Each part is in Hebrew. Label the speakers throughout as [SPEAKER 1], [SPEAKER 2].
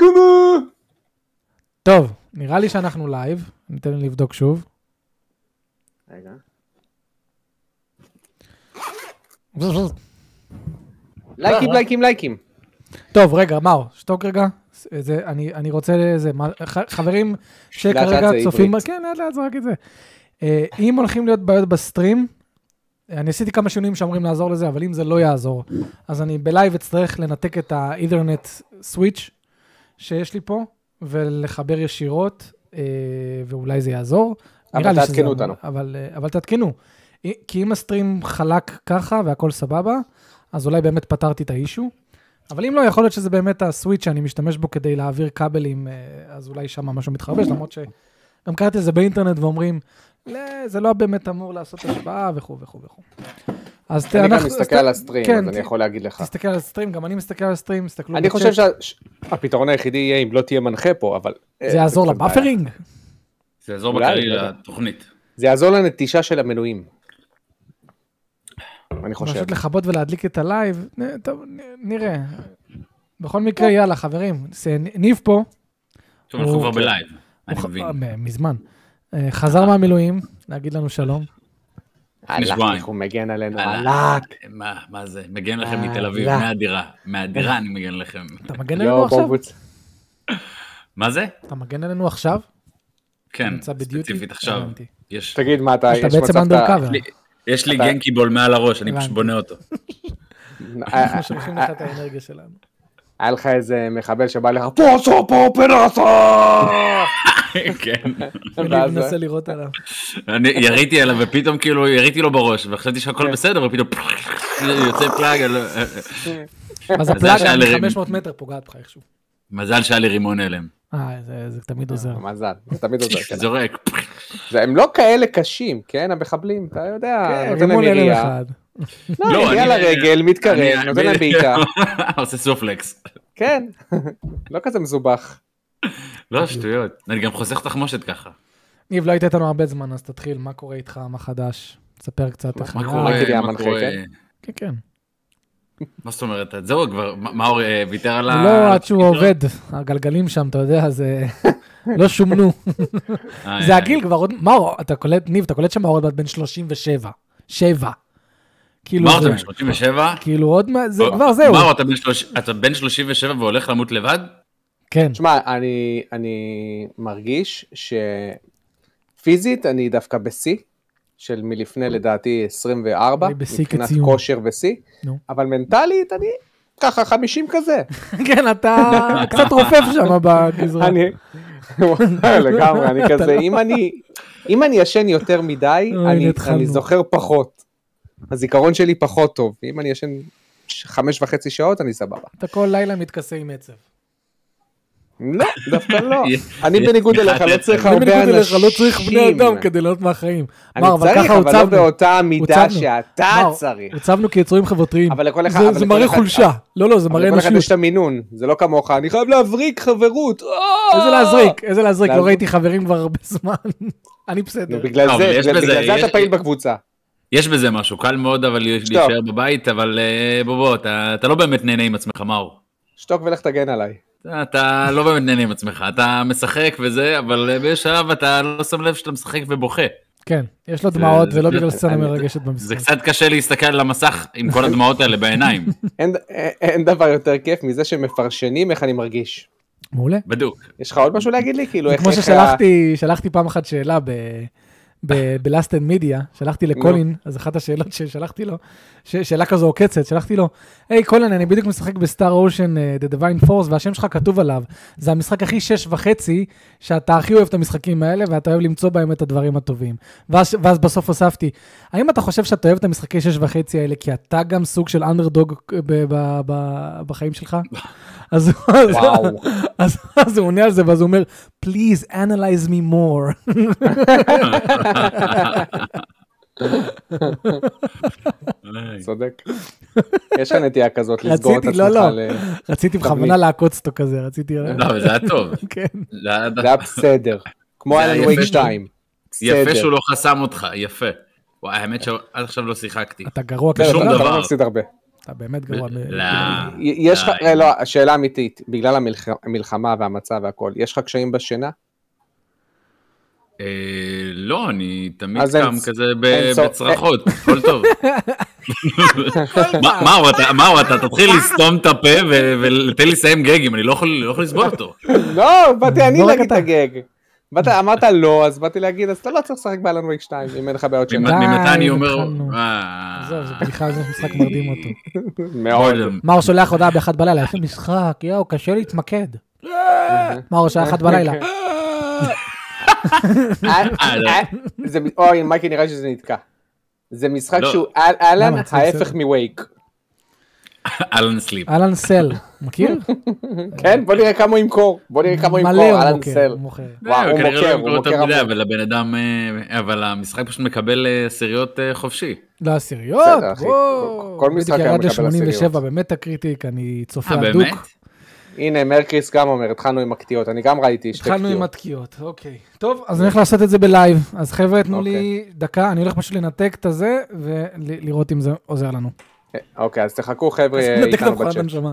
[SPEAKER 1] לייקומו!
[SPEAKER 2] טוב, נראה לי שאנחנו לייב, ניתן לי לבדוק שוב.
[SPEAKER 1] רגע. לייקים,
[SPEAKER 2] אה,
[SPEAKER 1] לייקים, לייקים.
[SPEAKER 2] טוב, רגע, מאור, שתוק רגע. זה, אני, אני רוצה, זה, מה, ח- חברים
[SPEAKER 1] לאט
[SPEAKER 2] שכרגע
[SPEAKER 1] לאט זה
[SPEAKER 2] צופים,
[SPEAKER 1] עברית.
[SPEAKER 2] כן, לאט לאט זה רק את זה. אה, אם הולכים להיות בעיות בסטרים, אני עשיתי כמה שינויים שאמורים לעזור לזה, אבל אם זה לא יעזור, אז אני בלייב אצטרך לנתק את האית'רנט סוויץ' שיש לי פה, ולחבר ישירות, אה, ואולי זה יעזור.
[SPEAKER 1] אבל
[SPEAKER 2] נראה לי שזה
[SPEAKER 1] תעדכנו
[SPEAKER 2] אמור-
[SPEAKER 1] אותנו.
[SPEAKER 2] אבל, אה, אבל תעדכנו. אי- כי אם הסטרים חלק ככה והכל סבבה, אז אולי באמת פתרתי את האישו. אבל אם לא, יכול להיות שזה באמת הסוויץ' שאני משתמש בו כדי להעביר כבלים, אה, אז אולי שם משהו מתחרבש, למרות שגם קראתי את זה באינטרנט ואומרים, "לא, זה לא באמת אמור לעשות השפעה וכו' וכו' וכו'. אז ת-
[SPEAKER 1] אני גם
[SPEAKER 2] אה, אנחנו-
[SPEAKER 1] מסתכל
[SPEAKER 2] אז ת-
[SPEAKER 1] על הסטרים,
[SPEAKER 2] כן,
[SPEAKER 1] אז אני
[SPEAKER 2] ת-
[SPEAKER 1] יכול להגיד לך.
[SPEAKER 2] תסתכל על הסטרים, גם אני מסתכל על הסטרים, תסתכלו
[SPEAKER 1] אני
[SPEAKER 2] בצ'אט.
[SPEAKER 1] חושב שהפתרון היחידי יהיה אם לא תהיה מנחה פה, אבל... אה,
[SPEAKER 2] זה יעזור
[SPEAKER 1] קצת בעיה.
[SPEAKER 2] לבאפרינג?
[SPEAKER 3] זה יעזור
[SPEAKER 1] אולי,
[SPEAKER 3] בכללי
[SPEAKER 1] לא יודע.
[SPEAKER 3] לתוכנית.
[SPEAKER 1] זה יעזור לנטישה של המנויים. אני חושב.
[SPEAKER 2] פשוט לכבות ולהדליק את הלייב, נ- טוב, נ- נראה. בכל מקרה, יאללה, חברים, זה- ניב פה.
[SPEAKER 3] טוב, אנחנו כבר
[SPEAKER 2] אוקיי.
[SPEAKER 3] בלייב, אני
[SPEAKER 2] הוא ח-
[SPEAKER 3] מבין.
[SPEAKER 2] מ- מזמן. אה, חזר מהמילואים, להגיד לנו שלום.
[SPEAKER 1] הלך,
[SPEAKER 3] שבועיים.
[SPEAKER 1] הוא מגן עלינו.
[SPEAKER 3] הלך.
[SPEAKER 1] הלך.
[SPEAKER 3] מה, מה זה? מגן לכם
[SPEAKER 1] אה,
[SPEAKER 3] מתל אביב,
[SPEAKER 1] לא.
[SPEAKER 3] מהדירה. מהדירה אני מגן לכם.
[SPEAKER 2] אתה מגן עלינו
[SPEAKER 1] יואו,
[SPEAKER 2] עכשיו?
[SPEAKER 1] בובוץ.
[SPEAKER 3] מה זה?
[SPEAKER 2] אתה מגן עלינו עכשיו?
[SPEAKER 3] כן,
[SPEAKER 2] נמצא בדיוטי?
[SPEAKER 3] ספציפית עכשיו.
[SPEAKER 2] הבנתי.
[SPEAKER 3] יש
[SPEAKER 1] תגיד, מה אתה,
[SPEAKER 2] אתה
[SPEAKER 1] יש
[SPEAKER 2] בעצם
[SPEAKER 1] מצב אתה...
[SPEAKER 2] אנדרקאבר.
[SPEAKER 3] לי- יש לי
[SPEAKER 1] אתה-
[SPEAKER 3] גנקיבול מעל הראש, אני פשוט
[SPEAKER 2] הבנתי.
[SPEAKER 3] בונה אותו. אה,
[SPEAKER 2] אנחנו שולחים לך את האנרגיה שלנו.
[SPEAKER 1] אה, היה לך איזה מחבל שבא לך, פוסו פה פרסה!
[SPEAKER 3] כן.
[SPEAKER 2] אני
[SPEAKER 1] אה,
[SPEAKER 2] מנסה לראות עליו.
[SPEAKER 3] אני יריתי עליו ופתאום כאילו יריתי לו בראש, וחשבתי
[SPEAKER 1] כן.
[SPEAKER 3] שהכל בסדר, ופתאום יוצא פלאג. אני לא-
[SPEAKER 2] אז
[SPEAKER 3] מזל
[SPEAKER 2] הפלאגה
[SPEAKER 3] שהיה לי ריב.
[SPEAKER 2] מ-500 מטר פוגעת בך איכשהו.
[SPEAKER 3] מזל שהיה לי רימון הלם.
[SPEAKER 2] אה, זה- זה תמיד עוזר.
[SPEAKER 1] מזל, זה תמיד עוזר. כן.
[SPEAKER 3] זורק.
[SPEAKER 1] זה- הם לא כאלה קשים, כן, המחבלים, אתה יודע,
[SPEAKER 3] אה,
[SPEAKER 2] כן,
[SPEAKER 1] נותן להם
[SPEAKER 2] רימון הלם
[SPEAKER 1] יריעה.
[SPEAKER 2] אחד.
[SPEAKER 1] לא,
[SPEAKER 3] לא,
[SPEAKER 1] יריעה
[SPEAKER 3] אני-
[SPEAKER 1] לרגל, מתקרב,
[SPEAKER 3] אני-
[SPEAKER 1] נותן להם בעיטה.
[SPEAKER 3] עושה סופלקס.
[SPEAKER 1] כן, לא כזה מסובך.
[SPEAKER 3] לא, שטויות. אני גם חוסך תחמושת ככה.
[SPEAKER 2] ניב, לא היית איתנו הרבה זמן, אז תתחיל, מה קורה איתך, מה חדש? תספר קצת אה, איך
[SPEAKER 3] מה
[SPEAKER 2] היה.
[SPEAKER 3] קורה? אה,
[SPEAKER 1] הייתי
[SPEAKER 3] מה
[SPEAKER 1] המנחה,
[SPEAKER 3] קורה?
[SPEAKER 1] כן.
[SPEAKER 2] כן, כן.
[SPEAKER 3] מה זאת אומרת? זהו כבר, מה- מאור אה, ויתר על ה...
[SPEAKER 2] לא עד שהוא עובד, הגלגלים שם, אתה יודע, זה... לא שומנו.
[SPEAKER 3] אה,
[SPEAKER 2] זה
[SPEAKER 3] אה,
[SPEAKER 2] הגיל כבר עוד... מאור, אתה קולט, ניב, אתה קולט שמאור עוד מעט בן 37. שבע. כאילו,
[SPEAKER 3] מאור,
[SPEAKER 2] זה-
[SPEAKER 3] אתה בן 37?
[SPEAKER 2] כאילו עוד מעט, זה
[SPEAKER 3] לא,
[SPEAKER 2] כבר זהו.
[SPEAKER 3] מאור, אתה בן שלוש- אתה בן 37 והולך למות לבד?
[SPEAKER 2] כן,
[SPEAKER 1] תשמע, אני, אני מרגיש שפיזית אני דווקא בשיא, של מלפני לדעתי 24,
[SPEAKER 2] אני בשיא
[SPEAKER 1] מבחינת
[SPEAKER 2] כציון.
[SPEAKER 1] כושר ושיא,
[SPEAKER 2] נו.
[SPEAKER 1] אבל מנטלית אני ככה 50 כזה.
[SPEAKER 2] כן, אתה קצת רופף שם בגזרה.
[SPEAKER 1] אני, וואי, לגמרי, אני
[SPEAKER 2] אתה
[SPEAKER 1] כזה,
[SPEAKER 2] לא-
[SPEAKER 1] אם אני, אם אני ישן יותר מדי,
[SPEAKER 2] אוי,
[SPEAKER 1] אני-
[SPEAKER 2] התחלנו.
[SPEAKER 1] אני זוכר פחות. הזיכרון שלי פחות טוב, אם אני ישן ש- חמש וחצי שעות, אני סבבה.
[SPEAKER 2] אתה כל לילה מתכסה עם עצב.
[SPEAKER 1] לא, דווקא לא.
[SPEAKER 3] יש-
[SPEAKER 1] אני
[SPEAKER 3] יש
[SPEAKER 1] בניגוד
[SPEAKER 3] תמיכת
[SPEAKER 1] אליך, לא
[SPEAKER 3] עצב.
[SPEAKER 1] צריך
[SPEAKER 3] אני
[SPEAKER 1] הרבה
[SPEAKER 2] אני
[SPEAKER 1] אנשים.
[SPEAKER 2] בניגוד אליך, לא צריך בני אדם כדי להיות מהחיים.
[SPEAKER 1] אני
[SPEAKER 2] מאור, אבל
[SPEAKER 1] צריך,
[SPEAKER 2] ככה
[SPEAKER 1] אבל לא
[SPEAKER 2] הוצבנו.
[SPEAKER 1] באותה מידה
[SPEAKER 2] הוצבנו.
[SPEAKER 1] שאתה
[SPEAKER 2] מאור,
[SPEAKER 1] צריך.
[SPEAKER 2] הוצבנו כיצורים חברתיים.
[SPEAKER 1] אבל לכל אחד-
[SPEAKER 2] זה-
[SPEAKER 1] אבל
[SPEAKER 2] זה
[SPEAKER 1] לכל
[SPEAKER 2] מראה
[SPEAKER 1] אחד-
[SPEAKER 2] חולשה. לא, לא, זה
[SPEAKER 1] אבל
[SPEAKER 2] מראה
[SPEAKER 1] לכל אחד
[SPEAKER 2] אנושיות.
[SPEAKER 1] יש את המינון, זה לא כמוך, אני חייב להבריק חברות. אה!
[SPEAKER 2] איזה להזריק, איזה להזריק, לא
[SPEAKER 1] להזריק.
[SPEAKER 2] ראיתי חברים כבר הרבה זמן. אני
[SPEAKER 1] נו,
[SPEAKER 2] בסדר.
[SPEAKER 1] בגלל
[SPEAKER 3] לא, אבל
[SPEAKER 1] זה,
[SPEAKER 3] יש
[SPEAKER 1] בגלל
[SPEAKER 3] בזה-
[SPEAKER 1] בגלל זה
[SPEAKER 3] יש-
[SPEAKER 1] אתה פעיל בקבוצה.
[SPEAKER 3] יש בזה משהו, קל מאוד אבל להישאר בבית, אבל אה, בוא בוא, אתה- אתה לא באמת נהנה עם עצמך, מאור.
[SPEAKER 1] שתוק ולך תגן עליי.
[SPEAKER 3] אתה- אתה לא באמת נהנה עם עצמך, אתה משחק וזה, אבל אה, באיזשהו שלב אתה לא שם לב שאתה משחק ובוכה.
[SPEAKER 2] כן, יש לו דמעות,
[SPEAKER 3] זה-
[SPEAKER 2] זה לא
[SPEAKER 3] זה-
[SPEAKER 2] בגלל סצנה
[SPEAKER 1] אני-
[SPEAKER 2] מרגשת במשחק.
[SPEAKER 3] זה קצת קשה להסתכל על המסך עם כל הדמעות האלה בעיניים,
[SPEAKER 1] אין- אין- אין דבר יותר כיף מזה שמפרשנים איך אני מרגיש.
[SPEAKER 2] מעולה.
[SPEAKER 3] בדוק.
[SPEAKER 1] יש לך עוד משהו להגיד לי? כאילו,
[SPEAKER 2] זה
[SPEAKER 1] איך...
[SPEAKER 2] כמו
[SPEAKER 1] איך ה-
[SPEAKER 2] ששלחתי, שלחתי פעם אחת שאלה ב- ב- בלאסט אנד מידיה, שלחתי לקולין, אז אחת השאלות ששלחתי לו, ש- שאלה כזו עוקצת, שלחתי לו, היי קולין, אני בדיוק משחק בסטאר אושן, אה, The Divine Force, והשם שלך כתוב עליו. זה המשחק הכי שש וחצי, שאתה הכי אוהב את המשחקים האלה, ואתה אוהב למצוא בהם את הדברים הטובים. ואז, ואז בסוף הוספתי, האם אתה חושב שאתה אוהב את המשחקי שש וחצי האלה, כי אתה גם סוג של אנדרדוג ב- ב- ב- בחיים שלך? אז, אז,
[SPEAKER 1] וואו.
[SPEAKER 2] אז, אז הוא עונה על זה, ואז הוא אומר, please analyze me more.
[SPEAKER 3] אה.
[SPEAKER 1] צודק. יש לך נטייה כזאת לסגור את
[SPEAKER 2] רציתי,
[SPEAKER 1] עצמך.
[SPEAKER 2] לא, לא.
[SPEAKER 1] ל-
[SPEAKER 2] רציתי בכוונה לעקוץ אותו כזה, רציתי...
[SPEAKER 3] לא, אבל זה היה טוב.
[SPEAKER 2] כן.
[SPEAKER 3] זה היה-
[SPEAKER 1] זה היה בסדר. כמו
[SPEAKER 3] זה
[SPEAKER 1] אלן
[SPEAKER 3] היה
[SPEAKER 1] וייק
[SPEAKER 3] יפה
[SPEAKER 1] 2.
[SPEAKER 3] יפה
[SPEAKER 1] בסדר.
[SPEAKER 3] שהוא לא חסם אותך, יפה. וואי, האמת שעד עכשיו לא שיחקתי.
[SPEAKER 2] אתה גרוע
[SPEAKER 1] בסדר,
[SPEAKER 2] כשאתה
[SPEAKER 3] שום
[SPEAKER 1] אתה- אתה
[SPEAKER 2] לא.
[SPEAKER 3] דבר.
[SPEAKER 1] לא מפסיד הרבה.
[SPEAKER 2] אתה באמת גרוע. ב-
[SPEAKER 3] לא.
[SPEAKER 1] י- יש לך,
[SPEAKER 3] די.
[SPEAKER 1] אה, לא, השאלה האמיתית, בגלל המלח- המלחמה והמצב והכל, יש לך קשיים בשינה?
[SPEAKER 3] אה, לא, אני תמיד
[SPEAKER 1] אז
[SPEAKER 3] קם
[SPEAKER 1] אין-
[SPEAKER 3] כזה ב-
[SPEAKER 1] אין צור-
[SPEAKER 3] בצרחות, הכל טוב. מה- מאור, אתה- מאור, אתה תתחיל לסתום את הפה ו- ותן לי לסיים גגים, אני לא יכול לא יכול לסבול אותו.
[SPEAKER 1] לא, באתי אני
[SPEAKER 2] לא רק
[SPEAKER 1] להגיד את
[SPEAKER 2] אתה.
[SPEAKER 1] הגג. באת- אמרת לא, אז באתי להגיד, אז אתה לא צריך לשחק באלן וייק 2, אם אין לך בעיות שינה.
[SPEAKER 2] די,
[SPEAKER 3] ממתי אני אומר...
[SPEAKER 2] התחלנו.
[SPEAKER 3] אה,
[SPEAKER 2] עזוב, זה בדיחה, זה משחק מרדים אותו.
[SPEAKER 1] מאוד.
[SPEAKER 2] מאור שולח הודעה באחת בלילה, איזה משחק, יואו, קשה להתמקד.
[SPEAKER 1] לא.
[SPEAKER 2] מאור שעה אחת בלילה.
[SPEAKER 1] אה,
[SPEAKER 3] אה, לא.
[SPEAKER 1] אה, זה- אוי, מייקי, נראה לי שזה נתקע. זה משחק
[SPEAKER 3] לא.
[SPEAKER 1] שהוא אל- אלן
[SPEAKER 2] למה? זה
[SPEAKER 1] ההפך
[SPEAKER 2] בסדר.
[SPEAKER 1] מווייק.
[SPEAKER 3] אלן
[SPEAKER 1] אה,
[SPEAKER 3] סליפ.
[SPEAKER 2] אהלן סל, מכיר?
[SPEAKER 1] כן, בוא נראה כמה הוא ימכור. בוא נראה כמה הוא
[SPEAKER 2] מלא
[SPEAKER 1] ימכור,
[SPEAKER 2] הוא
[SPEAKER 1] אלן
[SPEAKER 2] מוכר,
[SPEAKER 1] סל.
[SPEAKER 2] הוא מוכר.
[SPEAKER 1] וואו, הוא
[SPEAKER 3] כנראה לא
[SPEAKER 1] מוכר,
[SPEAKER 3] ימכור
[SPEAKER 1] הוא
[SPEAKER 3] יותר
[SPEAKER 1] מוכר
[SPEAKER 3] מדי,
[SPEAKER 1] המון.
[SPEAKER 3] אבל הבן אדם... אה, אבל המשחק פשוט מקבל אה, עשיריות אה, חופשי.
[SPEAKER 2] לא עשיריות,
[SPEAKER 1] בסדר, אחי,
[SPEAKER 2] וואו.
[SPEAKER 1] כל- כל משחק היה מקבל
[SPEAKER 2] בדיוק ירד ל-87
[SPEAKER 1] עשיריות.
[SPEAKER 2] במטה קריטיק, אני צופה
[SPEAKER 3] אה,
[SPEAKER 2] הדוק.
[SPEAKER 3] באמת?
[SPEAKER 1] הנה, מרקריס גם אומר, התחלנו עם הקטיעות, אני גם ראיתי שתי
[SPEAKER 2] התחלנו עם
[SPEAKER 1] קטיעות.
[SPEAKER 2] התקיעות, אוקיי. טוב, אז אני הולך לעשות את זה בלייב. אז חבר'ה, תנו לי
[SPEAKER 1] אוקיי.
[SPEAKER 2] דקה, אני הולך פשוט לנתק את הזה, ולראות אם זה עוזר לנו.
[SPEAKER 1] אוקיי, אז תחכו חבר'ה
[SPEAKER 2] אז ננתק את
[SPEAKER 1] איתנו
[SPEAKER 2] המכונת
[SPEAKER 1] בצ'אט.
[SPEAKER 2] הנשמה.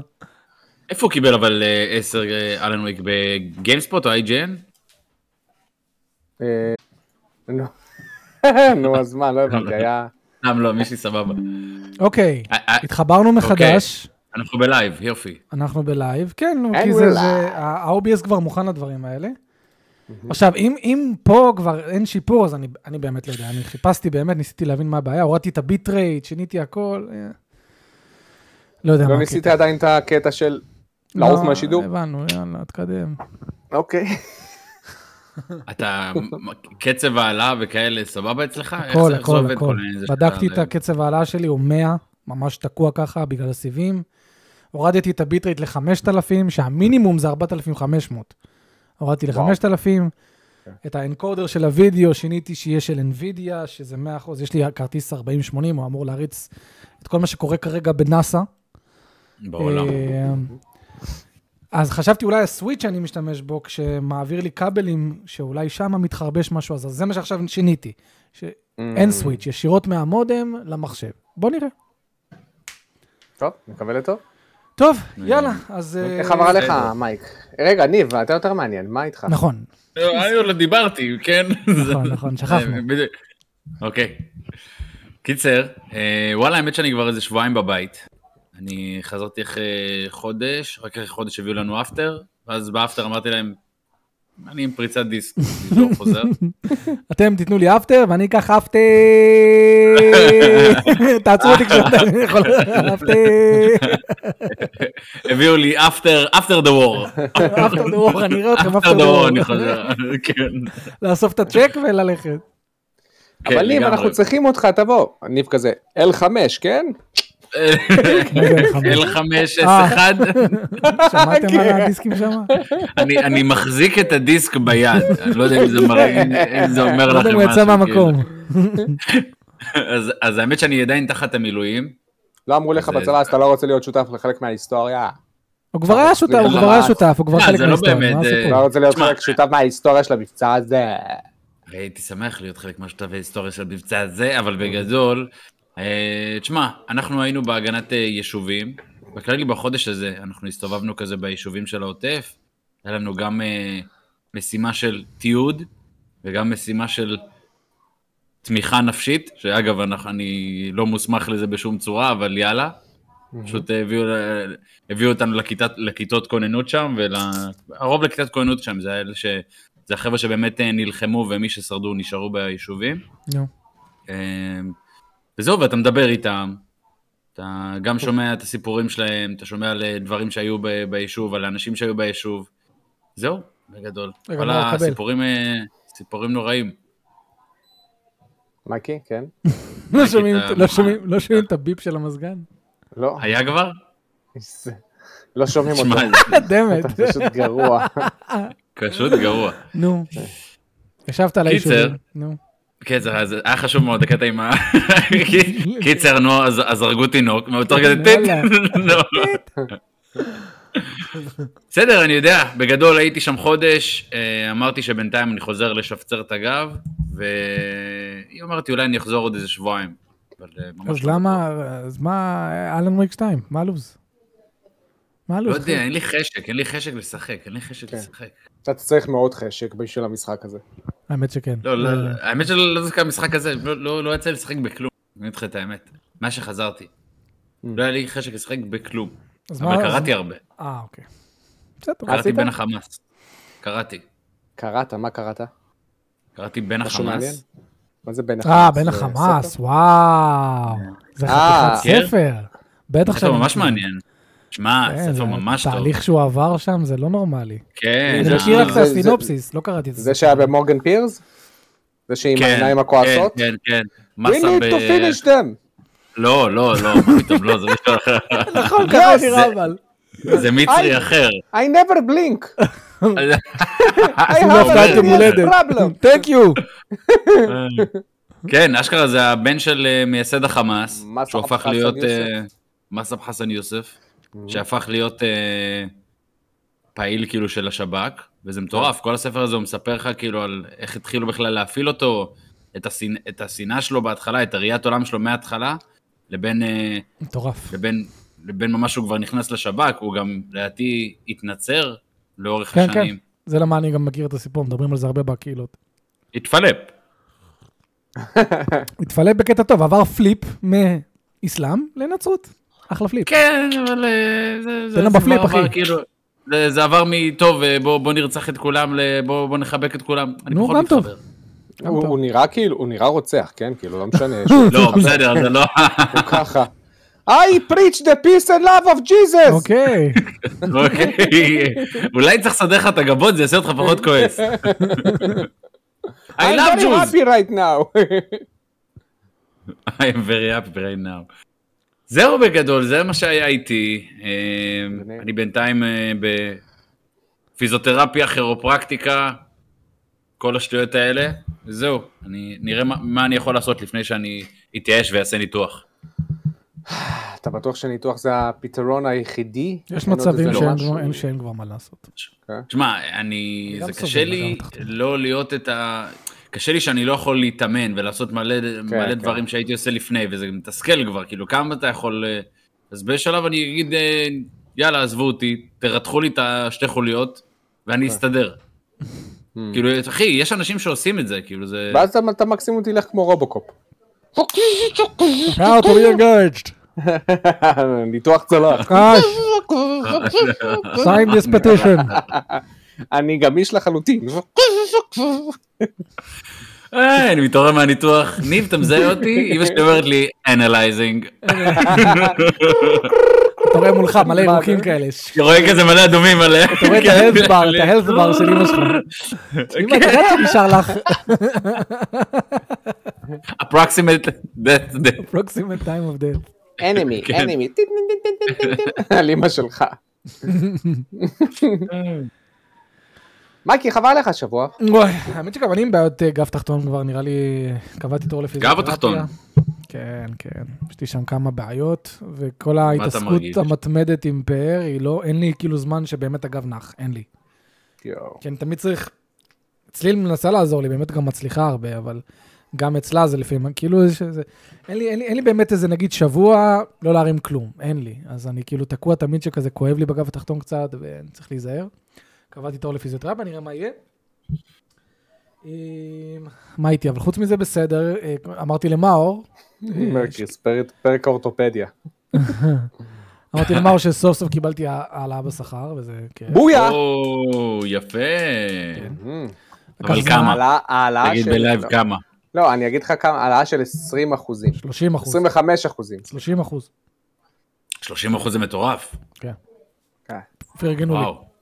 [SPEAKER 3] איפה הוא קיבל אבל 10 אלן וויק בגיימספוט או IGN?
[SPEAKER 1] אה, נו. נו, אז מה, לא הבנתי, היה...
[SPEAKER 3] סתם לא, מישהי סבבה.
[SPEAKER 2] אוקיי,
[SPEAKER 3] אה, אה,
[SPEAKER 2] התחברנו מחדש,
[SPEAKER 3] אנחנו בלייב, יופי.
[SPEAKER 2] אנחנו בלייב, כן, נו,
[SPEAKER 1] And
[SPEAKER 2] כי
[SPEAKER 1] we're
[SPEAKER 2] זה,
[SPEAKER 1] live. Mm-hmm.
[SPEAKER 2] זה- ה-OBS כבר מוכן לדברים האלה. עכשיו, אם, אם פה כבר אין שיפור, אז אני, אני באמת לא יודע, אני חיפשתי באמת, ניסיתי להבין מה הבעיה, הורדתי את הביט רייט, שיניתי הכל, אה. לא יודע מה לא,
[SPEAKER 1] לא ניסית עדיין את הקטע של לעוף מהשידור?
[SPEAKER 2] הבנו, יאללה, תקדם.
[SPEAKER 1] אוקיי.
[SPEAKER 3] אתה, קצב העלאה וכאלה, סבבה אצלך? אה, איך
[SPEAKER 2] הכל,
[SPEAKER 3] זה- איך זה
[SPEAKER 2] הכל,
[SPEAKER 3] עובד, כל
[SPEAKER 2] הכל.
[SPEAKER 3] העניין הזה אה,
[SPEAKER 2] בדקתי את
[SPEAKER 3] שאתה-
[SPEAKER 2] הקצב ההעלאה שלי, הוא 100, ממש תקוע ככה בגלל הסיבים. הורדתי את הביטרייט ל-5,000, שהמינימום זה 4,500. הורדתי
[SPEAKER 1] וואו.
[SPEAKER 2] ל-5,000. את האנקודר של הוידאו שיניתי שיהיה של NVIDIA, שזה 100%, יש לי כרטיס 4080, הוא אמור להריץ את כל מה שקורה כרגע בנאסא.
[SPEAKER 3] בעולם.
[SPEAKER 2] אה, אז חשבתי אולי הסוויץ' שאני משתמש בו, כשמעביר לי כבלים, שאולי שם מתחרבש משהו, אז אז זה מה שעכשיו שיניתי.
[SPEAKER 3] Mm.
[SPEAKER 2] שאין סוויץ', ישירות מהמודם למחשב. בוא נראה.
[SPEAKER 1] טוב, נקווה לטוב.
[SPEAKER 2] טוב,
[SPEAKER 3] Mm.
[SPEAKER 2] יאללה, אז...
[SPEAKER 3] לא
[SPEAKER 2] אה,
[SPEAKER 1] איך עבר עליך,
[SPEAKER 3] בסדר.
[SPEAKER 1] מייק? רגע, ניב, אתה יותר מעניין, מה איתך?
[SPEAKER 2] נכון,
[SPEAKER 3] לא, אני עוד לא דיברתי, כן? אה,
[SPEAKER 2] נכון, נכון, שכחנו.
[SPEAKER 3] בדיוק. אוקיי. קיצר, אה, וואלה, האמת שאני כבר איזה שבועיים בבית. אני חזרתי אחרי חודש, רק אחרי חודש הביאו לנו אפטר, ואז באפטר אמרתי להם, אני עם פריצת דיסק, אני לא חוזר.
[SPEAKER 2] אתם תיתנו לי אפטר, ואני אקח אפטר. תעצרו אותי כשאתם יכולים. אפטר.
[SPEAKER 3] הביאו לי אפטר, אפטר דה וור.
[SPEAKER 2] אפטר דה וור, אני אראה אתכם
[SPEAKER 3] אפטר דה וור, אני
[SPEAKER 2] אפטר דה וור.
[SPEAKER 3] חוזר. כן.
[SPEAKER 2] לאסוף את הצ'ק וללכת.
[SPEAKER 1] אבל
[SPEAKER 3] כן,
[SPEAKER 1] ניב,
[SPEAKER 3] לגמרי.
[SPEAKER 1] אנחנו צריכים אותך, תבוא. ניב כזה, L5, כן?
[SPEAKER 3] כן. L5S1,
[SPEAKER 2] שמעתם על
[SPEAKER 1] כן.
[SPEAKER 2] הדיסקים שם?
[SPEAKER 3] אני- אני מחזיק את הדיסק ביד, אני לא יודע אם זה מראה- אם זה אומר
[SPEAKER 2] לא יודע אם
[SPEAKER 3] לכם
[SPEAKER 2] הוא יצא
[SPEAKER 3] משהו.
[SPEAKER 2] מהמקום.
[SPEAKER 3] כאילו. אז- אז האמת שאני עדיין תחת המילואים.
[SPEAKER 1] לא אמרו לך
[SPEAKER 3] זה-
[SPEAKER 1] בצבא, אז אתה לא רוצה להיות שותף לחלק מההיסטוריה?
[SPEAKER 2] הוא כבר היה שותף, הוא כבר היה שותף, הוא כבר
[SPEAKER 3] אה,
[SPEAKER 2] חלק
[SPEAKER 3] זה לא
[SPEAKER 2] מההיסטוריה,
[SPEAKER 3] באמת,
[SPEAKER 2] מה
[SPEAKER 3] אה,
[SPEAKER 1] אתה לא
[SPEAKER 2] הסיפור?
[SPEAKER 1] רוצה להיות
[SPEAKER 3] תשמע,
[SPEAKER 1] חלק- שותף מההיסטוריה של המבצע הזה?
[SPEAKER 3] הייתי שמח להיות חלק מהשותף ההיסטוריה של המבצע הזה, אבל בגדול, אה, תשמע, אנחנו היינו בהגנת אה, יישובים, בכללי בחודש הזה אנחנו הסתובבנו כזה ביישובים של העוטף, היה לנו גם אה, משימה של תיעוד, וגם משימה של תמיכה נפשית, שאגב, אנחנו, אני לא מוסמך לזה בשום צורה, אבל יאללה. פשוט הביאו, ל- הביאו אותנו לכיתת, לכיתות כוננות שם, והרוב לכיתת כוננות שם, זה, האלה ש, זה החבר'ה שבאמת אה, נלחמו ומי ששרדו נשארו ביישובים.
[SPEAKER 2] נו.
[SPEAKER 3] אה, וזהו, ואתה מדבר איתם, אתה גם שומע את הסיפורים שלהם, אתה שומע על אה, דברים שהיו ב, ביישוב, על האנשים שהיו ביישוב. זהו, בגדול.
[SPEAKER 2] רגע,
[SPEAKER 3] כל
[SPEAKER 2] מה, קבל.
[SPEAKER 3] הסיפורים אה, סיפורים נוראים.
[SPEAKER 1] מייקי, כן?
[SPEAKER 2] לא שומעים את-
[SPEAKER 3] אה,
[SPEAKER 2] לא שומעים- לא שומעים את הביפ של המזגן?
[SPEAKER 1] לא?
[SPEAKER 3] היה כבר?
[SPEAKER 1] לא שומעים
[SPEAKER 3] תשמע,
[SPEAKER 1] אותו.
[SPEAKER 3] זה
[SPEAKER 2] דמת.
[SPEAKER 1] אתה פשוט גרוע.
[SPEAKER 3] פשוט גרוע.
[SPEAKER 2] נו. ישבת על
[SPEAKER 3] קיצר.
[SPEAKER 2] היישובים. נו.
[SPEAKER 3] כן, זה היה- זה היה חשוב מאוד, הקטע עם ה... קיצר, נו, אז אז הרגו תינוק, ובתור כזה טיט.
[SPEAKER 2] יאללה.
[SPEAKER 3] נו. בסדר, אני יודע, בגדול הייתי שם חודש, אה, אמרתי שבינתיים אני חוזר לשפצר את הגב, והיא אמרתי אולי אני אחזור עוד איזה שבועיים. אבל אה, ממש
[SPEAKER 2] אז
[SPEAKER 3] לא
[SPEAKER 2] למה, אז מה, אלן וייק 2, מה הלו"ז? מה
[SPEAKER 3] לא
[SPEAKER 2] הלו"ז?
[SPEAKER 3] יודע, אין לי חשק, אין לי חשק לשחק, אין לי חשק
[SPEAKER 1] כן.
[SPEAKER 3] לשחק.
[SPEAKER 1] אתה צריך מאוד חשק בשביל המשחק הזה.
[SPEAKER 2] האמת שכן.
[SPEAKER 3] לא, לא, לא, האמת שלא לא דווקא המשחק הזה, לא- לא לא יצא לי לשחק בכלום, אני אגיד לך את האמת. מאז שחזרתי. לא היה לי חשק לשחק בכלום,
[SPEAKER 2] אז
[SPEAKER 3] אבל
[SPEAKER 2] מה-
[SPEAKER 3] קראתי הרבה.
[SPEAKER 2] אה, אוקיי. בסדר.
[SPEAKER 1] אה,
[SPEAKER 3] קראתי
[SPEAKER 1] עשית?
[SPEAKER 3] בין החמאס. קראתי.
[SPEAKER 1] קראת? מה קראת?
[SPEAKER 3] קראתי בין
[SPEAKER 1] משהו מעניין?
[SPEAKER 3] החמאס.
[SPEAKER 1] מה זה בין החמאס?
[SPEAKER 2] אה, בין
[SPEAKER 1] זה
[SPEAKER 2] החמאס,
[SPEAKER 1] ספר?
[SPEAKER 2] וואו. זה
[SPEAKER 1] אה.
[SPEAKER 2] חתיכת ספר. בטח
[SPEAKER 3] כן? ספר
[SPEAKER 2] שאני-
[SPEAKER 3] ממש מעניין. שמע,
[SPEAKER 2] כן, זה
[SPEAKER 3] ספר ממש טוב.
[SPEAKER 2] התהליך שהוא עבר שם זה לא נורמלי.
[SPEAKER 3] כן.
[SPEAKER 2] אני
[SPEAKER 1] זה-
[SPEAKER 2] מכיר רק את
[SPEAKER 1] זה- זה-
[SPEAKER 2] הסינופסיס, לא קראתי את
[SPEAKER 1] זה
[SPEAKER 2] זה.
[SPEAKER 1] שהיה במורגן פירס? זה שעם
[SPEAKER 3] כן,
[SPEAKER 1] העיניים הכועסות?
[SPEAKER 3] כן, כן, כן.
[SPEAKER 1] We need
[SPEAKER 3] ב-
[SPEAKER 1] to finish them!
[SPEAKER 3] לא, לא, לא, מה פתאום, לא, זה מישהו אחר.
[SPEAKER 2] נכון,
[SPEAKER 1] ככה
[SPEAKER 2] זה
[SPEAKER 3] נראה,
[SPEAKER 2] אבל.
[SPEAKER 3] זה מצרי אחר.
[SPEAKER 1] I never blink! I
[SPEAKER 3] לא,
[SPEAKER 2] אפילו
[SPEAKER 1] have
[SPEAKER 2] עבד
[SPEAKER 1] a
[SPEAKER 2] יום
[SPEAKER 1] serious
[SPEAKER 2] הולדת.
[SPEAKER 1] problem!
[SPEAKER 2] Thank you.
[SPEAKER 3] כן, אשכרה זה הבן של אה, מייסד החמאס,
[SPEAKER 1] מסעב
[SPEAKER 3] שהופך
[SPEAKER 1] חסן
[SPEAKER 3] להיות...
[SPEAKER 1] יוסף. Mm-hmm.
[SPEAKER 3] אה, מסעב חסן יוסף, שהפך להיות אה, פעיל כאילו של השב"כ, וזה מטורף,
[SPEAKER 1] Mm-hmm.
[SPEAKER 3] כל הספר הזה הוא מספר לך כאילו על איך התחילו בכלל להפעיל אותו, את השנ- את השנאה שלו בהתחלה, את הראיית עולם שלו מההתחלה, לבין... אה,
[SPEAKER 2] מטורף.
[SPEAKER 3] לבין, לבין ממש הוא כבר נכנס לשב"כ, הוא גם לדעתי התנצר לאורך
[SPEAKER 2] כן, כן.
[SPEAKER 3] השנים.
[SPEAKER 2] זה למה אני גם מכיר את הסיפור, מדברים על זה הרבה בקהילות.
[SPEAKER 3] התפלפ.
[SPEAKER 2] התפלא בקטע טוב, עבר פליפ מאסלאם לנצרות. אחלה פליפ.
[SPEAKER 3] כן, אבל אה, זה... זה-
[SPEAKER 2] תן לו
[SPEAKER 3] זה
[SPEAKER 2] בפליפ,
[SPEAKER 3] כבר עבר,
[SPEAKER 2] אחי.
[SPEAKER 3] כאילו, זה, זה עבר מטוב, אה, בוא, בוא נרצח את כולם, ל- בוא, בוא נחבק את כולם. אני
[SPEAKER 2] נו,
[SPEAKER 3] פחות
[SPEAKER 2] גם טוב.
[SPEAKER 3] מתחבר.
[SPEAKER 1] הוא
[SPEAKER 2] טוב.
[SPEAKER 1] הוא נראה כאילו, הוא נראה רוצח, כן? כאילו, לא משנה. שהוא
[SPEAKER 3] לא, בסדר, זה לא...
[SPEAKER 1] ככה. I preach the peace and love of Jesus!
[SPEAKER 2] אוקיי.
[SPEAKER 3] אוקיי. אולי צריך לסדר לך את הגבות, זה יעשה אותך פחות כועס. I
[SPEAKER 1] I'm
[SPEAKER 3] love
[SPEAKER 1] very
[SPEAKER 3] Jews.
[SPEAKER 1] happy right now!
[SPEAKER 3] I am very happy right now. זהו בגדול, זה מה שהיה איתי. אמ,
[SPEAKER 1] מגניב.
[SPEAKER 3] אני בינתיים אה, בפיזיותרפיה, כירופרקטיקה, כל השטויות האלה. זהו, אני נראה מה, מה אני יכול לעשות לפני שאני אתייאש ואעשה ניתוח.
[SPEAKER 1] אתה בטוח שניתוח זה הפתרון היחידי?
[SPEAKER 2] יש
[SPEAKER 1] אין
[SPEAKER 3] לא,
[SPEAKER 1] עוד
[SPEAKER 2] מצבים
[SPEAKER 1] איזה
[SPEAKER 2] שאין
[SPEAKER 1] משהו?
[SPEAKER 2] כבר- אין- שאין כבר מה לעשות.
[SPEAKER 3] תשמע, אני...
[SPEAKER 2] אני גם
[SPEAKER 3] זה
[SPEAKER 2] סובל,
[SPEAKER 3] קשה
[SPEAKER 2] אבל גם
[SPEAKER 3] לי
[SPEAKER 2] תחתום.
[SPEAKER 3] לא להיות את ה... קשה לי שאני לא יכול להתאמן ולעשות מלא,
[SPEAKER 1] כן,
[SPEAKER 3] מלא
[SPEAKER 1] כן.
[SPEAKER 3] דברים שהייתי עושה לפני, וזה גם מתסכל כבר, כאילו, כמה אתה יכול... אה, אז בשלב אני אגיד, אה, יאללה, עזבו אותי, תרתחו לי את השתי חוליות, ואני
[SPEAKER 2] כן.
[SPEAKER 3] אסתדר.
[SPEAKER 1] Hmm.
[SPEAKER 3] כאילו, אחי, יש אנשים שעושים את זה, כאילו, זה...
[SPEAKER 1] ואז אתה- אתה מקסימום תלך כמו רובוקופ.
[SPEAKER 2] How to be engaged.
[SPEAKER 1] ניתוח צלח.
[SPEAKER 2] קאש. sign this petition.
[SPEAKER 1] אני גמיש לחלוטין.
[SPEAKER 3] אה, אני מתעורר מהניתוח, ניב, אתה מזהה אותי? אמא שלי אומרת לי, Analyzing.
[SPEAKER 2] אתה רואה מולך מלא
[SPEAKER 1] מה
[SPEAKER 2] ירוקים
[SPEAKER 1] זה?
[SPEAKER 2] כאלה.
[SPEAKER 3] אתה רואה כזה מלא אדומים כן. עליהם.
[SPEAKER 2] אתה רואה את ה-health bar, את ה-health bar של אמא שלך. אמא, אתה יודעת שנשאר לך
[SPEAKER 3] approximate that that-
[SPEAKER 2] approximate time of death.
[SPEAKER 1] אנמי,
[SPEAKER 3] כן.
[SPEAKER 1] אנמי. טין, טין, טין, טין, טין, טין. על אמא שלך. מייקי, חבל לך השבוע.
[SPEAKER 2] וואי, האמת שגם אני עם בעיות אה, גב תחתון כבר, נראה לי, קבעתי תור לפיזיותרפיה.
[SPEAKER 3] תחתון.
[SPEAKER 2] כן, כן. יש לי שם כמה בעיות, וכל
[SPEAKER 3] אתה
[SPEAKER 2] ההתעסקות
[SPEAKER 3] מרגיש?
[SPEAKER 2] המתמדת עם פאר, היא לא, אין לי כאילו זמן שבאמת הגב נח, אין לי.
[SPEAKER 1] יואו.
[SPEAKER 2] כי אני כן, תמיד צריך... צליל מנסה לעזור לי, באמת גם מצליחה הרבה, אבל גם אצלה זה לפעמים, כאילו, יש איזה- אין לי, אין, לי, אין לי באמת איזה נגיד שבוע לא להרים כלום, אין לי. אז אני כאילו תקוע תמיד שכזה כואב לי בגב התחתון קצת, ואני צריך להיזהר. קבעתי תור לפיזיותרפיה, נראה מה יהיה. אמ, מה איתי? אבל חוץ מזה בסדר, אה, אמרתי למאור,
[SPEAKER 3] אה,
[SPEAKER 1] מרקיס, פרק- פרק האורתופדיה.
[SPEAKER 2] אמרתי למאור שסוף סוף קיבלתי העלאה בשכר, וזה כן. כיף.
[SPEAKER 1] בויה!
[SPEAKER 3] או, יפה.
[SPEAKER 1] אמ,
[SPEAKER 3] אבל
[SPEAKER 2] לקח זמן.
[SPEAKER 3] כמה?
[SPEAKER 1] העלאה- העלאה
[SPEAKER 3] תגיד
[SPEAKER 1] של...
[SPEAKER 3] בלייב
[SPEAKER 1] לא.
[SPEAKER 3] כמה.
[SPEAKER 1] לא, אני אגיד לך כמה, העלאה של 20 אחוזים.
[SPEAKER 2] 30 אחוז.
[SPEAKER 1] 25 אחוזים.
[SPEAKER 2] 30 אחוז.
[SPEAKER 3] 30 אחוז זה מטורף.
[SPEAKER 2] פרגנו לי.
[SPEAKER 3] וואו.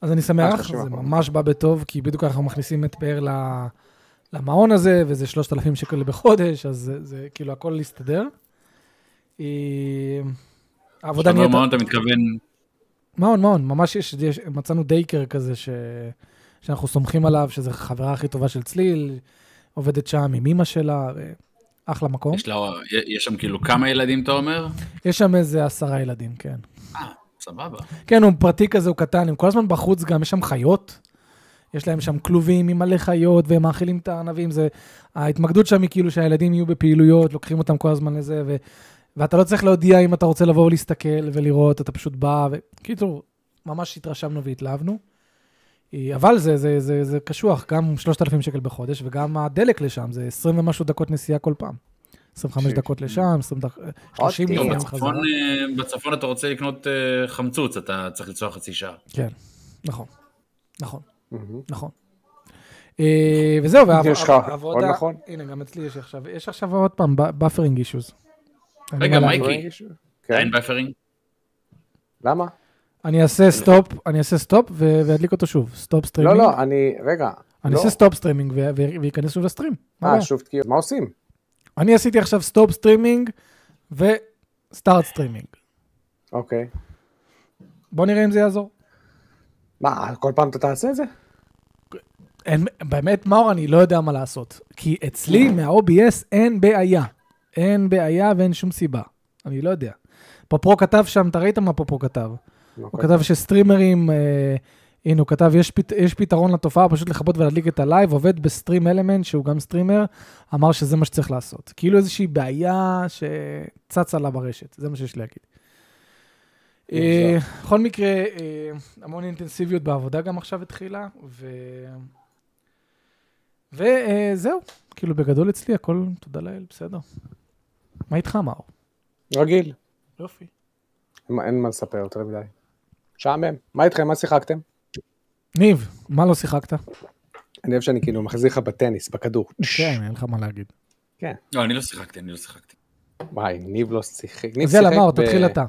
[SPEAKER 2] אז אני שמח,
[SPEAKER 1] 30%.
[SPEAKER 2] זה ממש בא בטוב, כי בדיוק אנחנו מכניסים את פאר ל- למעון הזה, וזה 3,000 שקל בחודש, אז זה, זה כאילו הכל הסתדר. אה, העבודה
[SPEAKER 3] כשאתה אומר
[SPEAKER 2] נהיית...
[SPEAKER 3] מעון אתה מתכוון,
[SPEAKER 2] מעון, מעון, ממש יש, יש מצאנו דייקר כזה ש... שאנחנו סומכים עליו, שזו החברה הכי טובה של צליל, עובדת שם עם אימא שלה, ו- אחלה מקום. יש...
[SPEAKER 3] יש לה- יש שם כאילו כמה ילדים אתה אומר?
[SPEAKER 2] יש שם איזה עשרה ילדים, כן.
[SPEAKER 3] אה, סבבה.
[SPEAKER 2] כן, הוא פרטי כזה, הוא קטן, הם כל הזמן בחוץ גם, יש שם חיות. יש להם שם כלובים עם מלא חיות, והם מאכילים את הארנבים. זה... ההתמקדות שם היא כאילו שהילדים יהיו בפעילויות, לוקחים אותם כל הזמן לזה, ו... ואתה לא צריך להודיע אם אתה רוצה לבוא ולהסתכל ולראות, אתה פשוט בא, וקיצור, ממש התרשמנו והתלהבנו. אה, אבל זה, זה, זה, זה קשוח, גם 3,000 שקל בחודש, וגם הדלק לשם, זה 20 ומשהו דקות נסיעה כל פעם. 25 דקות לשם, 20 דק... 30
[SPEAKER 1] אותי.
[SPEAKER 2] דקות חזרה.
[SPEAKER 3] בצפון, אה, בצפון אתה רוצה לקנות אה, חמצוץ, אתה צריך לנסוע חצי שעה.
[SPEAKER 2] כן, נכון, נכון, נכון. אה, וזהו, והעב-
[SPEAKER 1] יש לך
[SPEAKER 2] העב-
[SPEAKER 1] עוד
[SPEAKER 2] העבודה-
[SPEAKER 1] נכון?
[SPEAKER 2] הנה, גם אצלי יש עכשיו, יש עכשיו עוד פעם באפרינג אישוז.
[SPEAKER 3] רגע, מייקי.
[SPEAKER 1] כן.
[SPEAKER 3] אין באפרינג?
[SPEAKER 1] למה?
[SPEAKER 2] אני אעשה סטופ, אני אעשה סטופ ו- ואדליק אותו שוב, סטופ
[SPEAKER 1] לא,
[SPEAKER 2] סטרימינג.
[SPEAKER 1] לא, אני, רגע.
[SPEAKER 2] אני
[SPEAKER 1] לא.
[SPEAKER 2] אעשה סטופ סטרימינג ו- ו- וייכנס שוב לסטרים. מה
[SPEAKER 1] אה,
[SPEAKER 2] הבעיה?
[SPEAKER 1] שוב תקיעות. מה עושים?
[SPEAKER 2] אני עשיתי עכשיו סטופ סטרימינג וסטארט סטרימינג.
[SPEAKER 1] אוקיי.
[SPEAKER 2] בוא נראה אם זה יעזור.
[SPEAKER 1] מה, כל פעם אתה תעשה את זה?
[SPEAKER 2] אין, באמת, מאור, אני לא יודע מה לעשות. כי אצלי, מה-OBS, אין בעיה. אין בעיה ואין שום סיבה. אני לא יודע. פופרו כתב שם, אתה ראית מה פופרו כתב?
[SPEAKER 1] אוקיי.
[SPEAKER 2] הוא כתב שסטרימרים, אה, הנה, הוא כתב, יש, פת, יש פתרון לתופעה, פשוט לכבות ולהדליק את הלייב, עובד בסטרים אלמנט, שהוא גם סטרימר, אמר שזה מה שצריך לעשות. כאילו איזושהי בעיה שצצה לה ברשת, זה מה שיש לי להגיד. אה, בכל מקרה, אה, המון אינטנסיביות בעבודה גם עכשיו התחילה, ו... וזהו, כאילו בגדול אצלי הכל, תודה לאל, בסדר. מה איתך, מאור?
[SPEAKER 1] רגיל.
[SPEAKER 2] יופי.
[SPEAKER 1] מה- אין מה לספר יותר מדי. משעמם. מה איתכם? מה שיחקתם?
[SPEAKER 2] ניב, מה לא שיחקת?
[SPEAKER 1] אני אוהב שאני כאילו מחזיר לך בטניס, בכדור.
[SPEAKER 2] כן, אין לך מה להגיד.
[SPEAKER 3] לא, אני לא שיחקתי, אני לא שיחקתי.
[SPEAKER 1] וואי, ניב לא שיחק. ניב
[SPEAKER 2] זה
[SPEAKER 1] שיחק
[SPEAKER 2] למאור, תתחיל אתה.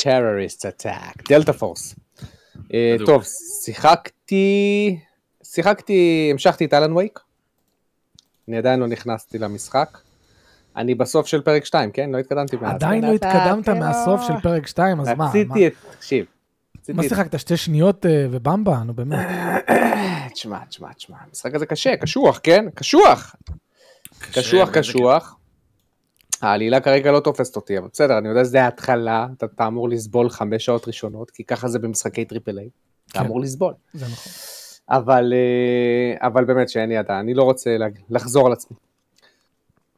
[SPEAKER 1] terrorist attack, דלתה פורס. אה,
[SPEAKER 3] בדוק.
[SPEAKER 1] טוב, שיחקתי, שיחקתי, המשכתי את אלן וייק. אני עדיין לא נכנסתי למשחק. אני בסוף של פרק 2, כן? לא התקדמתי מאז.
[SPEAKER 2] עדיין לא התקדמת מהסוף של פרק 2, אז מה? מה-
[SPEAKER 1] כן, לא. רציתי את... תקשיב.
[SPEAKER 2] מה
[SPEAKER 1] רציתי את...
[SPEAKER 2] שיחקת? שתי שניות אה, ובמבה? נו באמת.
[SPEAKER 1] תשמע, תשמע, תשמע. המשחק הזה קשה, קשוח, כן? קשוח!
[SPEAKER 3] קשה,
[SPEAKER 1] קשוח,
[SPEAKER 3] אבל זה
[SPEAKER 1] קשוח. כאילו- העלילה כרגע לא תופסת אותי, אבל בסדר, אני יודע שזה ההתחלה, אתה- אתה אמור לסבול חמש שעות ראשונות, כי ככה זה במשחקי טריפל איי. אתה
[SPEAKER 2] כן.
[SPEAKER 1] אמור לסבול.
[SPEAKER 2] זה נכון.
[SPEAKER 1] אבל, אה, אבל באמת שאין לי עדיין, אני לא רוצה לה- לחזור על עצמי.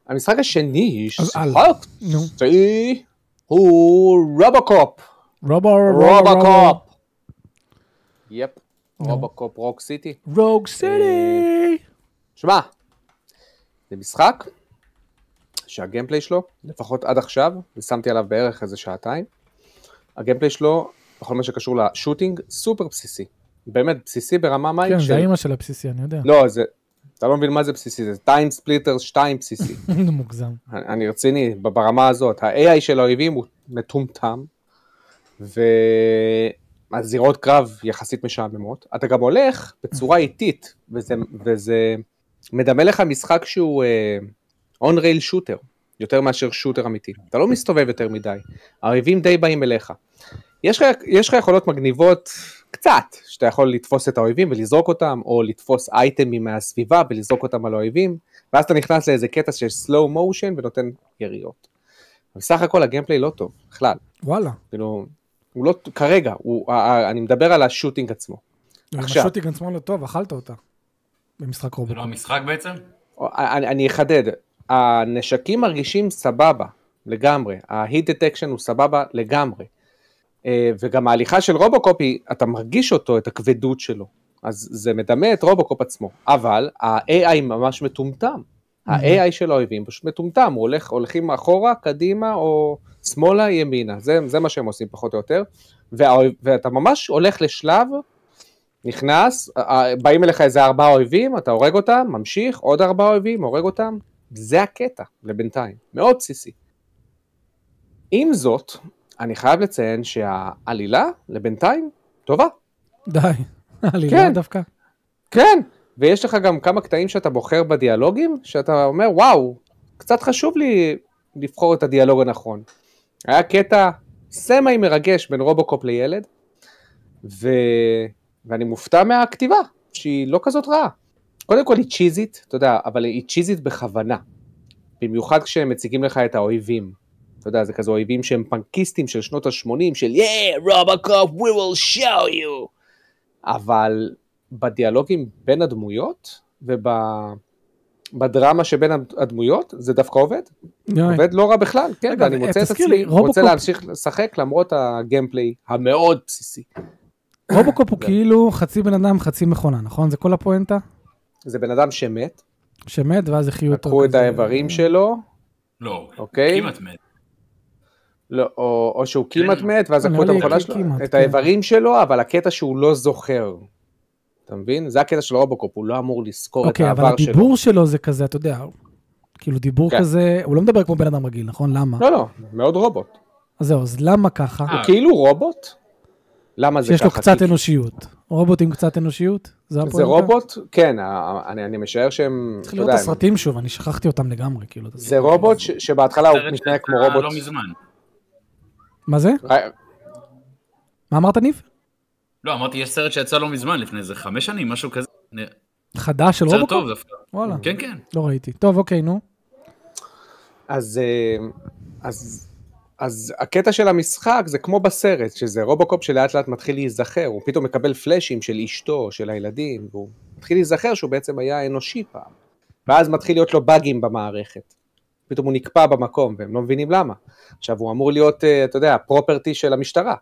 [SPEAKER 1] המשחק השני
[SPEAKER 2] אז אל. נו.
[SPEAKER 1] ששיחקתי הוא רובוקופ.
[SPEAKER 2] רובו,
[SPEAKER 1] רובוקופ. יפ,
[SPEAKER 2] נו.
[SPEAKER 1] רובוקופ רוק סיטי.
[SPEAKER 2] רוג סיטי.
[SPEAKER 1] שמע, זה משחק שהגיימפליי שלו, לפחות עד עכשיו, ושמתי עליו בערך איזה שעתיים, הגיימפליי שלו, בכל מה שקשור לשוטינג, סופר בסיסי. באמת בסיסי ברמה מהי
[SPEAKER 2] כן,
[SPEAKER 1] של...
[SPEAKER 2] זה האימא של הבסיסי, אני יודע.
[SPEAKER 1] לא, זה... אתה לא מבין מה זה בסיסי, זה טיים ספליטר 2 בסיסי.
[SPEAKER 2] זה מוגזם.
[SPEAKER 1] אני- אני רציני, ב- ברמה הזאת. ה-AI של האויבים הוא מטומטם, והזירות קרב יחסית משעממות. אתה גם הולך בצורה איטית, וזה, וזה מדמה לך משחק שהוא און-רייל שוטר, יותר מאשר שוטר אמיתי. אתה לא מסתובב יותר מדי, האויבים די באים אליך. יש לך, יש לך יכולות מגניבות קצת, שאתה יכול לתפוס את האויבים ולזרוק אותם, או לתפוס אייטמים מהסביבה ולזרוק אותם על האויבים, ואז אתה נכנס לאיזה קטע של slow motion ונותן יריות. בסך הכל הגיימפליי לא טוב, בכלל.
[SPEAKER 2] וואלה.
[SPEAKER 1] כאילו, הוא לא, כרגע, הוא, ה- ה- אני מדבר על השוטינג עצמו.
[SPEAKER 2] עכשיו.
[SPEAKER 1] עכשיו.
[SPEAKER 2] השוטי גם שמאל לא טוב, אכלת אותה. במשחק
[SPEAKER 3] זה לא
[SPEAKER 2] רובוקופ.
[SPEAKER 3] המשחק בעצם?
[SPEAKER 1] אני, אני אחדד, הנשקים מרגישים סבבה לגמרי, ה-heat detection הוא סבבה לגמרי. אה, וגם ההליכה של רובוקופ היא, אתה מרגיש אותו, את הכבדות שלו. אז זה מדמה את רובוקופ עצמו. אבל ה-AI ממש מטומטם. ה-AI של האויבים פשוט מטומטם, הוא הולך, הולכים אחורה, קדימה או שמאלה, ימינה. זה, זה מה שהם עושים פחות או יותר. והאויב, ואתה ממש הולך לשלב נכנס, אה, אה, באים אליך איזה ארבעה אויבים, אתה הורג אותם, ממשיך, עוד ארבעה אויבים, הורג אותם, זה הקטע לבינתיים, מאוד בסיסי. עם זאת, אני חייב לציין שהעלילה לבינתיים טובה,
[SPEAKER 2] די. עלילה
[SPEAKER 1] כן.
[SPEAKER 2] דווקא.
[SPEAKER 1] כן, ויש לך גם כמה קטעים שאתה בוחר בדיאלוגים, שאתה אומר, וואו, קצת חשוב לי לבחור את הדיאלוג הנכון. היה קטע סמי מרגש בין רובוקופ לילד, ו... ואני מופתע מהכתיבה, שהיא לא כזאת רעה. קודם כל היא צ'יזית, אתה יודע, אבל היא צ'יזית בכוונה. במיוחד כשהם מציגים לך את האויבים. אתה יודע, זה כזה אויבים שהם פנקיסטים של שנות ה-80, של יא, רובוקופ, we will show you. אבל בדיאלוגים בין הדמויות ובדרמה שבין הדמויות, זה דווקא עובד. עובד לא רע בכלל, כן,
[SPEAKER 2] רגע,
[SPEAKER 1] ואני
[SPEAKER 2] ו-
[SPEAKER 1] מוצא את
[SPEAKER 2] תזכיר
[SPEAKER 1] עצמי,
[SPEAKER 2] לי, רובוקופ-
[SPEAKER 1] רוצה להמשיך לשחק למרות הגיימפליי המאוד בסיסי.
[SPEAKER 2] רובוקופ הוא כאילו חצי בן אדם, חצי מכונה, נכון? זה כל הפואנטה?
[SPEAKER 1] זה בן אדם שמת,
[SPEAKER 2] שמת, ואז החיו אותו.
[SPEAKER 1] לקחו את
[SPEAKER 2] כזה. אה,
[SPEAKER 1] האיברים שלו,
[SPEAKER 3] לא,
[SPEAKER 1] אוקיי.
[SPEAKER 3] כמעט מת.
[SPEAKER 1] לא, או, או שהוא כמעט
[SPEAKER 3] כן.
[SPEAKER 1] מת, ואז
[SPEAKER 2] נראה
[SPEAKER 1] לקחו את
[SPEAKER 2] לי
[SPEAKER 1] המכונה
[SPEAKER 2] כן,
[SPEAKER 1] שלו,
[SPEAKER 2] כמעט,
[SPEAKER 1] את
[SPEAKER 2] כן.
[SPEAKER 1] האיברים שלו, אבל הקטע שהוא לא זוכר. אתה מבין? זה הקטע של רובוקופ, הוא לא אמור לזכור את
[SPEAKER 2] אוקיי, אבל
[SPEAKER 1] העבר שלו.
[SPEAKER 2] הדיבור שלו זה כזה, אתה יודע, כאילו דיבור
[SPEAKER 1] כן.
[SPEAKER 2] כזה, הוא לא מדבר כמו בן אדם רגיל, נכון? למה?
[SPEAKER 1] לא, לא, מאוד רובוט.
[SPEAKER 2] אז זהו, אז למה ככה?
[SPEAKER 3] אה,
[SPEAKER 1] כאילו רובוט? למה זה ככה?
[SPEAKER 2] שיש לו קצת
[SPEAKER 1] כי-
[SPEAKER 2] אנושיות. רובוט עם קצת אנושיות? זה
[SPEAKER 1] זה
[SPEAKER 2] הפואנטה?
[SPEAKER 1] רובוט? כן, ה- ה- אני אני משער שהם,
[SPEAKER 2] צריך
[SPEAKER 1] אתה
[SPEAKER 2] לראות
[SPEAKER 1] יודע,
[SPEAKER 2] את
[SPEAKER 1] הם-
[SPEAKER 2] הסרטים שוב, אני שכחתי אותם לגמרי, כאילו. את
[SPEAKER 1] זה
[SPEAKER 2] הסרטים.
[SPEAKER 1] רובוט ש- שבהתחלה הוא
[SPEAKER 3] סרט
[SPEAKER 1] מתנהג
[SPEAKER 3] שיצא
[SPEAKER 1] כמו רובוט. אה,
[SPEAKER 3] לא מזמן.
[SPEAKER 2] מה זה?
[SPEAKER 1] ר-
[SPEAKER 2] מה אמרת, ניב?
[SPEAKER 3] לא, אמרתי, יש סרט שיצא לא מזמן, לפני איזה חמש שנים, משהו כזה. נראה-
[SPEAKER 2] חדש של
[SPEAKER 1] לא
[SPEAKER 3] סרט
[SPEAKER 2] רובוקופ?
[SPEAKER 3] טוב דווקא.
[SPEAKER 2] וואלה,
[SPEAKER 3] כן, כן.
[SPEAKER 2] לא ראיתי. טוב, אוקיי, נו.
[SPEAKER 1] אז, אה, אז, אז הקטע של המשחק זה כמו בסרט, שזה רובוקופ שלאט לאט מתחיל להיזכר, הוא פתאום מקבל פלאשים של אשתו, של הילדים, והוא מתחיל להיזכר שהוא בעצם היה אנושי פעם. ואז מתחיל להיות לו באגים במערכת. פתאום הוא נקפא במקום, והם לא מבינים למה. עכשיו, הוא אמור להיות, אה, אתה יודע, פרופרטי של המשטרה.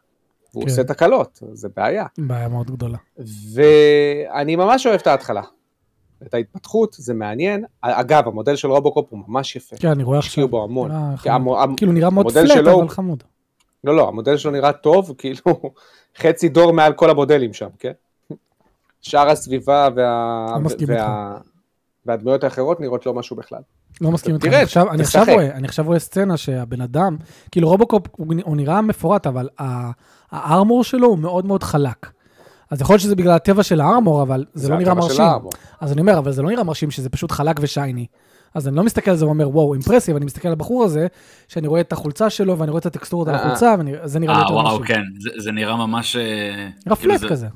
[SPEAKER 1] והוא
[SPEAKER 2] כן.
[SPEAKER 1] עושה תקלות, זה בעיה.
[SPEAKER 2] בעיה מאוד גדולה.
[SPEAKER 1] ואני ממש אוהב את ההתחלה. את ההתפתחות, זה מעניין. אגב, המודל של רובוקופ הוא ממש יפה.
[SPEAKER 2] כן, אני רואה עכשיו.
[SPEAKER 1] השקיעו בו המון.
[SPEAKER 2] אה,
[SPEAKER 1] כי
[SPEAKER 2] חמוד.
[SPEAKER 1] המו- המ-
[SPEAKER 2] כאילו נראה מאוד
[SPEAKER 1] המודל
[SPEAKER 2] פלט,
[SPEAKER 1] שלו-
[SPEAKER 2] אבל חמוד.
[SPEAKER 1] לא, לא, המודל שלו נראה טוב, כאילו חצי דור מעל כל המודלים שם, כן? שאר הסביבה וה...
[SPEAKER 2] לא מסכים
[SPEAKER 1] וה... והדמויות האחרות נראות לא משהו בכלל.
[SPEAKER 2] לא מסכים איתך.
[SPEAKER 1] תראה,
[SPEAKER 2] אני עכשיו- אני עכשיו
[SPEAKER 1] תשחק.
[SPEAKER 2] רואה, אני עכשיו רואה סצנה שהבן אדם, כאילו רובוקופ הוא נ- הוא נראה מפורט, אבל ה- הארמור שלו הוא מאוד מאוד חלק. אז יכול להיות שזה בגלל הטבע של הארמור, אבל זה לא נראה
[SPEAKER 1] הטבע של
[SPEAKER 2] מרשים.
[SPEAKER 1] הארמור.
[SPEAKER 2] אז אני אומר, אבל זה לא נראה מרשים שזה פשוט חלק ושייני. אז אני לא מסתכל על זה ואומר, וואו, אימפרסיב, אני מסתכל על הבחור הזה, שאני רואה את החולצה שלו ואני רואה את הטקסטורות על
[SPEAKER 1] אה, אה.
[SPEAKER 2] החולצה, וזה נראה לי
[SPEAKER 3] אה,
[SPEAKER 2] יותר
[SPEAKER 3] וואו,
[SPEAKER 2] מרשים.
[SPEAKER 3] כן. זה- זה נראה ממש... אה, כאילו
[SPEAKER 2] רפלט
[SPEAKER 3] זה-
[SPEAKER 2] כזה.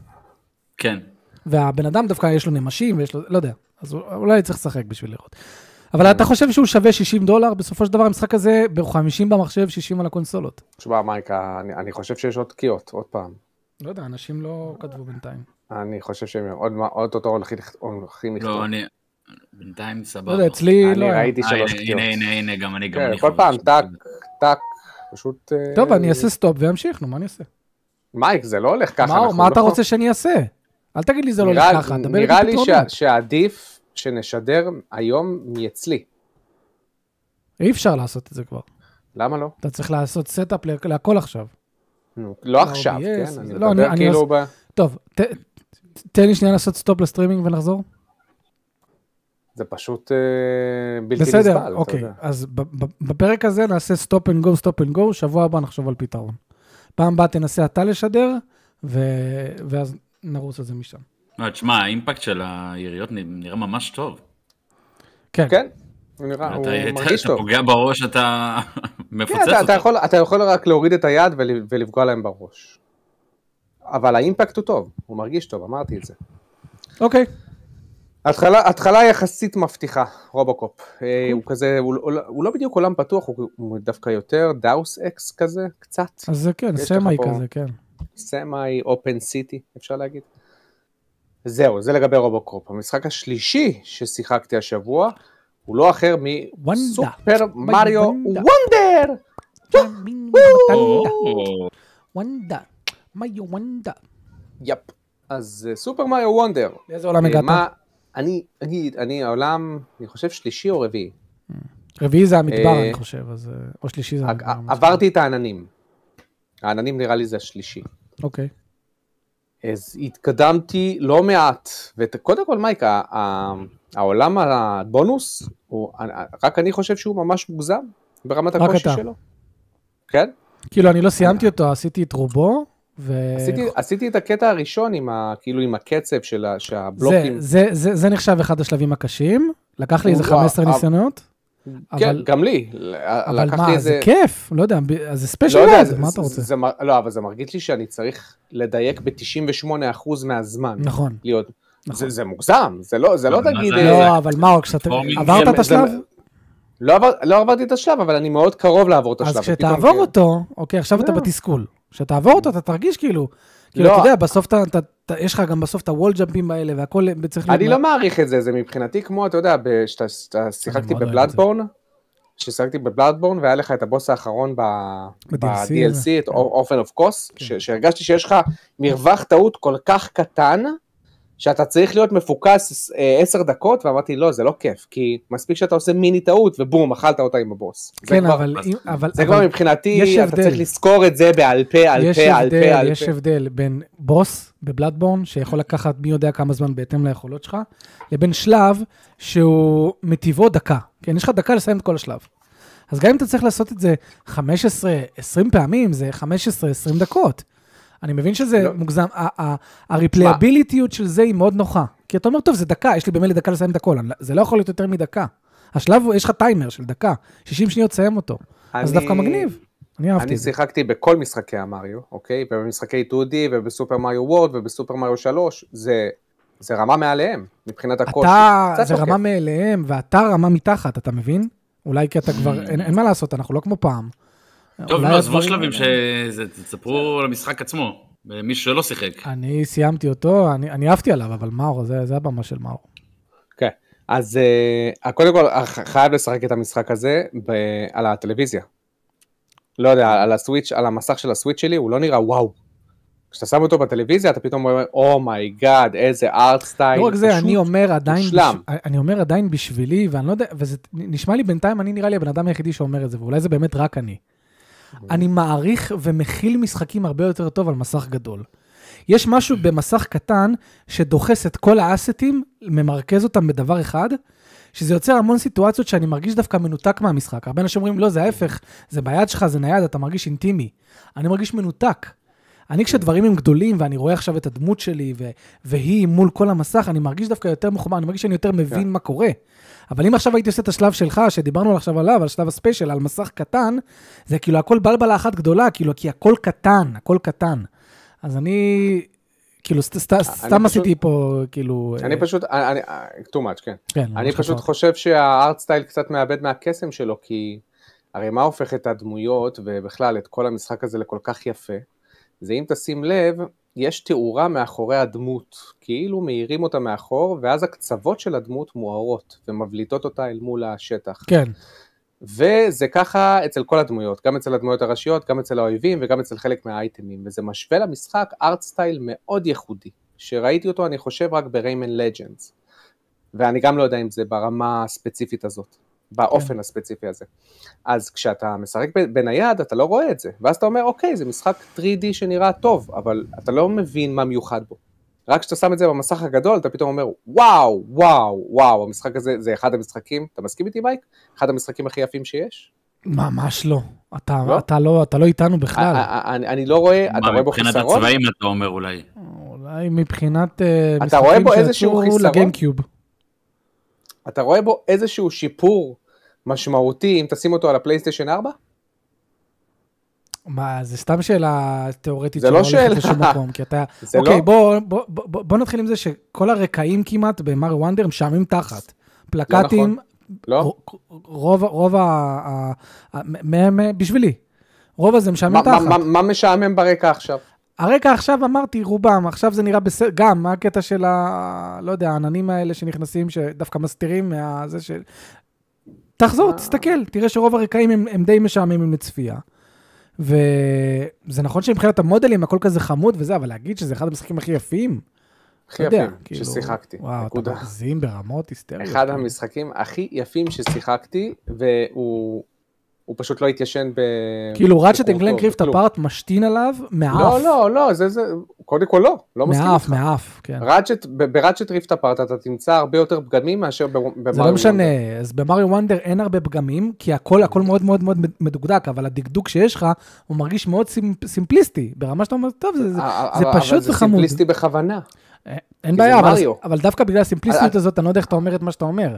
[SPEAKER 3] כן.
[SPEAKER 2] והבן אדם דווקא יש לו נמשים ויש לו, לא יודע, אז הוא- אולי צריך לשחק בשביל לראות. אבל אתה חושב שהוא שווה 60 דולר, בסופו של דבר המשחק הזה ב-50 במחשב, 60 על הקונסולות.
[SPEAKER 1] תשמע, מייקה, אני, אני חושב שיש עוד תקיעות, עוד פעם.
[SPEAKER 2] לא יודע, אנשים לא כתבו בינתיים.
[SPEAKER 1] אני חושב שהם עוד מה- אוטוטו הולכים לכ- הולכים לכתוב.
[SPEAKER 3] לא, אני... בינתיים סבבה.
[SPEAKER 2] לא יודע, אצלי לא
[SPEAKER 1] אני
[SPEAKER 2] היה.
[SPEAKER 1] ראיתי
[SPEAKER 3] אה,
[SPEAKER 1] שלוש
[SPEAKER 3] הנה,
[SPEAKER 1] תקיעות.
[SPEAKER 3] הנה, הנה, הנה, גם אני, גם
[SPEAKER 1] כן,
[SPEAKER 3] אני.
[SPEAKER 1] כל
[SPEAKER 3] חווה
[SPEAKER 1] פעם,
[SPEAKER 3] שם.
[SPEAKER 1] טק, טק, פשוט... אה,
[SPEAKER 2] טוב, אני אעשה סטופ ואמשיך, נו, מה אני אעשה?
[SPEAKER 1] מייק, זה לא הולך ככה.
[SPEAKER 2] מה-
[SPEAKER 1] אנחנו
[SPEAKER 2] מה אתה
[SPEAKER 1] לא-
[SPEAKER 2] רוצה שאני אעשה? אל תגיד לי זה לא
[SPEAKER 1] נראה-
[SPEAKER 2] הולך ככה, דבר
[SPEAKER 1] נראה
[SPEAKER 2] איתי
[SPEAKER 1] לי
[SPEAKER 2] פתרונות.
[SPEAKER 1] שה- שעדיף שנשדר היום מאצלי.
[SPEAKER 2] אי אפשר לעשות את זה כבר.
[SPEAKER 1] למה לא?
[SPEAKER 2] אתה צריך לעשות סטאפ לכ- להכל עכשיו.
[SPEAKER 1] נו, לא עכשיו,
[SPEAKER 2] OBS,
[SPEAKER 1] כן? אני
[SPEAKER 2] זה- לא, אני-
[SPEAKER 1] מדבר
[SPEAKER 2] אני
[SPEAKER 1] כאילו ב...
[SPEAKER 2] טוב, ת- ת- תן לי שנייה לעשות סטופ לסטרימינג ונחזור.
[SPEAKER 1] זה פשוט אה, בלתי נסבל.
[SPEAKER 2] בסדר,
[SPEAKER 1] אתה
[SPEAKER 2] אוקיי.
[SPEAKER 1] יודע.
[SPEAKER 2] אז ב- ב- בפרק הזה נעשה סטופ אנד גו, סטופ אנד גו, שבוע הבא נחשוב על פתרון. פעם הבאה תנסה אתה לשדר, ו- ואז נרוץ על זה משם.
[SPEAKER 3] לא, תשמע, האימפקט של היריות נ- נראה ממש טוב.
[SPEAKER 2] כן,
[SPEAKER 1] כן, הוא נראה,
[SPEAKER 3] אתה-
[SPEAKER 1] הוא
[SPEAKER 3] אתה-
[SPEAKER 1] מרגיש
[SPEAKER 3] אתה
[SPEAKER 1] טוב.
[SPEAKER 3] פוגע בראש, אתה
[SPEAKER 1] כן,
[SPEAKER 3] מפוצץ
[SPEAKER 1] אתה- אתה
[SPEAKER 3] אותו.
[SPEAKER 1] יכול- אתה יכול רק להוריד את היד ול- ולפגוע להם בראש. אבל האימפקט הוא טוב, הוא מרגיש טוב, אמרתי את זה.
[SPEAKER 2] אוקיי.
[SPEAKER 1] התחלה, התחלה יחסית מבטיחה, רובוקופ. אה, הוא כזה, הוא, הוא, לא- הוא לא בדיוק עולם פתוח, הוא, הוא דווקא יותר דאוס אקס כזה, קצת.
[SPEAKER 2] אז זה כן,
[SPEAKER 1] יש לך
[SPEAKER 2] סמי
[SPEAKER 1] פה-
[SPEAKER 2] כזה, כן.
[SPEAKER 1] סמי אופן סיטי, אפשר להגיד. זהו, זה לגבי רובוקופ. המשחק השלישי ששיחקתי השבוע, הוא לא אחר
[SPEAKER 2] וונדה.
[SPEAKER 1] מסופר מריו
[SPEAKER 2] וונדה.
[SPEAKER 1] וונדר!
[SPEAKER 2] וונדה,
[SPEAKER 3] או,
[SPEAKER 2] וונדה, מיו וונדה.
[SPEAKER 1] יפ. אז אה, סופר מריו וונדר.
[SPEAKER 2] לאיזה עולם
[SPEAKER 1] אה,
[SPEAKER 2] הגעת?
[SPEAKER 1] מה, אני אגיד, אני העולם, אני חושב שלישי או רביעי.
[SPEAKER 2] רביעי זה המדבר,
[SPEAKER 1] אה,
[SPEAKER 2] אני חושב, אז... אה, או שלישי זה
[SPEAKER 1] עג-
[SPEAKER 2] המדבר. משהו.
[SPEAKER 1] עברתי את העננים. העננים נראה לי זה השלישי.
[SPEAKER 2] אוקיי.
[SPEAKER 1] אז התקדמתי לא מעט, וקודם כל מייק, ה- ה- העולם הבונוס, הוא- רק אני חושב שהוא ממש מוגזם ברמת
[SPEAKER 2] רק
[SPEAKER 1] הקושי
[SPEAKER 2] אתה.
[SPEAKER 1] שלו. כן?
[SPEAKER 2] כאילו, אני לא סיימתי אותו, עשיתי את רובו, ו...
[SPEAKER 1] עשיתי, עשיתי את הקטע הראשון עם, ה, כאילו עם הקצב של ה,
[SPEAKER 2] זה,
[SPEAKER 1] שהבלוקים.
[SPEAKER 2] זה, זה, זה נחשב אחד השלבים הקשים, לקח לי איזה
[SPEAKER 1] וואו, אה,
[SPEAKER 2] 15
[SPEAKER 1] אבל-
[SPEAKER 2] ניסיונות.
[SPEAKER 1] כן,
[SPEAKER 2] אבל-
[SPEAKER 1] גם לי. ל-
[SPEAKER 2] אבל
[SPEAKER 1] לקח לי
[SPEAKER 2] מה,
[SPEAKER 1] איזה-
[SPEAKER 2] זה כיף, לא יודע, ב- אז זה ספיישל
[SPEAKER 1] לא יודע,
[SPEAKER 2] רד,
[SPEAKER 1] זה-
[SPEAKER 2] מה
[SPEAKER 1] זה-
[SPEAKER 2] אתה רוצה?
[SPEAKER 1] זה מר- לא, אבל זה מרגיש לי שאני צריך לדייק ב-98% מהזמן.
[SPEAKER 2] נכון,
[SPEAKER 1] להיות.
[SPEAKER 2] נכון.
[SPEAKER 1] זה, זה מוגזם, זה לא, זה לא
[SPEAKER 3] מה
[SPEAKER 1] תגיד...
[SPEAKER 3] זה-
[SPEAKER 1] אה,
[SPEAKER 2] לא, אבל מה, כשאתה
[SPEAKER 3] פלטפורמינג.
[SPEAKER 2] עברת
[SPEAKER 1] זה-
[SPEAKER 2] את
[SPEAKER 1] זה-
[SPEAKER 2] השלב?
[SPEAKER 1] לא, עבר, לא עברתי את השלב, אבל אני מאוד קרוב לעבור את השלב.
[SPEAKER 2] אז
[SPEAKER 1] ופתאום
[SPEAKER 2] כשתעבור
[SPEAKER 1] כן.
[SPEAKER 2] אותו, אוקיי, עכשיו אתה
[SPEAKER 1] לא.
[SPEAKER 2] בתסכול. כשתעבור אותו, אתה תרגיש כאילו, כאילו,
[SPEAKER 1] לא.
[SPEAKER 2] אתה יודע, בסוף אתה, אתה, אתה, יש לך גם בסוף את הוול ג'אמפים האלה, והכל צריך
[SPEAKER 1] אני לא מעריך את זה, זה מבחינתי כמו, אתה יודע, כששיחקתי
[SPEAKER 2] מאוד אוהב את זה.
[SPEAKER 1] בבלאדבורן, כששיחקתי בבלאדבורן והיה לך את הבוס האחרון ב-
[SPEAKER 2] ב-DLC,
[SPEAKER 1] ב-DLC, את
[SPEAKER 2] כן.
[SPEAKER 1] אופן אוף קוס, שהרגשתי שיש לך מרווח טעות כל כך קטן, שאתה צריך להיות מפוקס אה, עשר דקות, ואמרתי, לא, זה לא כיף, כי מספיק שאתה עושה מיני טעות, ובום, אכלת אותה עם הבוס. זה
[SPEAKER 2] כן,
[SPEAKER 1] כבר-
[SPEAKER 2] אבל...
[SPEAKER 3] אז-
[SPEAKER 2] אם- אבל-
[SPEAKER 1] זה
[SPEAKER 2] אבל-
[SPEAKER 1] כבר
[SPEAKER 2] יש
[SPEAKER 1] מבחינתי, אתה
[SPEAKER 2] הבדל.
[SPEAKER 1] צריך לזכור את זה בעל פה, על
[SPEAKER 2] יש
[SPEAKER 1] פה, על
[SPEAKER 2] הבדל,
[SPEAKER 1] פה, על
[SPEAKER 2] יש
[SPEAKER 1] פה.
[SPEAKER 2] הבדל בין בוס בבלאדבורן, שיכול
[SPEAKER 1] Mm-hmm.
[SPEAKER 2] לקחת מי יודע כמה זמן בהתאם ליכולות שלך, לבין שלב שהוא מטבעו דקה. כן, יש לך דקה לסיים את כל השלב. אז גם אם אתה צריך לעשות את זה 15-20 פעמים, זה 15-20 דקות. אני מבין שזה
[SPEAKER 1] לא.
[SPEAKER 2] מוגזם, ה- ה- הריפלייביליות של זה היא מאוד נוחה. כי אתה אומר, טוב, זה דקה, יש לי במילא דקה לסיים את הכל, אני- זה לא יכול להיות יותר מדקה. השלב הוא, יש לך טיימר של דקה, 60 שניות תסיים אותו. אז
[SPEAKER 1] אני-
[SPEAKER 2] דווקא מגניב, אני אהבתי
[SPEAKER 1] אני
[SPEAKER 2] את זה.
[SPEAKER 1] שיחקתי בכל משחקי המריו, אוקיי? ובמשחקי 2D ובסופר מריו וורד ובסופר מריו 3, זה, זה רמה מעליהם, מבחינת הקושי.
[SPEAKER 2] אתה,
[SPEAKER 1] קצת
[SPEAKER 2] זה
[SPEAKER 1] לא
[SPEAKER 2] רמה
[SPEAKER 1] כיף.
[SPEAKER 2] מאליהם, ואתה רמה מתחת, אתה מבין? אולי כי אתה כבר, אין אין מה לעשות, אנחנו לא כמו פעם.
[SPEAKER 3] טוב,
[SPEAKER 2] אולי
[SPEAKER 3] נו, עזבו
[SPEAKER 2] הדברים-
[SPEAKER 3] שלבים, שזה- תספרו על המשחק עצמו, מי שלא שיחק.
[SPEAKER 2] אני סיימתי אותו, אני אני אהבתי עליו, אבל מאור, זה זה הבמה של מאור.
[SPEAKER 1] כן. אז אה, קודם כל, אה, ח- חייב לשחק את המשחק הזה ב, על הטלוויזיה. לא יודע, על הסוויץ', על המסך של הסוויץ' שלי, הוא לא נראה וואו. כשאתה שם אותו בטלוויזיה, אתה פתאום אומר, אומייגאד, איזה ארט סטייל.
[SPEAKER 2] לא רק זה, אני אומר עדיין,
[SPEAKER 1] מושלם.
[SPEAKER 2] בש- אני אומר עדיין בשבילי, ואני לא יודע, וזה נשמע לי בינתיים, אני נראה לי הבן אדם היחידי שאומר את זה, ואולי זה באמת רק אני. אני מעריך ומכיל משחקים הרבה יותר טוב על מסך גדול. יש משהו במסך קטן שדוחס את כל האסטים, ממרכז אותם בדבר אחד, שזה יוצר המון סיטואציות שאני מרגיש דווקא מנותק מהמשחק. הרבה אנשים אומרים, לא, זה ההפך, זה ביד שלך, זה נייד, אתה מרגיש אינטימי. אני מרגיש מנותק. אני כשדברים הם גדולים, ואני רואה עכשיו את הדמות שלי, ו- והיא מול כל המסך, אני מרגיש דווקא יותר מחובר, אני מרגיש שאני יותר מבין
[SPEAKER 1] כן.
[SPEAKER 2] מה קורה. אבל אם עכשיו הייתי עושה את השלב שלך, שדיברנו עכשיו עליו, על שלב הספיישל, על מסך קטן, זה כאילו הכל בלבלה אחת גדולה, כאילו, כי הכל קטן, הכל קטן. אז אני, כאילו, סת- סת- סתם
[SPEAKER 1] פשוט-
[SPEAKER 2] עשיתי פה, כאילו...
[SPEAKER 1] אני
[SPEAKER 2] אה,
[SPEAKER 1] פשוט, אני, אני, אה, too much, כן.
[SPEAKER 2] כן,
[SPEAKER 1] אני
[SPEAKER 2] ממש
[SPEAKER 1] פשוט
[SPEAKER 2] חשוב.
[SPEAKER 1] חושב שהארט סטייל קצת מאבד מהקסם שלו, כי הרי מה הופך את הדמויות, ובכלל את כל המשחק הזה לכל כך יפה? זה אם תשים לב, יש תאורה מאחורי הדמות, כאילו מאירים אותה מאחור, ואז הקצוות של הדמות מוארות, ומבליטות אותה אל מול השטח.
[SPEAKER 2] כן,
[SPEAKER 1] וזה ככה אצל כל הדמויות, גם אצל הדמויות הראשיות, גם אצל האויבים וגם אצל חלק מהאייטמים, וזה משווה למשחק ארט סטייל מאוד ייחודי, שראיתי אותו אני חושב רק בריימן לג'נדס, ואני גם לא יודע אם זה ברמה הספציפית הזאת, באופן כן. הספציפי הזה. אז כשאתה משחק ב- בנייד אתה לא רואה את זה, ואז אתה אומר אוקיי זה משחק 3D שנראה טוב, אבל אתה לא מבין מה מיוחד בו. רק כשאתה שם את זה במסך הגדול, אתה פתאום אומר, וואו, וואו, וואו, המשחק הזה זה אחד המשחקים, אתה מסכים איתי מייק? אחד המשחקים הכי יפים שיש.
[SPEAKER 2] ממש לא. אתה
[SPEAKER 1] לא?
[SPEAKER 2] אתה לא אתה לא איתנו בכלל.
[SPEAKER 1] א- א- א- אני אני לא רואה, אתה
[SPEAKER 3] מה,
[SPEAKER 1] רואה בו
[SPEAKER 3] מבחינת
[SPEAKER 1] חיסרון?
[SPEAKER 3] הצבעים אתה אומר אולי.
[SPEAKER 2] אולי מבחינת אה,
[SPEAKER 1] אתה רואה
[SPEAKER 2] משחקים
[SPEAKER 1] בו איזשהו
[SPEAKER 2] שיצאו
[SPEAKER 1] חיסרון?
[SPEAKER 2] לגיימקיוב.
[SPEAKER 1] אתה רואה בו איזשהו שיפור משמעותי אם תשים אותו על הפלייסטיישן 4?
[SPEAKER 2] מה, זה סתם שאלה תיאורטית
[SPEAKER 1] זה
[SPEAKER 2] שלא
[SPEAKER 1] לא
[SPEAKER 2] הולכת
[SPEAKER 1] שאלה.
[SPEAKER 2] לשום מקום, כי אתה...
[SPEAKER 1] זה
[SPEAKER 2] אוקיי,
[SPEAKER 1] לא-
[SPEAKER 2] בוא, בוא, בוא, בוא בוא נתחיל עם זה שכל הרקעים כמעט במארי וונדר משעממים תחת. פלקטים,
[SPEAKER 1] לא?
[SPEAKER 2] ר- רוב, רוב ה... ה- ה- מ- מ- מ- בשבילי. רוב הזה משעמם
[SPEAKER 1] מה-
[SPEAKER 2] תחת.
[SPEAKER 1] מה- מה- מה משעמם ברקע עכשיו?
[SPEAKER 2] הרקע עכשיו אמרתי, רובם, עכשיו זה נראה בסדר, גם, מה הקטע של ה... לא יודע, העננים האלה שנכנסים, שדווקא מסתירים מה... זה של... תחזור,
[SPEAKER 1] אה.
[SPEAKER 2] תסתכל, תראה שרוב הרקעים הם, הם די משעממים לצפייה. וזה נכון שמבחינת המודלים הכל כזה חמוד וזה, אבל להגיד שזה אחד המשחקים הכי יפים,
[SPEAKER 1] הכי
[SPEAKER 2] אתה יודע, כאילו,
[SPEAKER 1] יפים ששיחקתי,
[SPEAKER 2] וואו,
[SPEAKER 1] נקודה.
[SPEAKER 2] אתה מגזים ברמות היסטריות.
[SPEAKER 1] אחד
[SPEAKER 2] כאילו.
[SPEAKER 1] המשחקים הכי יפים ששיחקתי, והוא הוא פשוט לא התיישן ב...
[SPEAKER 2] כאילו ראצ'ט אנד
[SPEAKER 1] בכלום,
[SPEAKER 2] קלנק ריפט
[SPEAKER 1] בכלום.
[SPEAKER 2] הפארט משתין עליו מהאף.
[SPEAKER 1] לא, לא, לא, זה זה... קודם כל לא, לא מסכים איתך.
[SPEAKER 2] מהאף, מהאף, כן.
[SPEAKER 1] ראצ'ט, ב- בראצ'ט ריפט הפארט אתה תמצא הרבה יותר פגמים מאשר במריו.
[SPEAKER 2] זה לא משנה, אז במריו וונדר אין הרבה פגמים, כי הכל הכל מאוד מאוד מאוד מדוקדק, אבל הדקדוק שיש לך, הוא מרגיש מאוד סימפ- סימפליסטי, ברמה שאתה אומר, טוב, זה- זה- זה פשוט
[SPEAKER 1] אבל זה
[SPEAKER 2] וחמוד.
[SPEAKER 1] סימפליסטי בכוונה.
[SPEAKER 2] אה, אין
[SPEAKER 1] אה, כי
[SPEAKER 2] בעיה,
[SPEAKER 1] זה
[SPEAKER 2] אבל-
[SPEAKER 1] מריו. אה,
[SPEAKER 2] אבל דווקא בגלל הסימפליסטיות
[SPEAKER 1] אז-
[SPEAKER 2] הזאת, אני לא יודע איך אתה אומר את מה שאתה אומר.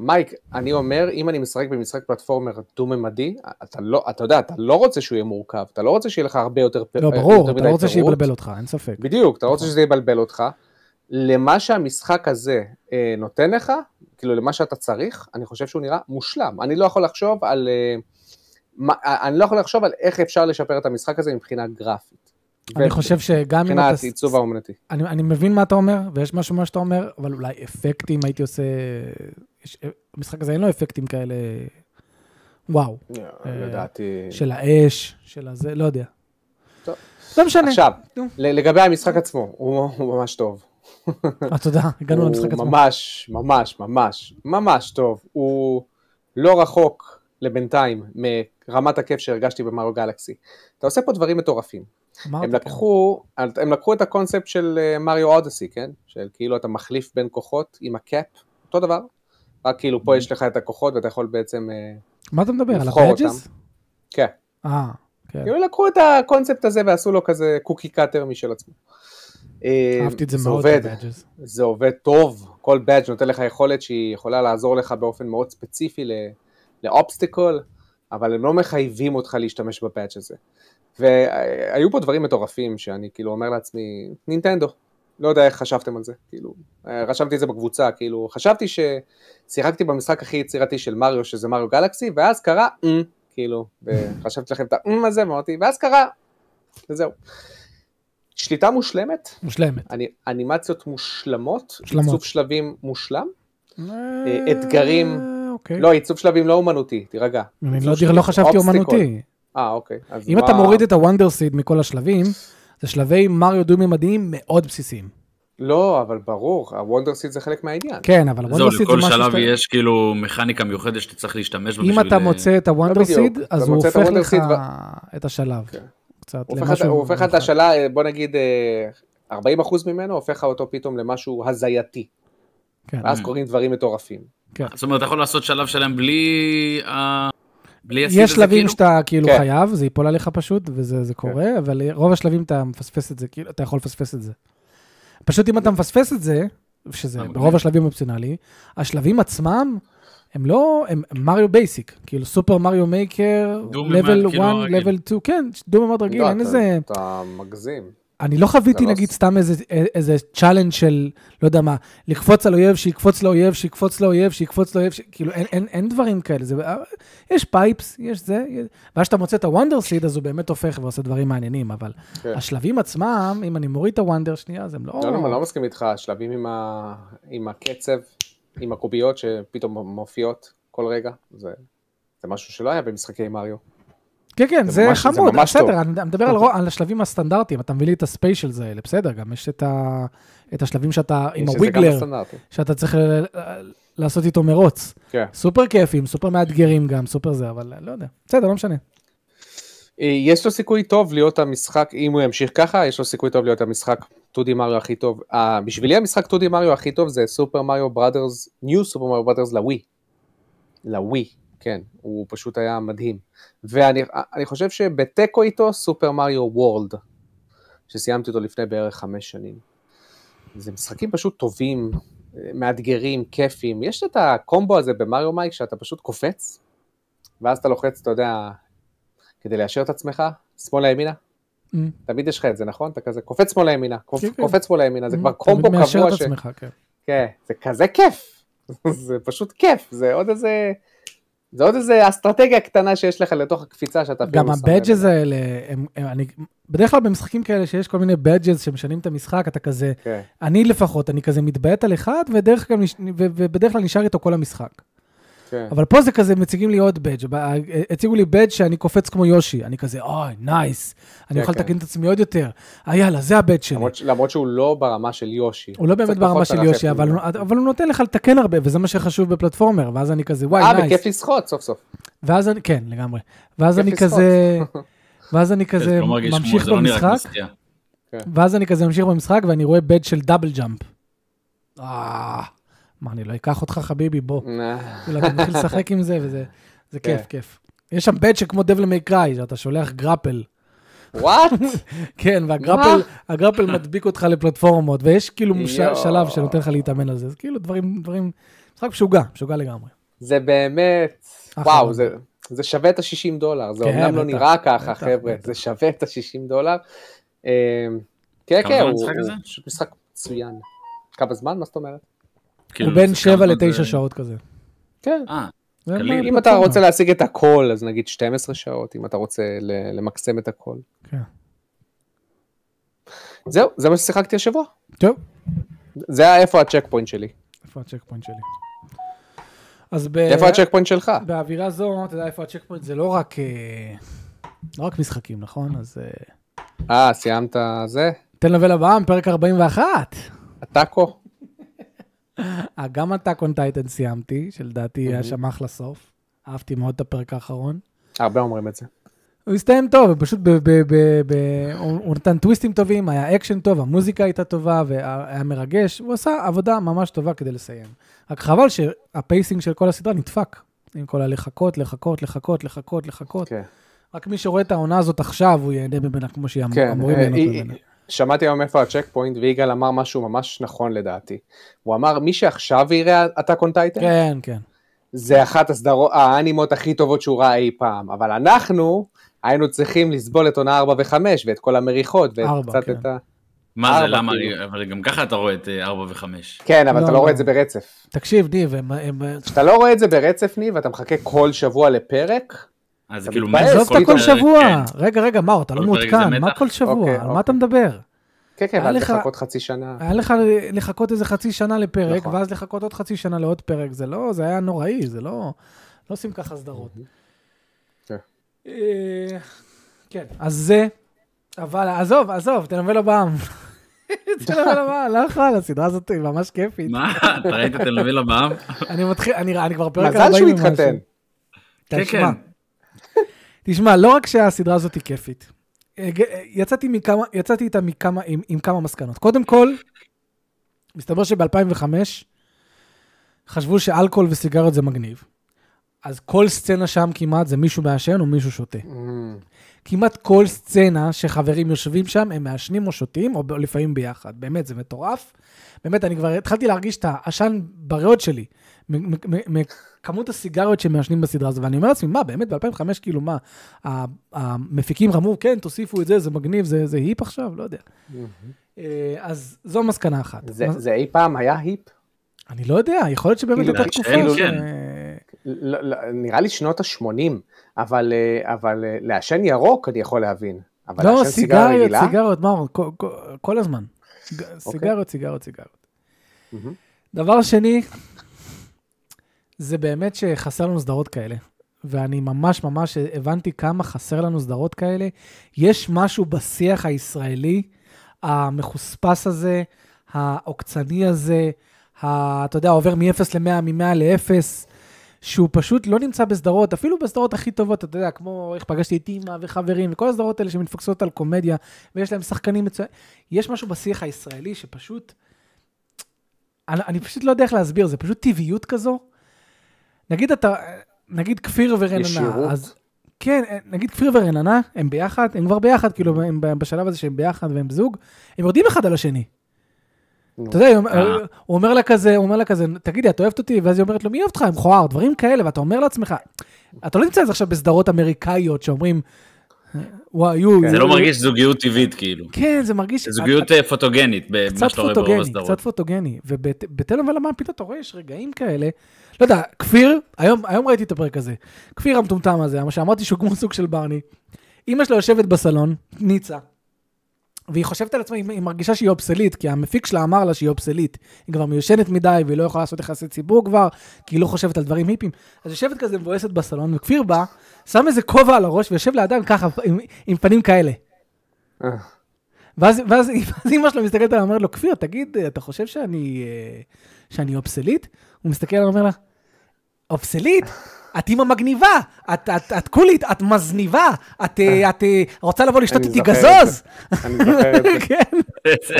[SPEAKER 1] מייק, אני אומר, אם אני משחק במשחק פלטפורמר דו-ממדי, אתה לא, אתה יודע, אתה לא רוצה שהוא יהיה מורכב, אתה לא רוצה שיהיה לך הרבה יותר... פ-
[SPEAKER 2] לא,
[SPEAKER 1] אה, יותר
[SPEAKER 2] ברור, אתה
[SPEAKER 1] מדי
[SPEAKER 2] לא רוצה
[SPEAKER 1] פירוט.
[SPEAKER 2] שיבלבל אותך, אין ספק.
[SPEAKER 1] בדיוק, אתה לא רוצה שזה יבלבל אותך. למה שהמשחק הזה אה, נותן לך, כאילו למה שאתה צריך, אני חושב שהוא נראה מושלם. אני לא יכול לחשוב אה, על... אה, מה, אני לא יכול לחשוב על איך אפשר לשפר את המשחק הזה מבחינה גרפית.
[SPEAKER 2] אני חושב שגם אם
[SPEAKER 1] מבחינת
[SPEAKER 2] אתה...
[SPEAKER 1] עיצוב האומנתי.
[SPEAKER 2] אני, אני מבין מה אתה אומר, ויש משהו מה שאתה אומר, אבל אולי אפקטים הייתי עושה... יש... המשחק הזה אין לו אפקטים כאלה... וואו.
[SPEAKER 1] לדעתי...
[SPEAKER 2] אה, של האש, של הזה, לא יודע.
[SPEAKER 1] כן. טוב.
[SPEAKER 2] לא משנה.
[SPEAKER 1] עכשיו,
[SPEAKER 2] נו.
[SPEAKER 1] ל- לגבי המשחק עצמו, הוא הוא ממש טוב.
[SPEAKER 2] אה, תודה, הגענו למשחק עצמו.
[SPEAKER 1] הוא ממש, ממש, ממש, ממש טוב. הוא לא רחוק לבינתיים מרמת הכיף שהרגשתי במריו גלקסי. אתה עושה פה דברים מטורפים.
[SPEAKER 2] אמרת,
[SPEAKER 1] הם
[SPEAKER 2] כן.
[SPEAKER 1] לקחו, הם לקחו את הקונספט של אה, מריו אודסי, כן? של כאילו אתה מחליף בין כוחות עם הקאפ, אותו דבר. רק כאילו פה יש לך את הכוחות ואתה יכול בעצם... אה,
[SPEAKER 2] מה אתה מדבר, על
[SPEAKER 1] לבחור
[SPEAKER 2] הבאג'ס?
[SPEAKER 1] כן.
[SPEAKER 2] אה, כן.
[SPEAKER 1] כאילו לקחו את הקונספט הזה ועשו לו כזה קוקי קאטר משל עצמו. אה,
[SPEAKER 2] אהבתי את זה מאוד,
[SPEAKER 1] עובד,
[SPEAKER 2] הבאג'ס.
[SPEAKER 1] זה עובד טוב, כל באג' נותן לך יכולת שהיא יכולה לעזור לך באופן מאוד ספציפי ל- לאובסטיקל, אבל הם לא מחייבים אותך להשתמש בבאג' הזה. והיו פה דברים מטורפים שאני כאילו אומר לעצמי, נינטנדו, לא יודע איך חשבתם על זה, כאילו, אה, רשמתי את זה בקבוצה, כאילו, חשבתי ששיחקתי במשחק הכי יצירתי של מריו, שזה מריו גלקסי, ואז קרה, "אמ", כאילו, וחשבתי לכם את האם הזה, ואמרתי, ואז קרה, וזהו. שליטה מושלמת,
[SPEAKER 2] מושלמת.
[SPEAKER 1] אני- אנימציות מושלמות,
[SPEAKER 2] מושלמות.
[SPEAKER 1] עיצוב שלבים מושלם, אתגרים.
[SPEAKER 2] אה, אוקיי.
[SPEAKER 1] לא עיצוב שלבים לא אומנותי, תירגע.
[SPEAKER 2] אני
[SPEAKER 1] עיצוב
[SPEAKER 2] לא-
[SPEAKER 1] שלבים,
[SPEAKER 2] לא חשבתי
[SPEAKER 1] obstacle.
[SPEAKER 2] אומנותי.
[SPEAKER 1] אה אוקיי. אז
[SPEAKER 2] אם
[SPEAKER 1] מה-
[SPEAKER 2] אתה מוריד את הוונדר סיד מכל השלבים, זה שלבי מריו דו-ממדיים מאוד בסיסיים.
[SPEAKER 1] לא, אבל ברור, הוונדר סיד זה חלק מהעניין.
[SPEAKER 2] כן, אבל
[SPEAKER 3] זהו,
[SPEAKER 2] הוונדר סיד זה
[SPEAKER 3] לכל
[SPEAKER 2] משהו
[SPEAKER 3] שלב
[SPEAKER 2] שאתה-
[SPEAKER 3] יש כאילו מכניקה מיוחדת שאתה צריך להשתמש בה
[SPEAKER 2] אם
[SPEAKER 3] בשביל,
[SPEAKER 2] אתה
[SPEAKER 3] אה,
[SPEAKER 2] מוצא את הוונדר
[SPEAKER 1] לא, בדיוק,
[SPEAKER 2] סיד,
[SPEAKER 1] אתה
[SPEAKER 2] אז הוא
[SPEAKER 1] מוצא את
[SPEAKER 2] הופך
[SPEAKER 1] ה-Wonder
[SPEAKER 2] לך
[SPEAKER 1] Seed
[SPEAKER 2] את השלב.
[SPEAKER 1] כן.
[SPEAKER 2] קצת
[SPEAKER 1] הוא הופך את-
[SPEAKER 2] למשהו...
[SPEAKER 1] הוא הופך את
[SPEAKER 2] מיוחד.
[SPEAKER 1] השאלה, אה, בוא נגיד אה, 40% ממנו, הופך לך אותו פתאום למשהו הזייתי.
[SPEAKER 2] כן,
[SPEAKER 1] ואז קורים דברים מטורפים.
[SPEAKER 3] זאת אומרת, אתה יכול לעשות שלב שלם בלי ה... בלי הסיד
[SPEAKER 2] יש
[SPEAKER 3] הזה,
[SPEAKER 2] שלבים
[SPEAKER 3] כאילו?
[SPEAKER 2] שאתה כאילו
[SPEAKER 1] כן.
[SPEAKER 2] חייב, זה ייפול עליך פשוט, וזה זה קורה, אבל רוב השלבים אתה מפספס את זה, כאילו, אתה יכול לפספס את זה. פשוט אם אתה מפספס את זה, שזה
[SPEAKER 3] אה, מגניב.
[SPEAKER 2] ברוב השלבים אופציונלי, השלבים עצמם, הם לא, הם מריו בייסיק, כאילו סופר מריו מייקר,
[SPEAKER 3] דו-ממד,
[SPEAKER 2] לבל 1,
[SPEAKER 3] כאילו, הרגיל.
[SPEAKER 2] לבל 2, כן, דו ממד רגיל,
[SPEAKER 1] לא,
[SPEAKER 2] אין
[SPEAKER 1] אתה-
[SPEAKER 2] איזה...
[SPEAKER 1] אתה מגזים.
[SPEAKER 2] אני לא חוויתי
[SPEAKER 1] זה לא
[SPEAKER 2] נגיד
[SPEAKER 1] ס-
[SPEAKER 2] סתם איזה- איזה צ'אלנג' של, לא יודע מה, לקפוץ על אויב, שיקפוץ לאויב, שיקפוץ לאויב, שיקפוץ לאויב, ש- כאילו אין- אין אין דברים כאלה, זה- אה, יש פייפס, יש זה, יש- ואז כשאתה מוצא את הוונדר סיד, אז הוא באמת הופך ועושה דברים מעניינים, אבל
[SPEAKER 1] כן.
[SPEAKER 2] השלבים עצמם, אם אני מוריד את הוונדר שנייה, אז הם לא...
[SPEAKER 1] לא, לא, אני לא מסכים איתך, השלבים עם ה- עם הקצב, עם הקוביות שפתאום מופיעות כל רגע, זה זה משהו שלא היה במשחקי מריו.
[SPEAKER 2] כן, כן,
[SPEAKER 1] זה
[SPEAKER 2] זה
[SPEAKER 1] ממש- זה
[SPEAKER 2] חמוד,
[SPEAKER 1] ממש טוב. אוקיי.
[SPEAKER 2] בסדר, אני מדבר על רו- על השלבים הסטנדרטיים, אתה מביא לי את הספיישלס האלה, בסדר, גם יש את ה- את השלבים שאתה, עם
[SPEAKER 1] יש את זה גם
[SPEAKER 2] הוויגלר,
[SPEAKER 1] בסטנדרטי.
[SPEAKER 2] שאתה צריך ל- ל- לעשות איתו מרוץ.
[SPEAKER 1] כן.
[SPEAKER 2] סופר כיפים, סופר מאתגרים גם, סופר זה, אבל לא יודע. בסדר, לא משנה.
[SPEAKER 1] אה, יש לו סיכוי טוב להיות המשחק, אם הוא ימשיך ככה, יש לו סיכוי טוב להיות המשחק 2D מריו הכי טוב. אה, בשבילי המשחק 2D מריו הכי טוב זה סופר מריו בראדרס, ניו סופר מריו בראדרס לווי. לווי, כן, הוא פשוט היה מדהים. ואני אני חושב שבתיקו איתו סופר מריו וורלד, שסיימתי אותו לפני בערך חמש שנים. זה משחקים פשוט טובים, אה, מאתגרים, כיפים. יש את הקומבו הזה במריו מייק שאתה פשוט קופץ, ואז אתה לוחץ, אתה יודע, כדי ליישר את עצמך, שמאלה ימינה,
[SPEAKER 2] Mm.
[SPEAKER 1] תמיד יש לך את זה, נכון? אתה כזה קופץ שמאלה ימינה, קופ-
[SPEAKER 2] כן, כן.
[SPEAKER 1] קופץ שמאלה ימינה, זה כבר
[SPEAKER 2] אתה
[SPEAKER 1] קומבו
[SPEAKER 2] תמיד מאשר
[SPEAKER 1] קבוע
[SPEAKER 2] את
[SPEAKER 1] ש...
[SPEAKER 2] עצמך, כן.
[SPEAKER 1] כן, זה כזה כיף, זה פשוט כיף, זה עוד איזה... זה עוד איזה אסטרטגיה קטנה שיש לך לתוך הקפיצה שאתה אפילו
[SPEAKER 2] גם
[SPEAKER 1] לא שם לב
[SPEAKER 2] הבאג'ז
[SPEAKER 1] אליה.
[SPEAKER 2] האלה, הם, הם- אני, בדרך כלל במשחקים כאלה שיש כל מיני בדג'ז שמשנים את המשחק, אתה כזה,
[SPEAKER 1] כן.
[SPEAKER 2] אני לפחות, אני כזה מתביית על אחד, ודרך גם נש- ו- ובדרך כלל נשאר איתו כל המשחק.
[SPEAKER 1] כן.
[SPEAKER 2] אבל פה זה כזה, מציגים לי עוד בדג', ב- הציגו לי בדג' שאני קופץ כמו יושי, אני כזה, אוי, נייס, אני
[SPEAKER 1] כן,
[SPEAKER 2] אוכל
[SPEAKER 1] כן.
[SPEAKER 2] לתקן את עצמי עוד יותר, אה, יאללה, זה הבדג' שלי.
[SPEAKER 1] למרות ש- למרות שהוא לא ברמה של יושי.
[SPEAKER 2] הוא לא באמת
[SPEAKER 1] קצת
[SPEAKER 2] ברמה
[SPEAKER 1] פחות אה, כאילו.
[SPEAKER 2] של
[SPEAKER 1] מרחף
[SPEAKER 2] יושי, אבל,
[SPEAKER 1] ממנו.
[SPEAKER 2] אבל הוא נותן לך לתקן הרבה, וזה מה שחשוב בפלטפורמר, ואז אני כזה, וואי,
[SPEAKER 1] אה,
[SPEAKER 2] נייס.
[SPEAKER 1] בכיף לשחות סוף סוף.
[SPEAKER 2] ואז אני, כן, לגמרי. ואז
[SPEAKER 1] כיף
[SPEAKER 2] אני
[SPEAKER 1] לשחות.
[SPEAKER 2] כזה, ואז אני
[SPEAKER 3] זה
[SPEAKER 2] כזה
[SPEAKER 3] לא מרגיש כמו-
[SPEAKER 2] ממשיך
[SPEAKER 3] זה לא נראה כמו
[SPEAKER 2] במשחק,
[SPEAKER 3] סטייה.
[SPEAKER 1] כן,
[SPEAKER 2] ואז אני כזה ממשיך במשחק, ואני רואה בד של דאבל ג'אמפ. אה, מה, אני לא אקח אותך, חביבי, בוא.
[SPEAKER 1] אה,
[SPEAKER 2] כאילו, אתה מתחיל לשחק עם זה, וזה זה
[SPEAKER 1] כן.
[SPEAKER 2] כיף, כיף. יש שם בד שכמו דבל מייקראי, שאתה שולח גרפל.
[SPEAKER 1] וואט?
[SPEAKER 2] כן, והגרפל הגרפל מדביק אותך לפלטפורמות, ויש כאילו ש-
[SPEAKER 1] יואו.
[SPEAKER 2] שלב שנותן לך להתאמן על זה. זה כאילו דברים, דברים, משחק משוגע, משוגע לגמרי.
[SPEAKER 1] זה באמת,
[SPEAKER 2] אחלה.
[SPEAKER 1] וואו, זה, זה שווה את ה-60 דולר, זה
[SPEAKER 2] כן,
[SPEAKER 1] אומנם לא
[SPEAKER 2] בטח,
[SPEAKER 1] נראה ככה,
[SPEAKER 2] בטח,
[SPEAKER 1] חבר'ה,
[SPEAKER 2] בטח.
[SPEAKER 1] זה שווה את ה-60 דולר. אה, כן,
[SPEAKER 3] כמה
[SPEAKER 1] כן,
[SPEAKER 3] זמן
[SPEAKER 1] הוא
[SPEAKER 3] המשחק
[SPEAKER 1] הוא
[SPEAKER 3] הזה?
[SPEAKER 1] פשוט משחק מצוין. כמה זמן? מה זאת אומרת?
[SPEAKER 3] כאילו,
[SPEAKER 2] הוא בין
[SPEAKER 3] זה
[SPEAKER 2] 7
[SPEAKER 3] כמה
[SPEAKER 2] ל-9
[SPEAKER 3] זה-
[SPEAKER 2] שעות כזה.
[SPEAKER 1] כן.
[SPEAKER 3] אה,
[SPEAKER 2] זה
[SPEAKER 3] קליל.
[SPEAKER 2] מה-
[SPEAKER 1] אם אתה
[SPEAKER 2] פלטפורמה.
[SPEAKER 1] רוצה להשיג את הכל, אז נגיד 12 שעות, אם אתה רוצה ל- למקסם את הכל.
[SPEAKER 2] כן.
[SPEAKER 1] זהו, זה מה ששיחקתי השבוע.
[SPEAKER 2] טוב,
[SPEAKER 1] זה היה איפה הצ'ק פוינט שלי.
[SPEAKER 2] איפה הצ'ק פוינט שלי? אז ב...
[SPEAKER 1] איפה הצ'ק פוינט שלך?
[SPEAKER 2] באווירה זו, אתה יודע איפה הצ'ק פוינט, זה לא רק... אה, לא רק משחקים, נכון? אז אה,
[SPEAKER 1] אה, סיימת זה?
[SPEAKER 2] תן לבל הבאה, פרק 41.
[SPEAKER 1] הטאקו?
[SPEAKER 2] אה, גם הטאק און טייטן סיימתי, שלדעתי היה שם אחלה סוף. אהבתי מאוד את הפרק האחרון.
[SPEAKER 1] הרבה אומרים את זה.
[SPEAKER 2] הוא הסתיים טוב, פשוט ב- ב- ב- ב- הוא הוא נתן טוויסטים טובים, היה אקשן טוב, המוזיקה הייתה טובה והיה מרגש, הוא עשה עבודה ממש טובה כדי לסיים. רק חבל שהפייסינג של כל הסדרה נדפק, עם כל הלחכות, לחכות, לחכות, לחכות, לחכות.
[SPEAKER 1] כן.
[SPEAKER 2] רק מי שרואה את העונה הזאת עכשיו, הוא ייהנה ממנה כמו שהיא אמ-
[SPEAKER 1] כן,
[SPEAKER 2] אמורים
[SPEAKER 1] אה,
[SPEAKER 2] ליהנות
[SPEAKER 1] אה,
[SPEAKER 2] ממנה.
[SPEAKER 1] שמעתי היום איפה הצ'ק פוינט, ויגאל אמר משהו ממש נכון לדעתי. הוא אמר, מי שעכשיו יראה הטאק און טייטן,
[SPEAKER 2] כן, כן.
[SPEAKER 1] זה אחת הסדרות, האנימות הכי טובות שהוא ראה אי פעם, אבל אנחנו היינו צריכים לסבול את עונה 4 ו-5, ואת כל המריחות, ואת
[SPEAKER 2] ארבע,
[SPEAKER 1] קצת
[SPEAKER 2] כן.
[SPEAKER 1] את ה...
[SPEAKER 3] מה זה,
[SPEAKER 1] ארבע,
[SPEAKER 3] למה,
[SPEAKER 1] כאילו.
[SPEAKER 3] אבל גם ככה אתה רואה את אה, 4 ו-5.
[SPEAKER 1] כן, אבל
[SPEAKER 2] לא,
[SPEAKER 1] אתה לא רואה
[SPEAKER 2] לא.
[SPEAKER 1] את זה ברצף.
[SPEAKER 2] תקשיב, ניב, הם... הם-
[SPEAKER 1] כשאתה לא רואה את זה ברצף, ניב, ואתה מחכה כל שבוע לפרק,
[SPEAKER 3] אז
[SPEAKER 1] אתה
[SPEAKER 3] כאילו,
[SPEAKER 1] מתפעל?
[SPEAKER 3] מה זה
[SPEAKER 2] עזוב אותה כל
[SPEAKER 3] פרק?
[SPEAKER 2] שבוע.
[SPEAKER 3] כן.
[SPEAKER 2] רגע, רגע, מאור, אתה לא
[SPEAKER 3] כל פרק זה
[SPEAKER 2] מעודכן, מה
[SPEAKER 3] מתח?
[SPEAKER 2] כל שבוע?
[SPEAKER 1] אוקיי,
[SPEAKER 2] על מה
[SPEAKER 1] אוקיי.
[SPEAKER 2] אתה מדבר?
[SPEAKER 1] כן, כן,
[SPEAKER 2] היה
[SPEAKER 1] ואז
[SPEAKER 2] לך-
[SPEAKER 1] לחכות חצי שנה.
[SPEAKER 2] היה לך לחכות איזה חצי שנה לפרק,
[SPEAKER 1] נכון.
[SPEAKER 2] ואז לחכות עוד חצי שנה לעוד פרק, זה לא, זה היה נוראי, זה לא, לא עושים ככה סדרות.
[SPEAKER 1] כן.
[SPEAKER 2] אה, כן, אז זה, אבל עזוב, עזוב, תנבל בעם. תנבל בעם, לא יכול, הסדרה הזאת היא ממש כיפית.
[SPEAKER 3] מה, אתה ראית את הנובילה בעם?
[SPEAKER 2] אני מתחיל, אני אני כבר פרק 40
[SPEAKER 1] מזל שהוא
[SPEAKER 2] ומשהו.
[SPEAKER 1] התחתן.
[SPEAKER 3] כן,
[SPEAKER 2] תשמע,
[SPEAKER 3] כן.
[SPEAKER 2] תשמע, לא רק שהסדרה הזאת היא כיפית. הג- יצאתי, מכמה, יצאתי איתה מכמה, עם, עם כמה מסקנות. קודם כל, מסתבר שב-2005 חשבו שאלכוהול וסיגריות זה מגניב. אז כל סצנה שם כמעט זה מישהו מעשן או מישהו שותה.
[SPEAKER 1] אמ,
[SPEAKER 2] כמעט כל סצנה שחברים יושבים שם, הם מעשנים או שותים, או ב- לפעמים ביחד. באמת, זה מטורף. באמת, אני כבר התחלתי להרגיש את העשן בריאות שלי, מ- מ- מ- מכמות הסיגריות שמעשנים בסדרה הזו. ואני אומר לעצמי, מה, באמת, ב-2005, כאילו, מה, ה- המפיקים אמרו, כן, תוסיפו את זה, זה מגניב, זה זה היפ עכשיו? לא יודע. אה, אז זו מסקנה אחת.
[SPEAKER 1] זה-
[SPEAKER 2] מס-
[SPEAKER 1] זה אי פעם היה היפ?
[SPEAKER 2] אני לא יודע, יכול להיות שבאמת
[SPEAKER 1] כאילו,
[SPEAKER 2] הייתה
[SPEAKER 3] להשאל,
[SPEAKER 2] תקופה ש...
[SPEAKER 3] כן.
[SPEAKER 1] לא- לא- נראה לי שנות ה-80, אבל אה, אבל, אה, לעשן ירוק אני יכול להבין. אבל
[SPEAKER 2] לא,
[SPEAKER 1] לעשן סיגריה
[SPEAKER 2] סיגריות,
[SPEAKER 1] רגילה?
[SPEAKER 2] סיגריות, מה, כל- כל- כל הזמן. ג-
[SPEAKER 1] אוקיי.
[SPEAKER 2] סיגריות, סיגריות, סיגריות.
[SPEAKER 1] מהמם.
[SPEAKER 2] דבר שני, זה באמת שחסר לנו סדרות כאלה. ואני ממש ממש הבנתי כמה חסר לנו סדרות כאלה. יש משהו בשיח הישראלי, המחוספס הזה, העוקצני הזה, ה- אתה יודע, עובר מ-0 ל-100, מ-100 ל-0, שהוא פשוט לא נמצא בסדרות, אפילו בסדרות הכי טובות, אתה יודע, כמו איך פגשתי את אימא וחברים, וכל הסדרות האלה שמתפקסות על קומדיה, ויש להם שחקנים מצוינים. יש משהו בשיח הישראלי שפשוט... אני, אני פשוט לא יודע איך להסביר, זה פשוט טבעיות כזו. נגיד אתה, נגיד כפיר ורננה,
[SPEAKER 1] ישירות.
[SPEAKER 2] אז... כן, נגיד כפיר ורננה, הם ביחד, הם כבר ביחד, כאילו, הם ב- בשלב הזה שהם ביחד והם זוג, הם יורדים אחד על השני.
[SPEAKER 1] נו.
[SPEAKER 2] אתה יודע, הוא-
[SPEAKER 3] אה.
[SPEAKER 2] הוא אומר לה כזה, הוא אומר לה כזה, תגידי, את אוהבת אותי? ואז היא אומרת לו, מי אוהב אותך? מכוער, דברים כאלה, ואתה אומר לעצמך, אתה לא נמצא את זה עכשיו בסדרות אמריקאיות שאומרים, וואי, יו,
[SPEAKER 1] כן.
[SPEAKER 3] זה
[SPEAKER 2] יו,
[SPEAKER 3] לא
[SPEAKER 2] יו."
[SPEAKER 3] מרגיש זוגיות טבעית, כאילו.
[SPEAKER 2] כן, זה מרגיש...
[SPEAKER 3] זוגיות אה, פוטוגנית, במה
[SPEAKER 2] קצת
[SPEAKER 3] שאתה רואה ברוב
[SPEAKER 2] פוטוגני, קצת
[SPEAKER 3] הסדרות.
[SPEAKER 2] פוטוגני. ובטלנובלה מה פתאום אתה רואה, יש רגעים כאלה. לא יודע, כפיר, היום, היום ראיתי את הפרק הזה. כפיר המטומטם הזה, מה שאמרתי שהוא כמו סוג של ברני. אימא שלו יושבת בסלון, ניצה, והיא חושבת על עצמה, היא היא מרגישה שהיא אובסלית, כי המפיק שלה אמר לה שהיא אובסלית. היא כבר מיושנת מדי, והיא לא יכולה לעשות יחסי ציבור כבר, כי היא לא חושבת על דברים היפים. אז יושבת כזה מבואסת בסלון, וכפיר בא, שם איזה כובע על הראש, ויושב לאדם ככה, עם, עם פנים כאלה.
[SPEAKER 1] אה,
[SPEAKER 2] ואז, ואז, ואז אמא שלו מסתכלת עליו, אומרת לו, כפיר, תגיד, אתה חושב שאני, אה, שאני אובסלית? הוא מסתכל עליו, אומר לה, אובסלית? את אימא מגניבה, את, את, את קולית, את מזניבה, את, אה, את אה, רוצה לבוא לשתות
[SPEAKER 1] אני
[SPEAKER 2] איתי
[SPEAKER 1] זוכר את
[SPEAKER 2] גזוז?
[SPEAKER 1] אני זוכר את זה.
[SPEAKER 2] כן,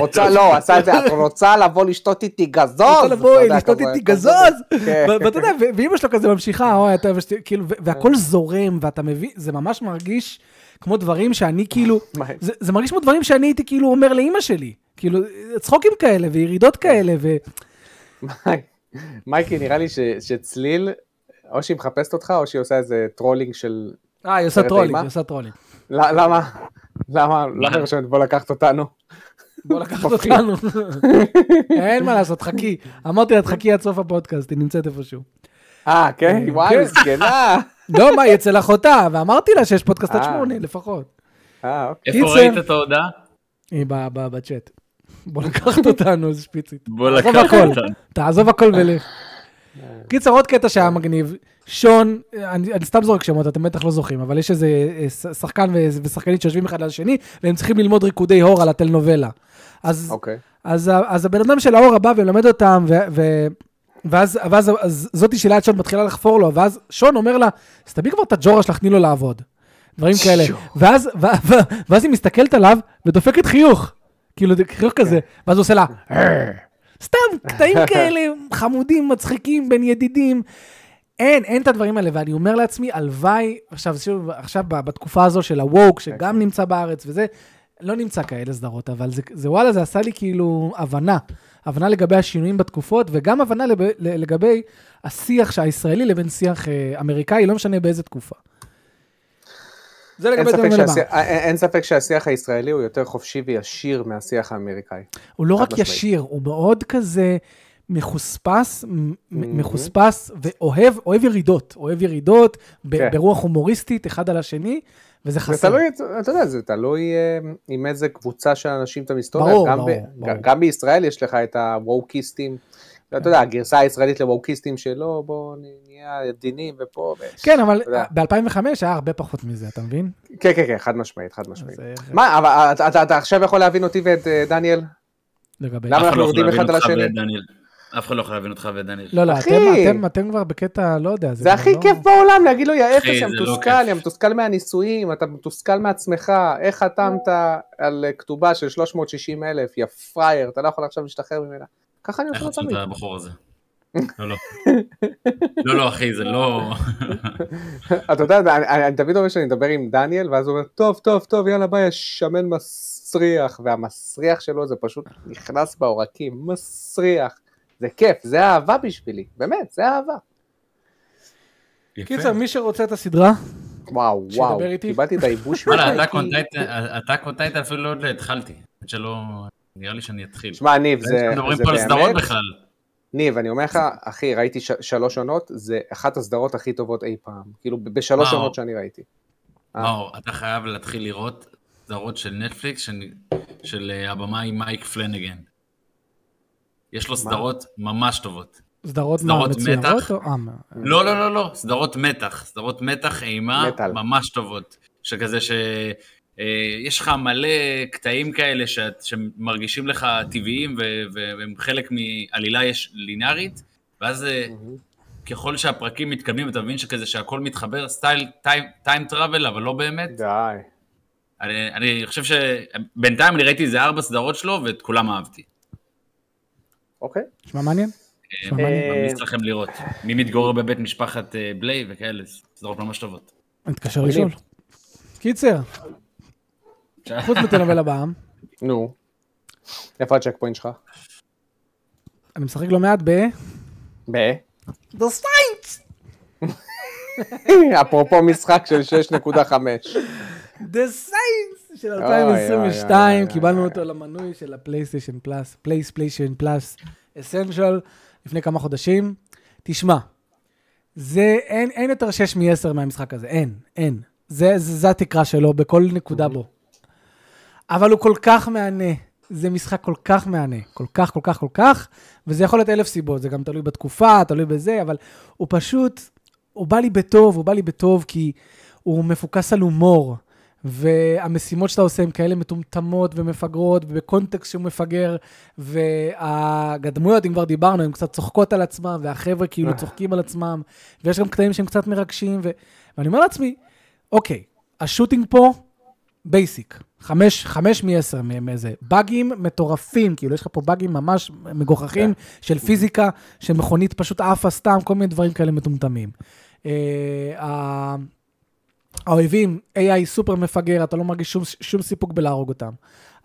[SPEAKER 1] רוצה, לא, הוא עשה את זה, את רוצה לבוא לשתות איתי גזוז?
[SPEAKER 2] רוצה לבוא
[SPEAKER 1] אתה יודע,
[SPEAKER 2] לשתות
[SPEAKER 1] כזה-
[SPEAKER 2] איתי
[SPEAKER 1] כזה-
[SPEAKER 2] גזוז?
[SPEAKER 1] כן.
[SPEAKER 2] ו- ואתה יודע, ו- ואימא שלו כזה ממשיכה, אוי, אתה אוהב שת- כאילו, ו- והכל זורם, ואתה מבין, זה ממש מרגיש כמו דברים שאני כאילו,
[SPEAKER 1] מה?
[SPEAKER 2] זה, זה מרגיש כמו דברים שאני הייתי כאילו אומר לאימא שלי. כאילו, צחוקים כאלה וירידות כאלה, ו...
[SPEAKER 1] מי- מייקי, נראה לי ש- שצליל, או שהיא מחפשת אותך, או שהיא עושה איזה טרולינג של...
[SPEAKER 2] אה, היא עושה
[SPEAKER 1] סרט
[SPEAKER 2] טרולים,
[SPEAKER 1] אימה?
[SPEAKER 2] היא עושה טרולים.
[SPEAKER 1] ל- למה? למה? למה היא רושמת בוא לקחת אותנו?
[SPEAKER 2] בוא לקחת
[SPEAKER 1] מפחיד.
[SPEAKER 2] אותנו. אין מה לעשות, חכי. אמרתי לה, חכי עד סוף הפודקאסט, היא נמצאת איפשהו.
[SPEAKER 1] אה, כן?
[SPEAKER 2] אה,
[SPEAKER 1] וואי,
[SPEAKER 2] כן.
[SPEAKER 1] זקנה.
[SPEAKER 2] לא, מה, היא אצל אחותה, ואמרתי לה שיש פודקאסט עד
[SPEAKER 1] אה.
[SPEAKER 2] שמונה לפחות.
[SPEAKER 1] אה, אוקיי.
[SPEAKER 3] איפה
[SPEAKER 2] קיצר.
[SPEAKER 3] ראית את ההודעה?
[SPEAKER 2] היא ב- ב- בצ'אט. בוא לקחת אותנו, איזה שפיצית.
[SPEAKER 3] בוא
[SPEAKER 2] עזוב
[SPEAKER 3] לקחת
[SPEAKER 2] הכל.
[SPEAKER 3] אותנו.
[SPEAKER 2] תעזוב הכל ולך. קיצר, עוד קטע שהיה מגניב. שון, אני, אני סתם זורק שמות, אתם בטח לא זוכרים, אבל יש איזה אה, ש- שחקן ו- ושחקנית שיושבים אחד ליד השני, והם צריכים ללמוד ריקודי הור על הטלנובלה. אז, okay.
[SPEAKER 1] אוקיי.
[SPEAKER 2] אז, ה- אז הבן אדם של ההורה בא ומלמד אותם, ו, ו, ואז, ואז אז זאתי שליד שון מתחילה לחפור לו, ואז שון אומר לה, אז תביא כבר את הג'ורה שלך, תני לו לעבוד. דברים כאלה.
[SPEAKER 1] שו.
[SPEAKER 2] ואז, ו, ו, ואז היא מסתכלת עליו ודופקת חיוך. כאילו, זה חיוך כזה. ואז הוא עושה לה, "אה". סתם קטעים כאלה חמודים, מצחיקים, בין ידידים. אין, אין את הדברים האלה, ואני אומר לעצמי, הלוואי, עכשיו, שוב, עכשיו ב- בתקופה הזו של הווק,
[SPEAKER 1] אוקיי.
[SPEAKER 2] שגם נמצא בארץ וזה, לא נמצא כאלה סדרות, אבל זה, זה וואלה, זה עשה לי כאילו הבנה. הבנה לגבי השינויים בתקופות, וגם הבנה לב, ל- לגבי השיח הישראלי לבין שיח אה, אמריקאי, לא משנה באיזה תקופה. זה
[SPEAKER 1] אין
[SPEAKER 2] לגבי
[SPEAKER 1] ספק
[SPEAKER 2] זה
[SPEAKER 1] שהשיח- אה, אין- אין ספק שהשיח הישראלי הוא יותר חופשי וישיר מהשיח האמריקאי.
[SPEAKER 2] הוא לא
[SPEAKER 1] חד
[SPEAKER 2] רק
[SPEAKER 1] משמעית.
[SPEAKER 2] ישיר, הוא מאוד כזה מחוספס, מ- מ- מחוספס, ואוהב אוהב ירידות, אוהב ירידות, ב-
[SPEAKER 1] כן.
[SPEAKER 2] ברוח הומוריסטית, אחד על השני, וזה
[SPEAKER 1] זה
[SPEAKER 2] חסר.
[SPEAKER 1] תלוי, אתה יודע, זה תלוי אה, עם איזה קבוצה של אנשים אתה מסתובב.
[SPEAKER 2] ברור,
[SPEAKER 1] גם
[SPEAKER 2] ברור,
[SPEAKER 1] ב-
[SPEAKER 2] ברור.
[SPEAKER 1] גם בישראל יש לך את הווקיסטים. אתה יודע, הגרסה הישראלית לווקיסטים שלא, בואו נהיה עדינים ופה. ו-
[SPEAKER 2] כן, אבל
[SPEAKER 1] אתה יודע.
[SPEAKER 2] ב-2005 היה הרבה פחות מזה, אתה מבין?
[SPEAKER 1] כן, כן, כן, חד משמעית, חד משמעית.
[SPEAKER 2] אז, אה,
[SPEAKER 1] מה, אבל אתה- אתה- אתה עכשיו יכול להבין אותי ואת אה, דניאל?
[SPEAKER 2] לגבי...
[SPEAKER 1] למה?
[SPEAKER 3] אף אחד
[SPEAKER 1] אנחנו
[SPEAKER 3] לא יכול
[SPEAKER 1] יורדים
[SPEAKER 3] להבין
[SPEAKER 1] אחד על
[SPEAKER 3] אותך
[SPEAKER 1] השני.
[SPEAKER 3] ואת דניאל. אף אחד לא יכול להבין אותך ואת דניאל.
[SPEAKER 2] לא, לא,
[SPEAKER 1] אחי!
[SPEAKER 2] אתם- אתם- אתם כבר בקטע, לא יודע.
[SPEAKER 1] זה
[SPEAKER 2] גם
[SPEAKER 1] הכי
[SPEAKER 2] לא-
[SPEAKER 1] כיף בעולם להגיד לו, יא אפס,
[SPEAKER 3] אחי,
[SPEAKER 1] יא
[SPEAKER 3] זה לא
[SPEAKER 1] מתוסכל,
[SPEAKER 3] כיף.
[SPEAKER 1] יא מתוסכל מהניסויים, אתה מתוסכל מעצמך, איך חתמת על אה, כתובה של 360 אלף, יא פראייר, אתה לא יכול עכשיו להשתחרר ממנה. ככה אני עושה
[SPEAKER 3] איך
[SPEAKER 1] לו
[SPEAKER 3] עוצרים
[SPEAKER 1] תמיד.
[SPEAKER 3] את הבחור הזה? לא, לא. לא, לא, אחי, זה לא...
[SPEAKER 1] אתה יודע, אני- אני אני תמיד אומר שאני מדבר עם דניאל, ואז הוא אומר, טוב, טוב, טוב, יאללה, ביי, יש שמן מסריח, והמסריח שלו זה פשוט נכנס בעורקים, מסריח. זה כיף, זה אהבה בשבילי, באמת, זה אהבה.
[SPEAKER 3] יפה.
[SPEAKER 2] קיצר, מי שרוצה את הסדרה,
[SPEAKER 1] וואו,
[SPEAKER 2] שידבר
[SPEAKER 1] וואו,
[SPEAKER 2] איתי.
[SPEAKER 1] קיבלתי את הייבוש
[SPEAKER 3] וואלה, אתה
[SPEAKER 1] ממך, כי-
[SPEAKER 3] קונטנט, אתה קונטנט אפילו עוד לא התחלתי. עד שלא... נראה לי שאני אתחיל.
[SPEAKER 1] שמע, ניב, זה
[SPEAKER 3] אנחנו מדברים
[SPEAKER 1] זה
[SPEAKER 3] פה על סדרות
[SPEAKER 1] באמת,
[SPEAKER 3] בכלל.
[SPEAKER 1] ניב, אני אומר לך, אחי, ראיתי ש- שלוש עונות, זה אחת הסדרות הכי טובות אי פעם. כאילו, ב- בשלוש
[SPEAKER 3] וואו.
[SPEAKER 1] עונות שאני ראיתי. אה.
[SPEAKER 3] מאור, אתה חייב להתחיל לראות סדרות של נטפליקס של- של אה, הבמאי מייק פלנגן. יש לו סדרות ממש טובות.
[SPEAKER 2] סדרות מה,
[SPEAKER 3] סדרות
[SPEAKER 2] מצוירות?
[SPEAKER 3] מתח?
[SPEAKER 2] או- אה, מה,
[SPEAKER 3] לא, לא, לא, לא, סדרות מתח. סדרות מתח, אימה,
[SPEAKER 1] מטאל.
[SPEAKER 3] ממש טובות. שכזה ש... אה, יש לך מלא קטעים כאלה שאת- שמרגישים לך טבעיים ו- והם חלק מעלילה יש לינארית, ואז אה, ככל שהפרקים מתקדמים, אתה מבין שכזה שהכל מתחבר, סטייל טיים טראבל, אבל לא באמת.
[SPEAKER 1] די.
[SPEAKER 3] אני, אני חושב שבינתיים אני ראיתי איזה ארבע סדרות שלו, ואת כולם אהבתי.
[SPEAKER 1] אוקיי.
[SPEAKER 2] נשמע מעניין? נשמע מעניין.
[SPEAKER 1] אה,
[SPEAKER 3] ממליץ לכם לראות. מי מתגורר בבית משפחת אה, בליי וכאלה, סדרות ממש טובות.
[SPEAKER 2] אני אתקשר לשאול. קיצר, חוץ מטלנובלה בעם,
[SPEAKER 1] נו. איפה הצ'ק פוינט שלך?
[SPEAKER 2] אני משחק לא מעט ב...
[SPEAKER 1] ב? אפרופו משחק של 6.5.
[SPEAKER 2] The Science של
[SPEAKER 1] אוי, אוי,
[SPEAKER 2] 2022,
[SPEAKER 1] אוי,
[SPEAKER 2] קיבלנו
[SPEAKER 1] אוי,
[SPEAKER 2] אותו למנוי של הפלייסטיישן פלאס, פלייסטיישן פלאס אסנשל, לפני כמה חודשים. תשמע, זה, אין, אין יותר 6 מ-10 מהמשחק הזה, אין, אין. זה, זה, זה התקרה שלו בכל נקודה בו. אבל הוא כל כך מהנה. זה משחק כל כך מהנה, כל כך, כל כך, כל כך, וזה יכול להיות אלף סיבות, זה גם תלוי בתקופה, תלוי בזה, אבל הוא פשוט, הוא בא לי בטוב, הוא בא לי בטוב כי הוא מפוקס על הומור, והמשימות שאתה עושה הן כאלה מטומטמות ומפגרות, ובקונטקסט שהוא מפגר, והדמויות, אם כבר דיברנו, הן קצת צוחקות על עצמן, והחבר'ה כאילו צוחקים על עצמם, ויש גם קטעים שהם קצת מרגשים, ו... ואני אומר לעצמי, אוקיי, השוטינג פה, בייסיק, חמש, חמש מעשר מ- מאיזה, באגים מטורפים, כאילו יש לך פה באגים ממש מגוחכים של פיזיקה, של מכונית פשוט עפה סתם, כל מיני דברים כאלה מטומטמים. אה, ה- האויבים, AI סופר מפגר, אתה לא מרגיש שום, שום סיפוק בלהרוג אותם.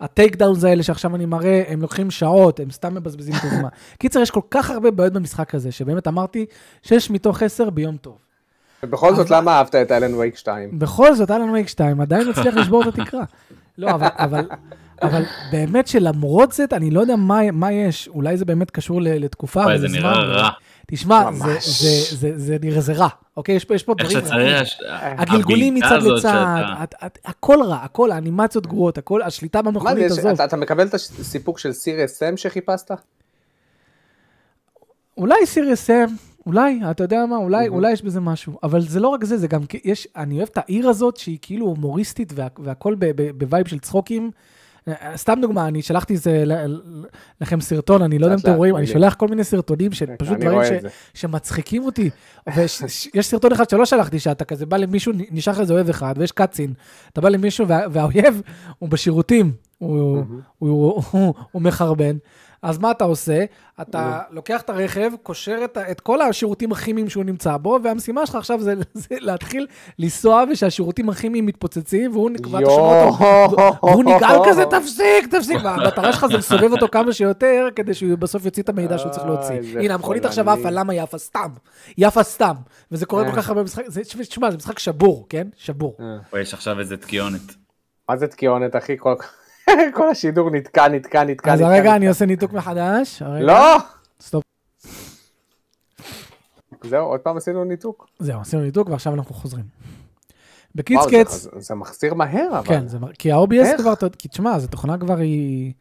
[SPEAKER 2] הטייק דאונס האלה שעכשיו אני מראה, הם לוקחים שעות, הם סתם מבזבזים את הזמן. קיצר, יש כל כך הרבה בעיות במשחק הזה, שבאמת אמרתי, 6 מתוך 10 ביום טוב.
[SPEAKER 1] ובכל זאת, למה אהבת את אלן וייק 2?
[SPEAKER 2] בכל זאת, אלן וייק 2 עדיין מצליח לשבור את התקרה. לא, אבל, אבל, אבל באמת שלמרות זאת, אני לא יודע מה, מה יש, אולי זה באמת קשור ל- לתקופה,
[SPEAKER 3] וואי,
[SPEAKER 2] אבל
[SPEAKER 3] זה
[SPEAKER 2] לזמן.
[SPEAKER 3] נראה רע.
[SPEAKER 2] תשמע,
[SPEAKER 1] ממש.
[SPEAKER 2] זה- זה- זה- זה נראה- זה רע, אוקיי? יש פה- יש פה
[SPEAKER 3] איך
[SPEAKER 2] דברים... רעים.
[SPEAKER 3] שצריך,
[SPEAKER 2] הגלגולים
[SPEAKER 3] הבעיטה
[SPEAKER 2] מצד
[SPEAKER 3] הזאת
[SPEAKER 2] לצד,
[SPEAKER 3] שאתה-
[SPEAKER 2] את- את- הכל רע, הכל, האנימציות גרועות, הכל, השליטה
[SPEAKER 1] מה זה,
[SPEAKER 2] במכונית
[SPEAKER 1] יש-
[SPEAKER 2] הזאת.
[SPEAKER 1] אתה- אתה מקבל את הסיפוק של סיריס אם שחיפשת?
[SPEAKER 2] אולי סיריוס אם, אולי, אתה יודע מה, אולי,
[SPEAKER 1] Mhm.
[SPEAKER 2] אולי יש בזה משהו. אבל זה לא רק זה, זה גם, כי- יש, אני אוהב את העיר הזאת שהיא כאילו הומוריסטית וה, והכל ב- ב- בווייב של צחוקים. אה, סתם דוגמה, אני שלחתי זה ל- ל- לכם סרטון, אני לא יודע אם
[SPEAKER 1] לאט
[SPEAKER 2] אתם
[SPEAKER 1] לאט,
[SPEAKER 2] רואים, אני
[SPEAKER 1] מילים.
[SPEAKER 2] שולח כל מיני סרטונים של פשוט
[SPEAKER 1] אני
[SPEAKER 2] דברים
[SPEAKER 1] רואה
[SPEAKER 2] ש-
[SPEAKER 1] את זה.
[SPEAKER 2] שמצחיקים אותי. ויש סרטון אחד שלא שלחתי, שאתה כזה בא למישהו, נשאר איזה אוהב אחד, ויש קצין. אתה בא למישהו וה- והאויב הוא בשירותים, הוא- הוא הוא- הוא מחרבן. אז מה אתה עושה? אתה לוקח את הרכב, קושר את, ה- את כל השירותים הכימיים שהוא נמצא בו, והמשימה שלך עכשיו זה, זה להתחיל לנסוע ושהשירותים הכימיים מתפוצצים, והוא נקבע את השמות, והוא נגעל כזה, תפסיק, תפסיק. והמטרה שלך זה לסובב אותו כמה שיותר, כדי שהוא בסוף יוציא את המידע שהוא צריך להוציא.
[SPEAKER 1] אוי, אה, איזה
[SPEAKER 2] הנה, המכונית עכשיו
[SPEAKER 1] חולני.
[SPEAKER 2] עפה, למה היא עפה? סתם. היא עפה סתם. וזה קורה
[SPEAKER 1] אה.
[SPEAKER 2] כל כך הרבה משחק, זה- תשמע, זה משחק שבור, כן? שבור.
[SPEAKER 3] או, יש עכשיו איזה תקיונת.
[SPEAKER 1] מה זה תקיעונת אחי? כל- כל השידור נתקע, נתקע, נתקע.
[SPEAKER 2] אז
[SPEAKER 1] נתקע,
[SPEAKER 2] הרגע
[SPEAKER 1] נתקע.
[SPEAKER 2] אני עושה ניתוק מחדש. הרגע.
[SPEAKER 1] לא!
[SPEAKER 2] סטופ.
[SPEAKER 1] זהו, עוד פעם עשינו ניתוק.
[SPEAKER 2] זהו, עשינו ניתוק ועכשיו אנחנו חוזרים.
[SPEAKER 1] וואו, זה-
[SPEAKER 2] בקיצקץ,
[SPEAKER 1] זה- זה מחזיר מהר, אבל.
[SPEAKER 2] כן, זה, מר- כי ה-OBS
[SPEAKER 1] איך?
[SPEAKER 2] כבר, אתה- כי תשמע, זו תוכנה כבר היא...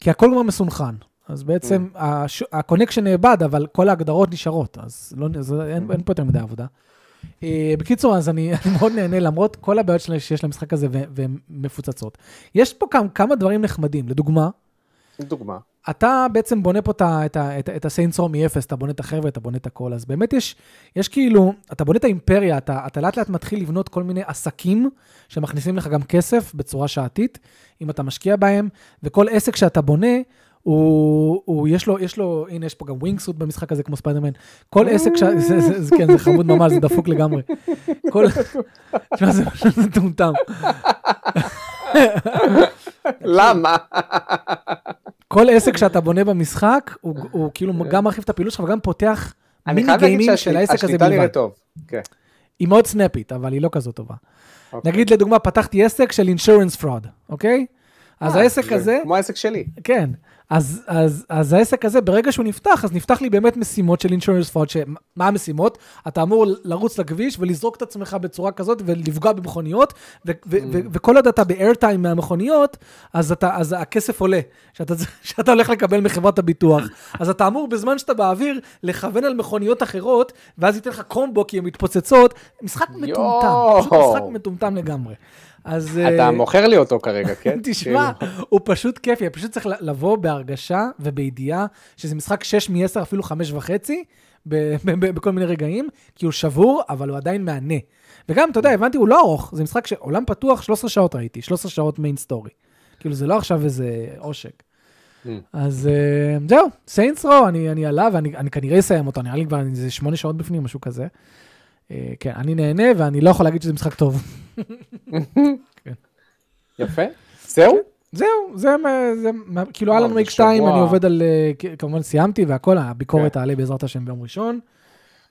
[SPEAKER 2] כי הכל כבר מסונכן. אז בעצם
[SPEAKER 1] Mm.
[SPEAKER 2] הש- הקונקשן נאבד, אבל כל ההגדרות נשארות, אז לא, נ- זה-
[SPEAKER 1] Mm-hmm.
[SPEAKER 2] אין, אין פה יותר מדי עבודה. אה, בקיצור, אז אני, אני מאוד נהנה, למרות כל הבעיות של, שיש למשחק הזה, ו- והן מפוצצות. יש פה כמה, כמה דברים נחמדים, לדוגמה,
[SPEAKER 1] דוגמה.
[SPEAKER 2] אתה בעצם בונה פה את ה- את ה- את ה- את הסיינטסרו מאפס, אתה בונה את החבר'ה, אתה בונה את הכל, אז באמת יש, יש כאילו, אתה בונה את האימפריה, אתה, אתה לאט לאט מתחיל לבנות כל מיני עסקים שמכניסים לך גם כסף בצורה שעתית, אם אתה משקיע בהם, וכל עסק שאתה בונה, הוא, הוא יש לו, יש לו, הנה, יש פה גם ווינגסוט במשחק הזה, כמו ספיידרמן. כל עסק, ש... זה, זה, זה, כן, זה חמוד ממש, זה דפוק לגמרי. כל... תשמע, זה פשוט מטומטם.
[SPEAKER 1] למה?
[SPEAKER 2] כל עסק שאתה בונה במשחק, הוא, הוא כאילו גם מרחיב את הפעילות שלך וגם פותח
[SPEAKER 1] אה. אני
[SPEAKER 2] מיני
[SPEAKER 1] חייב להגיד
[SPEAKER 2] גיימים של העסק הזה
[SPEAKER 1] שהשליטה
[SPEAKER 2] בלבד.
[SPEAKER 1] נראית טוב. כן.
[SPEAKER 2] היא מאוד סנאפית, אבל היא לא כזו טובה.
[SPEAKER 1] אוקיי.
[SPEAKER 2] נגיד לדוגמה, פתחתי עסק של אינשורנס פרוד, אוקיי? אז
[SPEAKER 1] אה,
[SPEAKER 2] העסק
[SPEAKER 1] זה
[SPEAKER 2] הזה,
[SPEAKER 1] כמו העסק שלי.
[SPEAKER 2] כן. אז, אז, אז העסק הזה, ברגע שהוא נפתח, אז נפתח לי באמת משימות של אינשורנס פרוד, שמה המשימות? אתה אמור לרוץ לכביש ולזרוק את עצמך בצורה כזאת ולפגוע במכוניות, ו- ו- ו- וכל עוד אתה באיירטיים מהמכוניות, אז, אתה, אז הכסף עולה, שאתה, צריך- שאתה הולך לקבל מחברת הביטוח. אז אתה אמור בזמן שאתה באוויר, לכוון על מכוניות אחרות, ואז ייתן לך קומבו כי הן מתפוצצות. משחק מטומטם, פשוט משחק מטומטם לגמרי. אז...
[SPEAKER 1] אתה
[SPEAKER 2] אה,
[SPEAKER 1] מוכר לי אותו כרגע, כן?
[SPEAKER 2] תשמע, הוא פשוט כיפי, פשוט צריך לבוא בהרגשה ובידיעה שזה משחק 6 מ-10, אפילו 5 וחצי, ב- ב- ב- בכל מיני רגעים, כי הוא שבור, אבל הוא עדיין מהנה. וגם, אתה יודע, הבנתי, הוא לא ארוך, זה משחק שעולם פתוח, 13 שעות ראיתי, 13 שעות מיין סטורי. כאילו, זה לא עכשיו איזה עושק.
[SPEAKER 1] Mm.
[SPEAKER 2] אז אה, זהו, סיינס רו, אני אני עליו, אני אני כנראה אסיים אותו, נראה לי כבר איזה 8 שעות בפנים, משהו כזה. אה, כן, אני נהנה, ואני לא יכול להגיד שזה משחק טוב.
[SPEAKER 1] כאילו. יפה. זהו? אה,
[SPEAKER 2] זהו, זה, מה- זה מה- כאילו היה
[SPEAKER 1] וואו,
[SPEAKER 2] לנו
[SPEAKER 1] זה
[SPEAKER 2] מייק 2,
[SPEAKER 1] שבוע. כן.
[SPEAKER 2] אני עובד על, אה, כ- כמובן סיימתי והכל, הביקורת תעלה בעזרת השם ביום ראשון.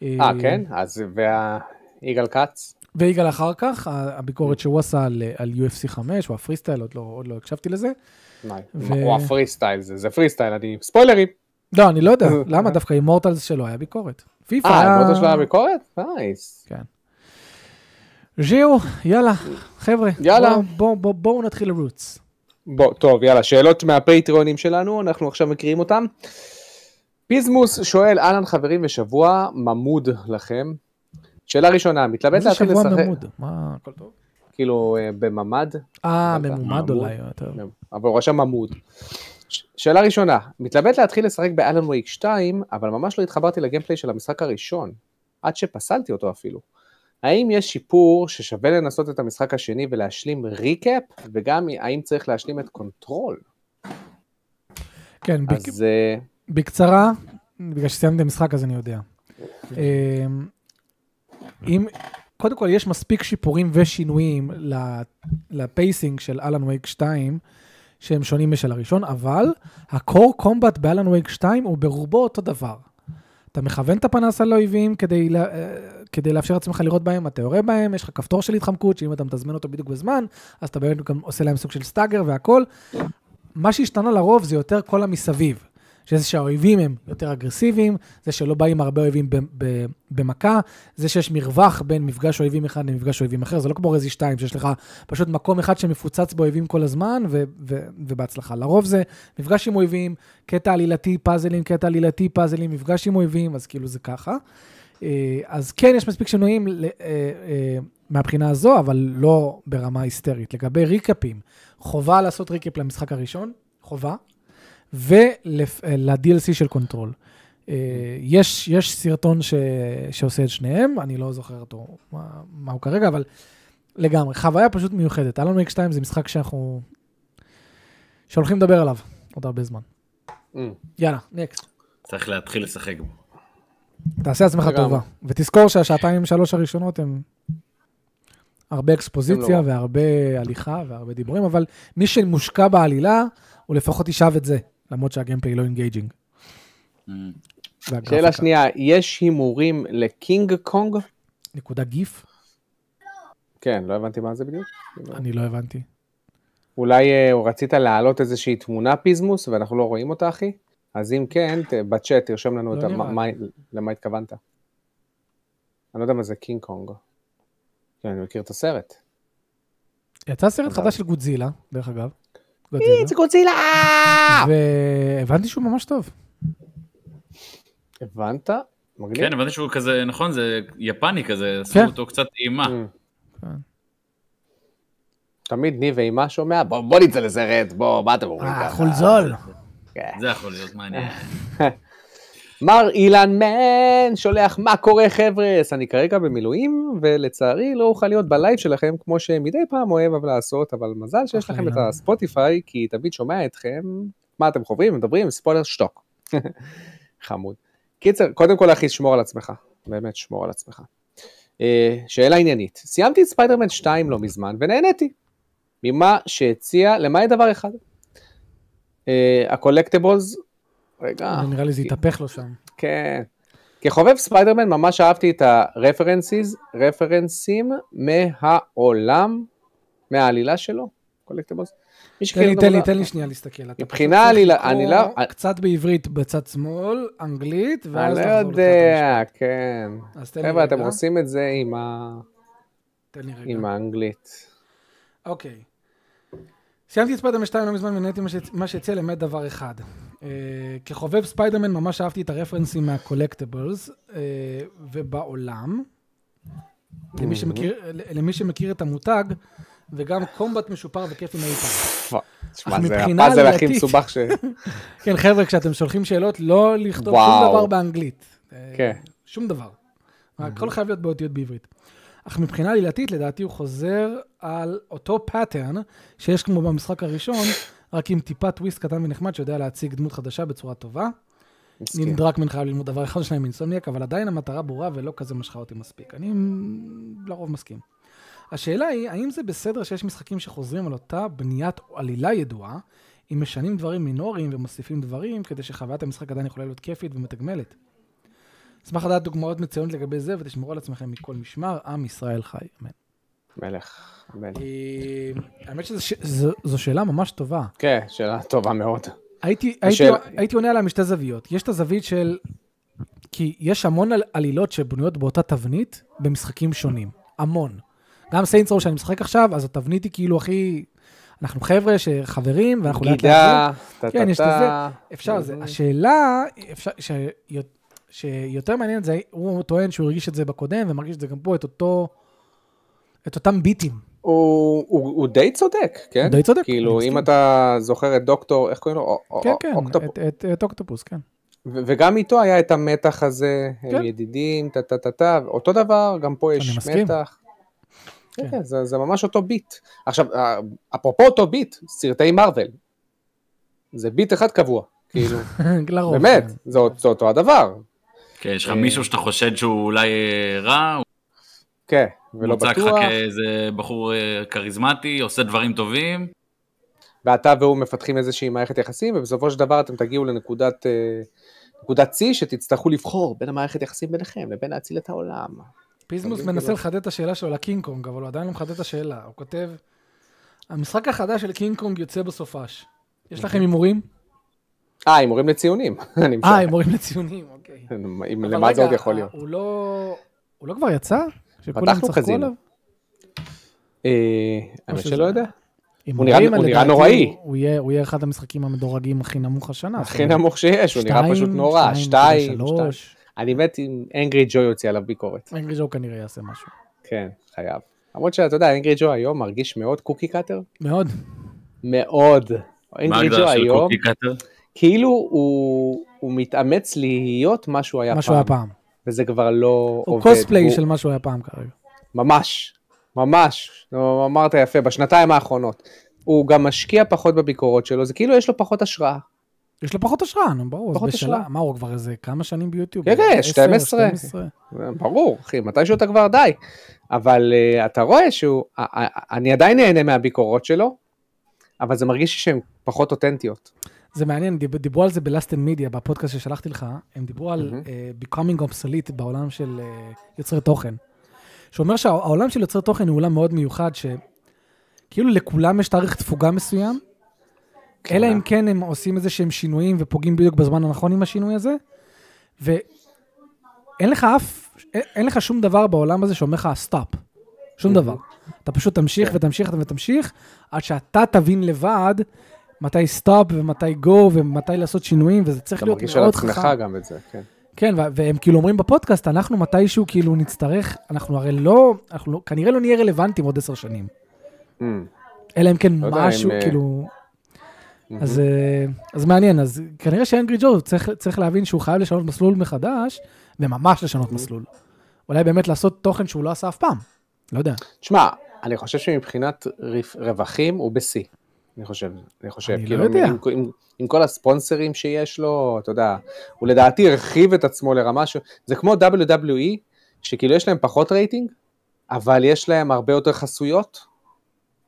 [SPEAKER 1] אה, כן? אז וה... יגאל כץ?
[SPEAKER 2] ויגאל אחר כך, ה- הביקורת שהוא עשה על, אה, על UFC 5, או הפרי סטייל, עוד לא, עוד לא הקשבתי לזה.
[SPEAKER 1] מה,
[SPEAKER 2] ו-
[SPEAKER 1] או הפרי סטייל זה, זה פרי סטייל, אני... ספוילרים. אה,
[SPEAKER 2] לא, אני לא יודע, למה דווקא עם מורטלס שלו היה ביקורת. פיפ"א
[SPEAKER 1] אה, באותו שלב
[SPEAKER 2] היה...
[SPEAKER 1] הביקורת? נייס.
[SPEAKER 2] כן. ז'יו, יאללה, חבר'ה.
[SPEAKER 1] יאללה.
[SPEAKER 2] בואו בוא, בוא, בוא נתחיל לרוץ.
[SPEAKER 1] בוא, טוב, יאללה, שאלות מהפטריונים שלנו, אנחנו עכשיו מקריאים אותם. פיזמוס שואל, אהלן חברים ושבוע ממוד לכם. שאלה ראשונה, מתלבט
[SPEAKER 2] איזה
[SPEAKER 1] להתחיל
[SPEAKER 2] שבוע
[SPEAKER 1] לשחק,
[SPEAKER 2] ממוד? מה, הכל טוב?
[SPEAKER 1] כאילו אה, בממד,
[SPEAKER 2] אה,
[SPEAKER 1] מה,
[SPEAKER 2] ממומד
[SPEAKER 1] ממוד?
[SPEAKER 2] אולי. יותר.
[SPEAKER 1] אבל הוא רשם עמוד. ש- שאלה ראשונה, מתלבט להתחיל לשחק באלן וייק 2, אבל ממש לא התחברתי לגיימפליי של המשחק הראשון, עד שפסלתי אותו אפילו. האם יש שיפור ששווה לנסות את המשחק השני ולהשלים ריקאפ, וגם האם צריך להשלים את קונטרול?
[SPEAKER 2] כן, ביק-
[SPEAKER 1] אז אה,
[SPEAKER 2] בקצרה, בגלל שסיימתי משחק אז אני יודע. אמ, אם, קודם כל, יש מספיק שיפורים ושינויים ל- לפייסינג של אלן וייק 2, שהם שונים משל הראשון, אבל הקור קומבט באלן וייק 2 הוא ברובו אותו דבר. אתה מכוון את הפנס על האויבים כדי, לה, אה, כדי לאפשר לעצמך לראות בהם, אתה יורה בהם, יש לך כפתור של התחמקות, שאם אתה מתזמן אותו בדיוק בזמן, אז אתה באמת גם עושה להם סוג של סטאגר והכל. מה שהשתנה לרוב זה יותר כל המסביב. שזה שהאויבים הם יותר אגרסיביים, זה שלא באים הרבה אויבים ב- ב- במכה, זה שיש מרווח בין מפגש אויבים אחד למפגש אויבים אחר, זה לא כמו רזי 2, שיש לך פשוט מקום אחד שמפוצץ באויבים כל הזמן, ו- ו- ובהצלחה. לרוב זה מפגש עם אויבים, קטע עלילתי פאזלים, קטע עלילתי פאזלים, מפגש עם אויבים, אז כאילו זה ככה. אה, אז כן, יש מספיק שינויים ל- אה, אה, מהבחינה הזו, אבל לא ברמה היסטרית. לגבי ריקאפים, חובה לעשות ריקאפ למשחק הראשון, חובה, ול-DLC של קונטרול.
[SPEAKER 1] Mm.
[SPEAKER 2] אה, יש, יש סרטון ש, שעושה את שניהם, אני לא זוכר אותו, מה, מה הוא כרגע, אבל לגמרי, חוויה פשוט מיוחדת. אלון וייק 2 זה משחק שאנחנו... שהולכים לדבר עליו עוד הרבה זמן.
[SPEAKER 1] אמ.
[SPEAKER 2] יאללה, נקסט.
[SPEAKER 3] צריך להתחיל לשחק בו.
[SPEAKER 2] תעשה לעצמך
[SPEAKER 1] לגמרי.
[SPEAKER 2] טובה. ותזכור שהשעתיים שלוש הראשונות הם הרבה אקספוזיציה
[SPEAKER 1] הם לא.
[SPEAKER 2] והרבה הליכה והרבה דיבורים, אבל מי שמושקע בעלילה, הוא לפחות ישאב את זה, למרות שהגיימפליי לא אינגייג'ינג.
[SPEAKER 3] אמ,
[SPEAKER 1] שאלה שנייה, יש הימורים לקינג קונג?
[SPEAKER 2] נקודה גיף?
[SPEAKER 1] כן, לא הבנתי מה זה בדיוק.
[SPEAKER 2] אני לא הבנתי.
[SPEAKER 1] אולי אה, רצית להעלות איזושהי תמונה פיזמוס ואנחנו לא רואים אותה, אחי? אז אם כן, ת- בצ'אט תרשום לנו
[SPEAKER 2] לא
[SPEAKER 1] את ה-
[SPEAKER 2] נראה
[SPEAKER 1] מה- מה- למה התכוונת. אני לא יודע מה זה קינג קונג. כן, אני מכיר את הסרט.
[SPEAKER 2] יצא סרט
[SPEAKER 1] אבל-
[SPEAKER 2] חדש של גודזילה, דרך אגב.
[SPEAKER 1] איץ גוצילה!
[SPEAKER 2] והבנתי שהוא ממש טוב.
[SPEAKER 1] הבנת? מגניב.
[SPEAKER 3] כן, הבנתי שהוא כזה, נכון, זה יפני כזה, עשו אותו קצת אימה.
[SPEAKER 1] Mm.
[SPEAKER 2] כן.
[SPEAKER 1] תמיד ניב אימה שומע, בוא בוא נצא לסרט, בוא, מה אתם
[SPEAKER 2] אה,
[SPEAKER 1] אומרים ככה?
[SPEAKER 2] חולזול.
[SPEAKER 1] כן.
[SPEAKER 3] זה יכול להיות מעניין.
[SPEAKER 1] מר אילן מן שולח מה קורה חבר'ס, אני כרגע במילואים ולצערי לא אוכל להיות בלייב שלכם כמו שמדי פעם אוהב אבל לעשות, אבל מזל שיש
[SPEAKER 2] אחלה
[SPEAKER 1] לכם את
[SPEAKER 2] אילן.
[SPEAKER 1] הספוטיפיי כי תמיד שומע אתכם, מה אתם חוברים, מדברים, ספוילר שתוק. חמוד. קיצר, קודם כל אחי, שמור על עצמך, באמת שמור על עצמך. אה, שאלה עניינית, סיימתי את ספיידרמן 2 לא מזמן ונהניתי ממה שהציע, למעט דבר אחד. אה, הקולקטיבולס, רגע.
[SPEAKER 2] אה, נראה לי זה התהפך לו שם.
[SPEAKER 1] כן. כחובב ספיידרמן ממש אהבתי את הרפרנסיז, רפרנסים מהעולם, מהעלילה שלו, קולקטיבוס. מי
[SPEAKER 2] תן לי,
[SPEAKER 1] שכן
[SPEAKER 2] תן לי,
[SPEAKER 1] יודע-
[SPEAKER 2] תן לי שנייה להסתכל. אתה פשוט
[SPEAKER 1] לא, מבחינה
[SPEAKER 2] צריך
[SPEAKER 1] עלילה-
[SPEAKER 2] לקרוא
[SPEAKER 1] עלילה-
[SPEAKER 2] קצת בעברית בצד שמאל, אנגלית,
[SPEAKER 1] אני
[SPEAKER 2] ואז
[SPEAKER 1] לא
[SPEAKER 2] לחזור לקראת
[SPEAKER 1] יודע, כן.
[SPEAKER 2] המשפט. אז תן לי
[SPEAKER 1] חבר'ה, אתם
[SPEAKER 2] רגע,
[SPEAKER 1] עושים את זה עם ה-
[SPEAKER 2] תן לי רגע.
[SPEAKER 1] עם האנגלית.
[SPEAKER 2] אוקיי. סיימתי את ספיידרמן 2 לא מזמן ונהניתי מה ש- מה שהציע למעט דבר אחד. אה, כחובב ספיידרמן ממש אהבתי את הרפרנסים מהקולקטיבלס אה, ובעולם. למי שמכיר, למי שמכיר את המותג, וגם קומבט משופר וכיף עם אי פעם.
[SPEAKER 1] פאק, תשמע,
[SPEAKER 2] אך
[SPEAKER 1] זה
[SPEAKER 2] מבחינה
[SPEAKER 1] הפאזל הכי
[SPEAKER 2] עלילתית-
[SPEAKER 1] מסובך ש...
[SPEAKER 2] כן, חבר'ה, כשאתם שולחים שאלות, לא לכתוב שום
[SPEAKER 1] וואו.
[SPEAKER 2] דבר באנגלית. אה,
[SPEAKER 1] כן. Mm-hmm.
[SPEAKER 2] שום דבר. הכל חייב להיות באותיות בעברית. אך מבחינה עלילתית, לדעתי הוא חוזר על אותו פאטרן שיש כמו במשחק הראשון, רק עם טיפה טוויסט קטן ונחמד שיודע להציג דמות חדשה בצורה טובה.
[SPEAKER 1] מסכים.
[SPEAKER 2] נין דרקמן חייב ללמוד דבר אחד או שניים מאינסומניאק, אבל עדיין המטרה ברורה ולא כזה משכה אותי מספיק. אני לרוב מסכים. השאלה היא, האם זה בסדר שיש משחקים שחוזרים על אותה בניית עלילה ידועה, אם משנים דברים מינוריים ומוסיפים דברים, כדי שחוויית המשחק עדיין יכולה להיות כיפית ומתגמלת? אשמח לדעת דוגמאות מצוינות לגבי זה, ותשמרו על עצמכם מכל משמר, עם ישראל חי, אמן.
[SPEAKER 1] מלך. מלך.
[SPEAKER 2] אה, האמת שזו שאלה ממש טובה.
[SPEAKER 1] כן, שאלה טובה מאוד.
[SPEAKER 2] הייתי, הייתי,
[SPEAKER 1] השאלה-
[SPEAKER 2] הייתי עונה עליה משתי זוויות. יש את הזווית של... כי יש המון על- עלילות שבנויות באותה תבנית במשחקים שונים. המון. גם סיינס שאני משחק עכשיו, אז התבנית היא כאילו הכי... אנחנו חבר'ה שחברים, ואנחנו לאט לאט... זה.
[SPEAKER 1] גידה, טה
[SPEAKER 2] כן,
[SPEAKER 1] טה
[SPEAKER 2] יש את
[SPEAKER 1] טה.
[SPEAKER 2] אפשר זה.
[SPEAKER 1] Mhm.
[SPEAKER 2] השאלה, אפשר, ש, שיותר מעניין זה, הוא טוען שהוא הרגיש את זה בקודם, ומרגיש את זה גם פה, את אותו... את אותם ביטים.
[SPEAKER 1] הוא, הוא, הוא די צודק, כן?
[SPEAKER 2] הוא די צודק,
[SPEAKER 1] כאילו,
[SPEAKER 2] אני
[SPEAKER 1] אם
[SPEAKER 2] מסכים.
[SPEAKER 1] אתה זוכר את דוקטור, איך קוראים לו?
[SPEAKER 2] כן, כן,
[SPEAKER 1] אוקטופ...
[SPEAKER 2] את- את- את אוקטופוס, כן.
[SPEAKER 1] ו- וגם איתו היה את המתח הזה,
[SPEAKER 2] כן.
[SPEAKER 1] הם ידידים, טה טה טה טה, אותו דבר, גם פה
[SPEAKER 2] אני
[SPEAKER 1] יש
[SPEAKER 2] מסכים.
[SPEAKER 1] מתח.
[SPEAKER 2] כן.
[SPEAKER 1] כן, כן, זה, זה ממש אותו ביט. עכשיו, אה, אפרופו אותו ביט, סרטי מארוול. זה ביט אחד קבוע, כאילו,
[SPEAKER 2] לרוב.
[SPEAKER 1] באמת,
[SPEAKER 2] כן.
[SPEAKER 1] זה אותו- זה אותו הדבר.
[SPEAKER 3] כן, יש לך
[SPEAKER 1] אה.
[SPEAKER 3] מישהו שאתה חושד שהוא אולי אה, רע, הוא
[SPEAKER 1] כן, ולא
[SPEAKER 3] מוצג לך
[SPEAKER 1] בטוח,
[SPEAKER 3] כאיזה בחור אה, כריזמטי, עושה דברים טובים.
[SPEAKER 1] ואתה והוא מפתחים איזושהי מערכת יחסים, ובסופו של דבר אתם תגיעו לנקודת אה, נקודת שיא שתצטרכו לבחור בין המערכת יחסים ביניכם לבין להציל את העולם.
[SPEAKER 2] פיזמוס
[SPEAKER 1] אבל
[SPEAKER 2] מנסה
[SPEAKER 1] כאילו-
[SPEAKER 2] לחדד את השאלה שלו לקינג קונג, אבל הוא עדיין לא מחדד את השאלה. הוא כותב,
[SPEAKER 1] אוקיי.
[SPEAKER 2] המשחק החדש של קינג קונג יוצא בסופש. יש לכם הימורים?
[SPEAKER 1] אה, הימורים לציונים. אני משער.
[SPEAKER 2] אה, הימורים לציונים, אוקיי.
[SPEAKER 1] אם-
[SPEAKER 2] אבל
[SPEAKER 1] למה זה
[SPEAKER 2] רגע,
[SPEAKER 1] עוד יכול
[SPEAKER 2] אה,
[SPEAKER 1] להיות?
[SPEAKER 2] הוא לא... הוא לא כבר יצא? שכולם
[SPEAKER 1] פתחנו
[SPEAKER 2] צחקו
[SPEAKER 1] קזינו.
[SPEAKER 2] עליו?
[SPEAKER 1] אה, האמת
[SPEAKER 2] שזה-
[SPEAKER 1] שלא יודע.
[SPEAKER 2] אם
[SPEAKER 1] הוא נראה-
[SPEAKER 2] אומרים,
[SPEAKER 1] הוא
[SPEAKER 2] לדעתי,
[SPEAKER 1] נראה נוראי.
[SPEAKER 2] הוא יהיה הוא יהיה אחד המשחקים המדורגים הכי נמוך השנה. זאת
[SPEAKER 1] הכי
[SPEAKER 2] אומרת,
[SPEAKER 1] נמוך שיש, הוא נראה
[SPEAKER 2] אה, שתיים,
[SPEAKER 1] פשוט נורא.
[SPEAKER 2] שתיים,
[SPEAKER 1] שתיים, שתיים.
[SPEAKER 2] שלוש.
[SPEAKER 1] אני מת אם אנגרי ג'ו יוציא עליו ביקורת.
[SPEAKER 2] אנגרי ג'ו כנראה יעשה משהו.
[SPEAKER 1] כן, חייב. למרות שאתה יודע, אנגרי ג'ו היום מרגיש מאוד קוקי קאטר.
[SPEAKER 2] מאוד.
[SPEAKER 1] מאוד.
[SPEAKER 3] מה
[SPEAKER 1] אנגרי ג'ו
[SPEAKER 3] ההגדרה של
[SPEAKER 1] היום,
[SPEAKER 3] קוקי קאטר?
[SPEAKER 1] כאילו הוא הוא מתאמץ להיות מה שהוא היה
[SPEAKER 2] מה שהוא היה
[SPEAKER 1] פעם.
[SPEAKER 2] פעם.
[SPEAKER 1] וזה כבר לא
[SPEAKER 2] הוא
[SPEAKER 1] עובד.
[SPEAKER 2] קוספליי
[SPEAKER 1] הוא-
[SPEAKER 2] של מה שהוא היה פעם כרגע.
[SPEAKER 1] ממש, ממש, נו, אמרת יפה, בשנתיים האחרונות. הוא גם משקיע פחות בביקורות שלו, זה כאילו יש לו פחות השראה.
[SPEAKER 2] יש לו פחות השראה, נו, ברור.
[SPEAKER 1] פחות
[SPEAKER 2] פחות השראה.
[SPEAKER 1] השראה.
[SPEAKER 2] מה, הוא כבר איזה כמה שנים ביוטיוב?
[SPEAKER 1] כן, כן,
[SPEAKER 2] עשר,
[SPEAKER 1] 12.
[SPEAKER 2] 12.
[SPEAKER 1] ברור, אחי, מתישהו אתה כבר די. אבל uh, אתה רואה שהוא, א- א- אני עדיין נהנה מהביקורות שלו, אבל זה מרגיש לי שהן פחות אותנטיות.
[SPEAKER 2] זה מעניין, דיב, דיברו על זה בלאסטן מידיה, בפודקאסט ששלחתי לך, הם דיברו על
[SPEAKER 1] מהמם.
[SPEAKER 2] uh, becoming obsolete בעולם של uh, יוצרי תוכן. שאומר שהעולם של יוצרי תוכן הוא עולם מאוד מיוחד, שכאילו לכולם יש תאריך תפוגה מסוים, אלא
[SPEAKER 1] אה.
[SPEAKER 2] אם כן הם עושים איזה שהם שינויים ופוגעים בדיוק בזמן הנכון עם השינוי הזה, ואין לך אף, אין, אין לך שום דבר בעולם הזה שאומר לך סטאפ, שום דבר. אתה פשוט תמשיך
[SPEAKER 1] כן.
[SPEAKER 2] ותמשיך ותמשיך, עד שאתה תבין לבד מתי סטאפ ומתי גו ומתי לעשות שינויים, וזה צריך
[SPEAKER 1] אתה
[SPEAKER 2] להיות
[SPEAKER 1] מרגיש על
[SPEAKER 2] מאוד
[SPEAKER 1] עצמך
[SPEAKER 2] חכם.
[SPEAKER 1] גם את זה, כן.
[SPEAKER 2] כן, ו- והם כאילו אומרים בפודקאסט, אנחנו מתישהו כאילו נצטרך, אנחנו הרי לא, אנחנו לא- כנראה לא נהיה רלוונטיים עוד עשר שנים.
[SPEAKER 1] Mm.
[SPEAKER 2] אלא אם כן
[SPEAKER 1] לא יודע,
[SPEAKER 2] משהו,
[SPEAKER 1] הם, אה,
[SPEAKER 2] כאילו...
[SPEAKER 1] mm-hmm.
[SPEAKER 2] אז, אה, אז מעניין, אז כנראה שאנגרי ג'ו צריך, צריך להבין שהוא חייב לשנות מסלול מחדש, וממש לשנות מסלול. אולי באמת לעשות תוכן שהוא לא עשה אף פעם, לא יודע.
[SPEAKER 1] תשמע, אני חושב שמבחינת רווח- רווחים הוא בשיא. אני חושב, אני חושב,
[SPEAKER 2] אני לא
[SPEAKER 1] כאילו, עם-
[SPEAKER 2] יודע.
[SPEAKER 1] עם, עם, עם כל הספונסרים שיש לו, אתה יודע, הוא לדעתי הרחיב את עצמו לרמה ש... זה כמו WWE, שכאילו יש להם פחות רייטינג, אבל יש להם הרבה יותר חסויות,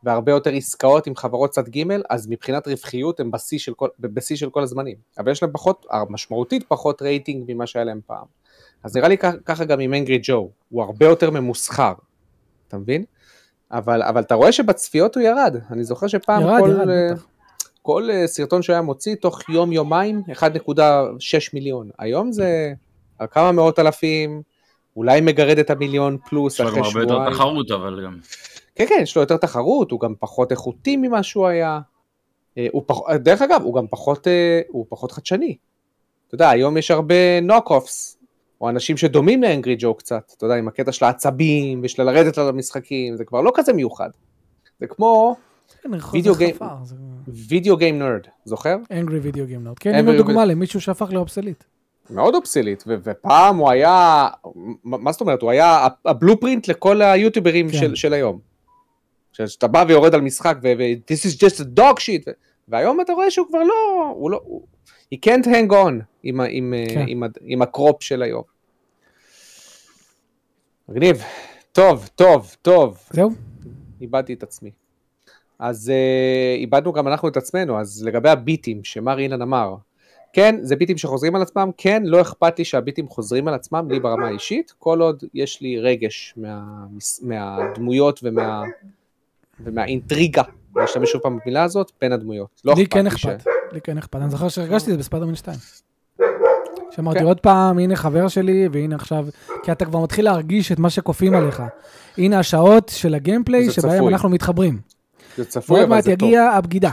[SPEAKER 1] והרבה יותר עסקאות עם חברות צד ג', אז מבחינת רווחיות הם בשיא של כל, בשיא של כל הזמנים. אבל יש להם פחות, משמעותית פחות רייטינג ממה שהיה להם פעם. אז נראה לי כ- ככה גם עם אנגרי ג'ו, הוא הרבה יותר ממוסחר, אתה מבין? אבל, אבל אתה רואה שבצפיות הוא ירד, אני זוכר שפעם
[SPEAKER 2] ירד,
[SPEAKER 1] כל,
[SPEAKER 2] ירד,
[SPEAKER 1] אה,
[SPEAKER 2] בטח.
[SPEAKER 1] כל אה, סרטון שהוא היה מוציא, תוך יום-יומיים, 1.6 מיליון. היום זה על כמה מאות אלפים, אולי מגרד את המיליון פלוס
[SPEAKER 3] יש לו גם
[SPEAKER 1] אחרי
[SPEAKER 3] הרבה יותר
[SPEAKER 1] שבועיים.
[SPEAKER 3] תחרות, אבל גם...
[SPEAKER 1] כן, כן, יש לו יותר תחרות, הוא גם פחות איכותי ממה שהוא היה. אה, הוא פח... דרך אגב, הוא גם פחות, אה, הוא פחות חדשני. אתה יודע, היום יש הרבה נוק-אופס, או אנשים שדומים לאנגרי ג'ו קצת, אתה יודע, עם הקטע של העצבים, ושל לרדת על המשחקים, זה כבר לא כזה מיוחד. זה כמו
[SPEAKER 2] כן, רחוב
[SPEAKER 1] וידאו
[SPEAKER 2] זה
[SPEAKER 1] גיים-
[SPEAKER 2] חפר, זה-
[SPEAKER 1] וידאו גיים נרד, זוכר?
[SPEAKER 2] אנגרי וידאו גיים נאוט. כן, הנה
[SPEAKER 1] Angry
[SPEAKER 2] דוגמה למישהו שהפך לאובסליט.
[SPEAKER 1] מאוד אובסילית, ו- ופעם הוא היה, מה מה זאת אומרת, הוא היה ה- הבלופרינט לכל היוטיוברים
[SPEAKER 2] כן.
[SPEAKER 1] של, של היום. ש- שאתה בא ויורד על משחק ו- ו- this is just a dog shit, ו- והיום אתה רואה שהוא כבר לא, הוא לא, הוא, he can't hang on עם, ה- עם, אה,
[SPEAKER 2] כן.
[SPEAKER 1] עם, ה- עם הקרופ של היום. מגניב, טוב, טוב, טוב,
[SPEAKER 2] זהו?
[SPEAKER 1] איבדתי את עצמי. אז אה, איבדנו גם אנחנו את עצמנו, אז לגבי הביטים שמר אילן אמר, כן, זה ביטים שחוזרים על עצמם, כן, לא אכפת לי שהביטים חוזרים על עצמם, לי ברמה האישית, כל עוד יש לי רגש מה, מהדמויות ומה, ומהאינטריגה, אני אשתמש שוב פעם במילה הזאת, בין הדמויות. לא
[SPEAKER 2] לי
[SPEAKER 1] אכפת
[SPEAKER 2] כן
[SPEAKER 1] לי ש...
[SPEAKER 2] אכפת, לי כן אכפת. אני זוכר שהרגשתי את זה בספיידרמן 2. שאמרתי
[SPEAKER 1] כן.
[SPEAKER 2] עוד פעם, הנה חבר שלי, והנה עכשיו, כי אתה כבר מתחיל להרגיש את מה שכופים עליך. הנה השעות של הגיימפליי
[SPEAKER 1] זה
[SPEAKER 2] שבהם
[SPEAKER 1] צפוי.
[SPEAKER 2] אנחנו מתחברים.
[SPEAKER 1] זה צפוי,
[SPEAKER 2] ועוד
[SPEAKER 1] אבל
[SPEAKER 2] מעט
[SPEAKER 1] זה טוב.
[SPEAKER 2] יגיע הבגידה.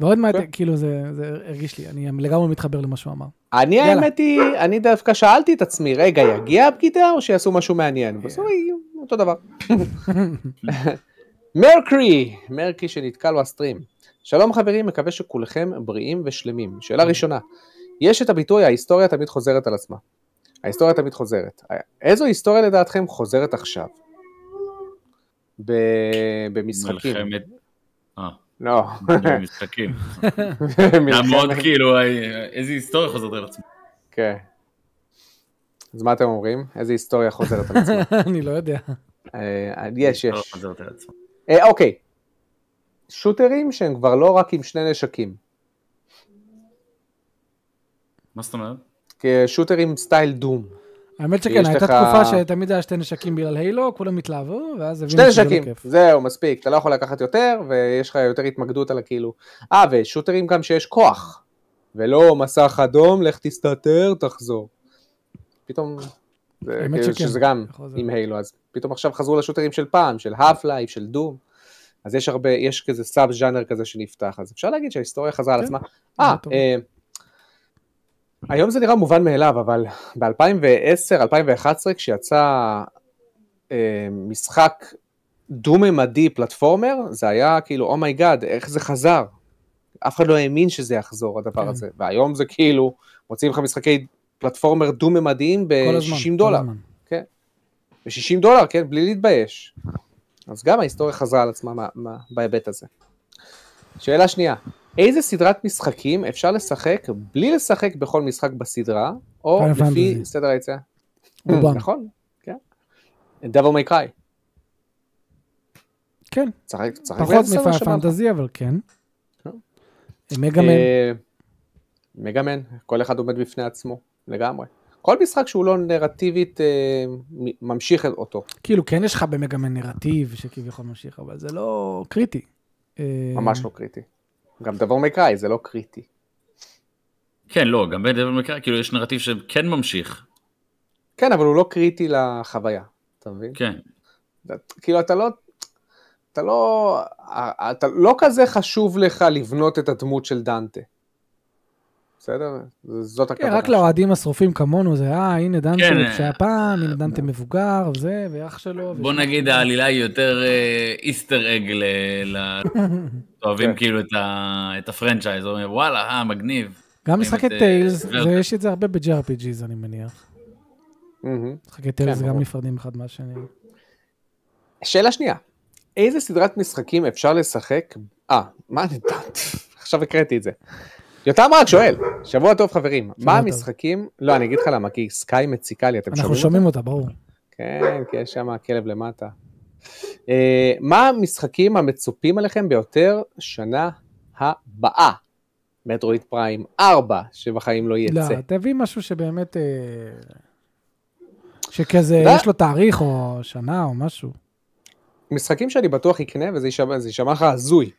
[SPEAKER 2] ועוד מעט,
[SPEAKER 1] כן.
[SPEAKER 2] כאילו זה זה הרגיש לי, אני לגמרי מתחבר למה שהוא אמר.
[SPEAKER 1] אני
[SPEAKER 2] יאללה.
[SPEAKER 1] האמת היא, אני דווקא שאלתי את עצמי, רגע, יגיע הבגידה או שיעשו משהו מעניין? בסוף היא אותו דבר. מרקרי, מרקרי שנתקע לו הסטרים. שלום חברים, מקווה שכולכם בריאים ושלמים. שאלה ראשונה, יש את הביטוי ההיסטוריה תמיד חוזרת על עצמה. ההיסטוריה תמיד חוזרת. איזו היסטוריה לדעתכם חוזרת עכשיו? ב... במשחקים.
[SPEAKER 3] מלחמת... אה,
[SPEAKER 1] לא.
[SPEAKER 3] משחקים. מאוד
[SPEAKER 1] מלחמת.
[SPEAKER 3] כאילו, אה, איזה היסטוריה חוזרת על עצמה.
[SPEAKER 1] כן. אז מה אתם אומרים? איזה היסטוריה חוזרת על עצמה?
[SPEAKER 2] אני לא יודע.
[SPEAKER 1] אה, יש,
[SPEAKER 3] היסטוריה
[SPEAKER 1] יש.
[SPEAKER 3] לא חוזרת על עצמה.
[SPEAKER 1] אה, אוקיי. שוטרים שהם כבר לא רק עם שני נשקים.
[SPEAKER 3] מה זאת אומרת?
[SPEAKER 1] שוטרים סטייל דום.
[SPEAKER 2] האמת
[SPEAKER 1] יש
[SPEAKER 2] שכן, הייתה
[SPEAKER 1] לך-
[SPEAKER 2] תקופה שתמיד היה שתי נשקים בגלל הילו, כולם התלהבו, ואז
[SPEAKER 1] שני
[SPEAKER 2] הבינו שזה לא
[SPEAKER 1] נשקים,
[SPEAKER 2] כיף.
[SPEAKER 1] זהו, מספיק. אתה לא יכול לקחת יותר, ויש לך יותר התמקדות על הכאילו. אה, ושוטרים גם שיש כוח. ולא מסך אדום, לך תסתתר, תחזור. פתאום, זה,
[SPEAKER 2] האמת
[SPEAKER 1] כאילו
[SPEAKER 2] שכן.
[SPEAKER 1] שזה גם
[SPEAKER 2] חוזר.
[SPEAKER 1] עם היילו, אז פתאום עכשיו חזרו לשוטרים של פעם, של האף לייב, של דום. אז יש הרבה, יש כזה סאב ז'אנר כזה שנפתח, אז אפשר להגיד שההיסטוריה חזרה על
[SPEAKER 2] כן,
[SPEAKER 1] עצמה.
[SPEAKER 2] זה
[SPEAKER 1] אה,
[SPEAKER 2] טוב.
[SPEAKER 1] אה, היום זה נראה מובן מאליו, אבל ב-2010, 2011, כשיצא אה, משחק דו-ממדי פלטפורמר, זה היה כאילו, אומייגאד, איך זה חזר. אף אחד לא האמין שזה יחזור, הדבר
[SPEAKER 2] כן.
[SPEAKER 1] הזה. והיום זה כאילו, מוצאים לך משחקי פלטפורמר דו-ממדיים
[SPEAKER 2] כל הזמן,
[SPEAKER 1] ב-60
[SPEAKER 2] כל
[SPEAKER 1] אה, דולר.
[SPEAKER 2] הזמן.
[SPEAKER 1] ב-60 דולר, כן? בלי להתבייש. אז גם ההיסטוריה חזרה על עצמה מה- מה- בהיבט הזה. שאלה שנייה, איזה סדרת משחקים אפשר לשחק בלי לשחק בכל משחק בסדרה, או
[SPEAKER 2] Final
[SPEAKER 1] לפי
[SPEAKER 2] Fantasy.
[SPEAKER 1] סדר היציאה?
[SPEAKER 2] רובם.
[SPEAKER 1] נכון, כן. דבל מי קריי.
[SPEAKER 2] כן,
[SPEAKER 1] צחק, צחק
[SPEAKER 2] פחות
[SPEAKER 1] באיזה סדר
[SPEAKER 2] מפייר
[SPEAKER 1] שבא לך.
[SPEAKER 2] פנטזי, אבל כן.
[SPEAKER 1] כן.
[SPEAKER 2] מגאמן,
[SPEAKER 1] אה, מגאמן, כל אחד עומד בפני עצמו, לגמרי. כל משחק שהוא לא נרטיבית אה, מ- ממשיך אותו,
[SPEAKER 2] כאילו כן יש לך במגאמן נרטיב שכביכול ממשיך, אבל זה לא קריטי. אה,
[SPEAKER 1] ממש לא קריטי. גם דבר מקראי זה לא קריטי.
[SPEAKER 3] כן, לא, גם בדבר מקרה, כאילו יש נרטיב שכן ממשיך.
[SPEAKER 1] כן, אבל הוא לא קריטי לחוויה, אתה מבין?
[SPEAKER 3] כן.
[SPEAKER 1] אתה- כאילו אתה לא, אתה לא, אתה לא כזה חשוב לך לבנות את הדמות של דנטה. בסדר? זאת
[SPEAKER 2] כן,
[SPEAKER 1] הכוונה.
[SPEAKER 2] רק לאוהדים השרופים כמונו זה, אה, הנה
[SPEAKER 3] כן,
[SPEAKER 2] דנטה
[SPEAKER 3] אה,
[SPEAKER 2] שהיה פעם, הנה דנטה מבוגר, וזה, ואח שלו.
[SPEAKER 3] בוא
[SPEAKER 2] וש-
[SPEAKER 3] נגיד העלילה היא יותר אה, איסטר אג ל- ל... אוהבים
[SPEAKER 1] כן.
[SPEAKER 3] כאילו את ה- את הפרנצ'ייז, אומרים וואלה, אה, מגניב.
[SPEAKER 2] גם משחקי
[SPEAKER 3] את, אה,
[SPEAKER 2] טיילס,
[SPEAKER 3] ורטה.
[SPEAKER 2] זה- יש את זה הרבה ב-JRPGs, אני מניח.
[SPEAKER 1] מהמם.
[SPEAKER 2] משחקי טיילס
[SPEAKER 1] כן, ברור.
[SPEAKER 2] גם נפרדים אחד מהשני.
[SPEAKER 1] שאלה שנייה, איזה סדרת משחקים אפשר לשחק? אה, מה נתת? עכשיו הקראתי את זה. יותם רק שואל, שבוע טוב חברים, מה
[SPEAKER 2] טוב.
[SPEAKER 1] המשחקים, לא אני אגיד לך למה, כי סקאי מציקה לי, אתם שומעים?
[SPEAKER 2] אנחנו
[SPEAKER 1] אותה?
[SPEAKER 2] שומעים אותה, ברור.
[SPEAKER 1] כן, כי יש שם כלב למטה. אה, מה המשחקים המצופים עליכם ביותר שנה הבאה? מטרואיד פריים 4, שבחיים לא יצא.
[SPEAKER 2] לא, תביא משהו שבאמת... אה, שכזה,
[SPEAKER 1] לא.
[SPEAKER 2] יש לו תאריך או שנה או משהו. מש
[SPEAKER 1] משחקים שאני בטוח אקנה, וזה יישמע זה יישמע לך הזוי.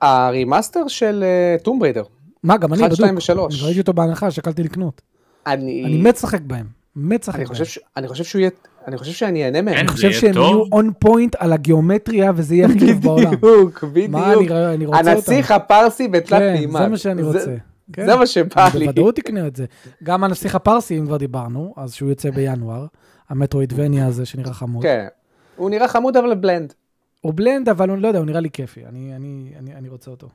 [SPEAKER 1] הרימאסטר של אה, טום בריידר,
[SPEAKER 2] מה, גם אני
[SPEAKER 1] 1, 2
[SPEAKER 2] בדוק.
[SPEAKER 1] ו-3.
[SPEAKER 2] אני ראיתי אותו בהנחה, שקלתי לקנות. אני מת לשחק בהם. מת לשחק
[SPEAKER 1] אני
[SPEAKER 2] בהם.
[SPEAKER 1] חושב ש- אני חושב שהוא יהיה, אני חושב שאני אהנה מהם.
[SPEAKER 3] אין,
[SPEAKER 2] אני
[SPEAKER 3] זה
[SPEAKER 2] חושב
[SPEAKER 3] יהיה
[SPEAKER 2] שהם
[SPEAKER 3] טוב?
[SPEAKER 2] יהיו און פוינט על הגיאומטריה, וזה יהיה הכי טוב בעולם.
[SPEAKER 1] בדיוק, בדיוק.
[SPEAKER 2] מה, אני ר- אני רוצה אותם.
[SPEAKER 1] הנסיך הפרסי בתלת
[SPEAKER 2] כן,
[SPEAKER 1] מימד.
[SPEAKER 2] זה מה שאני רוצה. כן.
[SPEAKER 1] זה מה שבא
[SPEAKER 2] אני
[SPEAKER 1] לי.
[SPEAKER 2] בוודאות יקנה את זה. גם הנסיך הפרסי, אם כבר דיברנו, אז שהוא יוצא בינואר, המטרואידבניה הזה שנראה חמוד.
[SPEAKER 1] כן. הוא נראה חמוד אבל בלנד.
[SPEAKER 2] הוא בלנד, אבל הוא לא יודע, הוא נראה לי כיפי, אני- אני אני- אני רוצה אותו. אה,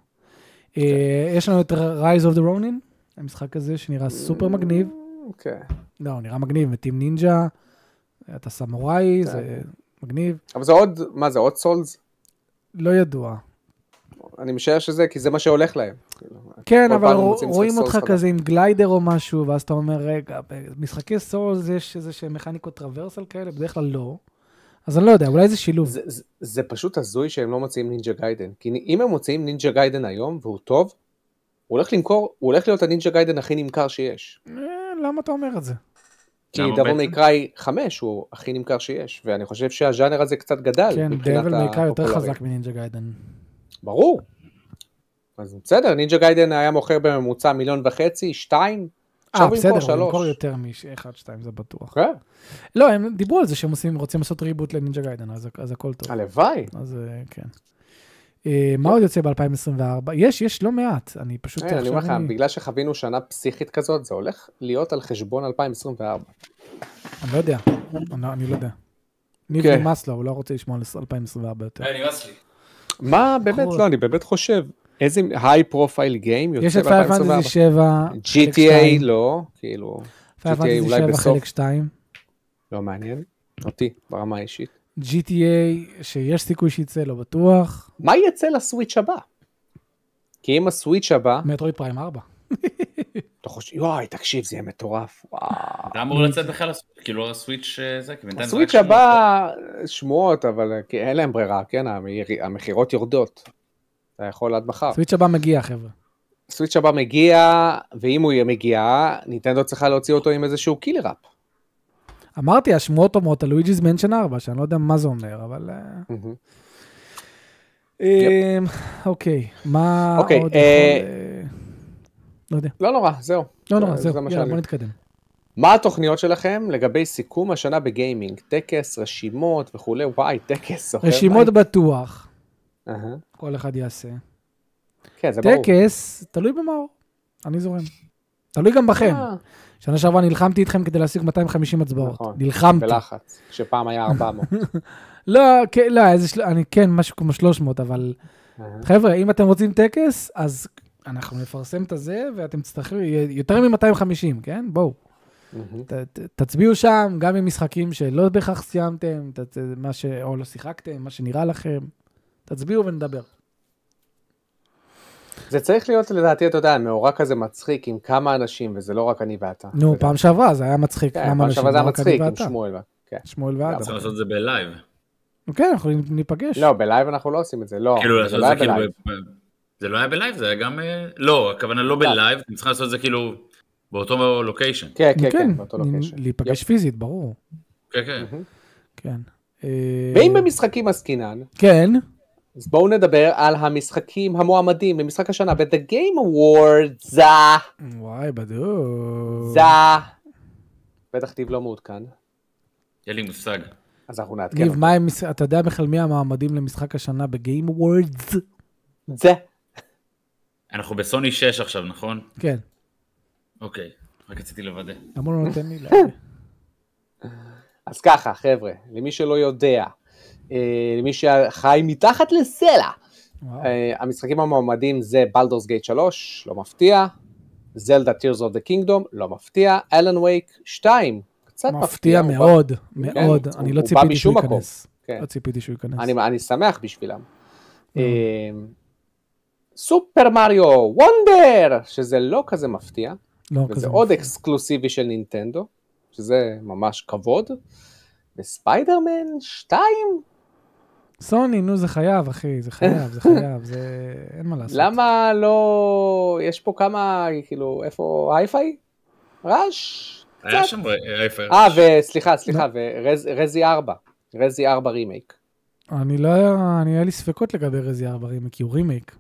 [SPEAKER 1] אוקיי.
[SPEAKER 2] יש לנו את Rise of the Ronin, המשחק הזה שנראה סופר מגניב.
[SPEAKER 1] כן.
[SPEAKER 2] לא, הוא נראה מגניב, מתים נינג'ה, אתה סמוראי,
[SPEAKER 1] כן.
[SPEAKER 2] זה מגניב.
[SPEAKER 1] אבל זה עוד, מה זה עוד סולס?
[SPEAKER 2] לא ידוע.
[SPEAKER 1] אני משער שזה, כי זה מה שהולך להם.
[SPEAKER 2] כן,
[SPEAKER 1] אוקיי. כל
[SPEAKER 2] אבל
[SPEAKER 1] פעם הם
[SPEAKER 2] רוא-
[SPEAKER 1] מוצאים משחק
[SPEAKER 2] רואים
[SPEAKER 1] סולס
[SPEAKER 2] אותך
[SPEAKER 1] חדש.
[SPEAKER 2] כזה עם גליידר או משהו, ואז אתה אומר, רגע, במשחקי סולס יש איזה שהם מכניקות טרוורסל כאלה? בדרך כלל לא. אז אני לא יודע, אולי זה שילוב.
[SPEAKER 1] זה, זה, זה פשוט הזוי שהם לא מוציאים נינג'ה גיידן. כי אם הם מוציאים נינג'ה גיידן היום, והוא טוב, הוא הולך למכור, הוא הולך להיות הנינג'ה גיידן הכי נמכר שיש.
[SPEAKER 2] אה, למה אתה אומר את זה?
[SPEAKER 1] כי
[SPEAKER 3] למה
[SPEAKER 1] דאבל
[SPEAKER 3] בעצם?
[SPEAKER 1] מייקראי 5 הוא הכי נמכר שיש, ואני חושב שהז'אנר הזה קצת גדל.
[SPEAKER 2] כן,
[SPEAKER 1] מבחינת
[SPEAKER 2] דבל מייקר יותר
[SPEAKER 1] הפופולריות.
[SPEAKER 2] חזק מנינג'ה גיידן.
[SPEAKER 1] ברור. אז בסדר, נינג'ה גיידן היה מוכר בממוצע מיליון וחצי, שתיים,
[SPEAKER 2] אה,
[SPEAKER 1] עכשיו הוא
[SPEAKER 2] בסדר,
[SPEAKER 1] ימכור
[SPEAKER 2] הוא ימכור
[SPEAKER 1] שלוש.
[SPEAKER 2] יותר מ-1-2, זה בטוח.
[SPEAKER 1] כן,
[SPEAKER 2] לא, הם דיברו על זה שהם עושים- רוצים לעשות ריבוט לנינג'ה גיידן, אז אז הכל טוב.
[SPEAKER 1] הלוואי.
[SPEAKER 2] אז אה, כן. אה, מה עוד יוצא ב-2024? יש, יש לא מעט, אני פשוט...
[SPEAKER 1] אין, אה, אני
[SPEAKER 2] עכשיו
[SPEAKER 1] אומר לך,
[SPEAKER 2] אני-
[SPEAKER 1] בגלל שחווינו שנה פסיכית כזאת, זה הולך להיות על חשבון 2024.
[SPEAKER 2] אני לא יודע, אני לא- אני לא יודע. ניב
[SPEAKER 1] כן.
[SPEAKER 2] נמאס לו, הוא לא רוצה לשמוע על 2024
[SPEAKER 1] אה,
[SPEAKER 2] יותר.
[SPEAKER 3] נמאס לי.
[SPEAKER 1] מה, באמת, לא, אני באמת חושב, איזה היי פרופייל גיים
[SPEAKER 2] נכון. יש
[SPEAKER 1] יוצא
[SPEAKER 2] את פייר פנטזי
[SPEAKER 1] ב-2024.
[SPEAKER 2] 7,
[SPEAKER 1] GTA לא, כאילו,
[SPEAKER 2] פייר
[SPEAKER 1] GTA
[SPEAKER 2] פנטזי
[SPEAKER 1] אולי
[SPEAKER 2] 7
[SPEAKER 1] בסוף.
[SPEAKER 2] חלק 2,
[SPEAKER 1] לא מעניין אותי ברמה האישית.
[SPEAKER 2] GTA שיש סיכוי שיצא, לא בטוח,
[SPEAKER 1] מה יצא לסוויץ' הבא? כי אם הסוויץ' הבא,
[SPEAKER 2] מטרואיד פריים 4.
[SPEAKER 1] אה. אתה חושב, יואי, תקשיב, זה יהיה מטורף, וואו.
[SPEAKER 3] אתה אמור לצאת בכלל, לס- כאילו הסוויץ' אה, זה, כי בינתיים זה רק
[SPEAKER 1] הסוויץ'
[SPEAKER 3] שמועות.
[SPEAKER 1] הבא, שמועות, אבל כי אין להם ברירה, כן, המהיר- המכירות יורדות. אתה יכול עד מחר.
[SPEAKER 2] סוויץ' הבא מגיע, חבר'ה.
[SPEAKER 1] סוויץ' הבא מגיע, ואם הוא יהיה מגיע, ניטנדו צריכה להוציא אותו עם איזשהו קילר אפ.
[SPEAKER 2] אמרתי, השמועות אומרות על לואיג'יז מנשן 4, שאני לא יודע מה זה אומר, אבל... אה, אמ, אוקיי, מה
[SPEAKER 1] אוקיי,
[SPEAKER 2] עוד יכול...
[SPEAKER 1] אה,
[SPEAKER 2] אה, לא יודע.
[SPEAKER 1] לא נורא, זהו.
[SPEAKER 2] לא נורא,
[SPEAKER 1] זה
[SPEAKER 2] זהו,
[SPEAKER 1] מה
[SPEAKER 2] יאללה,
[SPEAKER 1] שאני-
[SPEAKER 2] בוא נתקדם.
[SPEAKER 1] מה התוכניות שלכם לגבי סיכום השנה בגיימינג? טקס, רשימות וכולי, וואי, טקס. זוכר?
[SPEAKER 2] רשימות
[SPEAKER 1] וואי.
[SPEAKER 2] בטוח,
[SPEAKER 1] אהה.
[SPEAKER 2] כל אחד יעשה.
[SPEAKER 1] כן, זה ברור.
[SPEAKER 2] טקס, תלוי במאור, אני זורם. תלוי גם בכם.
[SPEAKER 1] אה,
[SPEAKER 2] שנה שעברה נלחמתי איתכם כדי להשיג 250 הצבעות.
[SPEAKER 1] נכון.
[SPEAKER 2] נלחמתי.
[SPEAKER 1] בלחץ, שפעם היה 400.
[SPEAKER 2] לא, כן, לא, איזה של... אני כן, משהו כמו 300, אבל...
[SPEAKER 1] אה. אהה.
[SPEAKER 2] חבר'ה, אם אתם רוצים טקס, אז אנחנו נפרסם את הזה, ואתם תצטרכו... יהיה יותר מ-250, כן? בואו.
[SPEAKER 1] מהמם.
[SPEAKER 2] ת, ת, תצביעו שם, גם עם משחקים שלא בהכרח סיימתם, ת, ת, מה ש... או לא שיחקתם, מה שנראה לכם. תצביעו ונדבר.
[SPEAKER 1] זה צריך להיות לדעתי, אתה יודע, מאורע כזה מצחיק עם כמה אנשים, וזה לא רק אני ואתה. אתה
[SPEAKER 2] נו,
[SPEAKER 1] יודע.
[SPEAKER 2] פעם שעברה זה היה מצחיק.
[SPEAKER 1] כן,
[SPEAKER 2] כמה
[SPEAKER 1] פעם
[SPEAKER 2] אנשים,
[SPEAKER 1] שעברה זה היה
[SPEAKER 2] לא רק אני
[SPEAKER 1] מצחיק עם
[SPEAKER 2] ואתה.
[SPEAKER 1] שמואל. כן.
[SPEAKER 2] שמואל
[SPEAKER 3] צריך
[SPEAKER 2] ואתה.
[SPEAKER 1] אבל-
[SPEAKER 3] לעשות את זה בלייב.
[SPEAKER 2] כן, אנחנו ניפגש.
[SPEAKER 1] לא, בלייב אנחנו לא עושים את זה, לא.
[SPEAKER 3] כאילו
[SPEAKER 1] זה
[SPEAKER 3] לעשות
[SPEAKER 1] לא
[SPEAKER 3] את זה
[SPEAKER 1] היה
[SPEAKER 3] כאילו...
[SPEAKER 1] בלייב.
[SPEAKER 3] ב- זה לא היה בלייב, זה היה גם... אה, לא, הכוונה לא
[SPEAKER 1] לא.
[SPEAKER 3] בלייב, אתם צריכים לעשות את זה כאילו באותו לוקיישן.
[SPEAKER 1] כן,
[SPEAKER 2] נו,
[SPEAKER 1] כן, כן,
[SPEAKER 2] כן,
[SPEAKER 1] באותו
[SPEAKER 2] ני-
[SPEAKER 1] לוקיישן.
[SPEAKER 2] להיפגש פיזית, ברור.
[SPEAKER 3] כן, כן.
[SPEAKER 2] כן.
[SPEAKER 1] ואם
[SPEAKER 2] אה,
[SPEAKER 1] במשחקים עסקינן,
[SPEAKER 2] כן,
[SPEAKER 1] אז בואו נדבר על המשחקים המועמדים למשחק השנה ב-The Game Awards. זה.
[SPEAKER 2] וואי, בדיוק.
[SPEAKER 1] זה. בטח טיב לא מעודכן,
[SPEAKER 3] אין לי מושג.
[SPEAKER 1] אז אנחנו נעדכן.
[SPEAKER 2] ניב, מה הם, אתה יודע בכלל מי המועמדים למשחק השנה בגיים וורדס?
[SPEAKER 1] זה.
[SPEAKER 3] אנחנו בסוני 6 עכשיו, נכון?
[SPEAKER 2] כן,
[SPEAKER 3] אוקיי, רק רציתי לוודא.
[SPEAKER 2] למה הוא לא נותן לי? לה-
[SPEAKER 1] אז ככה, חבר'ה, למי שלא יודע, אה, למי שחי מתחת לסלע,
[SPEAKER 2] וואו.
[SPEAKER 1] אה, המשחקים המועמדים זה בלדורס גייט 3, לא מפתיע, זלדה טירס אוף דה קינגדום, לא מפתיע, אלן וייק 2, קצת מפתיע.
[SPEAKER 2] מפתיע
[SPEAKER 1] הוא בא-
[SPEAKER 2] מאוד,
[SPEAKER 1] כן,
[SPEAKER 2] מאוד.
[SPEAKER 1] הוא-
[SPEAKER 2] אני
[SPEAKER 1] הוא
[SPEAKER 2] לא
[SPEAKER 1] בא
[SPEAKER 2] ציפיתי
[SPEAKER 1] משום
[SPEAKER 2] שהוא
[SPEAKER 1] מקום.
[SPEAKER 2] ייכנס.
[SPEAKER 1] כן.
[SPEAKER 2] לא ציפיתי שהוא ייכנס.
[SPEAKER 1] אני, אני שמח בשבילם. אה, סופר מריו וונדר, שזה לא כזה מפתיע,
[SPEAKER 2] לא,
[SPEAKER 1] וזה
[SPEAKER 2] כזה.
[SPEAKER 1] עוד אקסקלוסיבי של נינטנדו, שזה ממש כבוד. וספיידרמן 2?
[SPEAKER 2] סוני, נו, זה חייב, אחי, זה חייב, זה חייב, זה... אין מה לעשות.
[SPEAKER 1] למה לא... יש פה כמה, כאילו, איפה הייפיי? רעש?
[SPEAKER 3] היה
[SPEAKER 1] קצת.
[SPEAKER 3] שם רייפר.
[SPEAKER 1] אה, וסליחה,
[SPEAKER 2] לא.
[SPEAKER 1] סליחה, ורזי 4, רזי 4 רימייק.
[SPEAKER 2] אני לא... אני, היה לי ספקות לגבי רזי ארבע רימייק, כי הוא רימייק.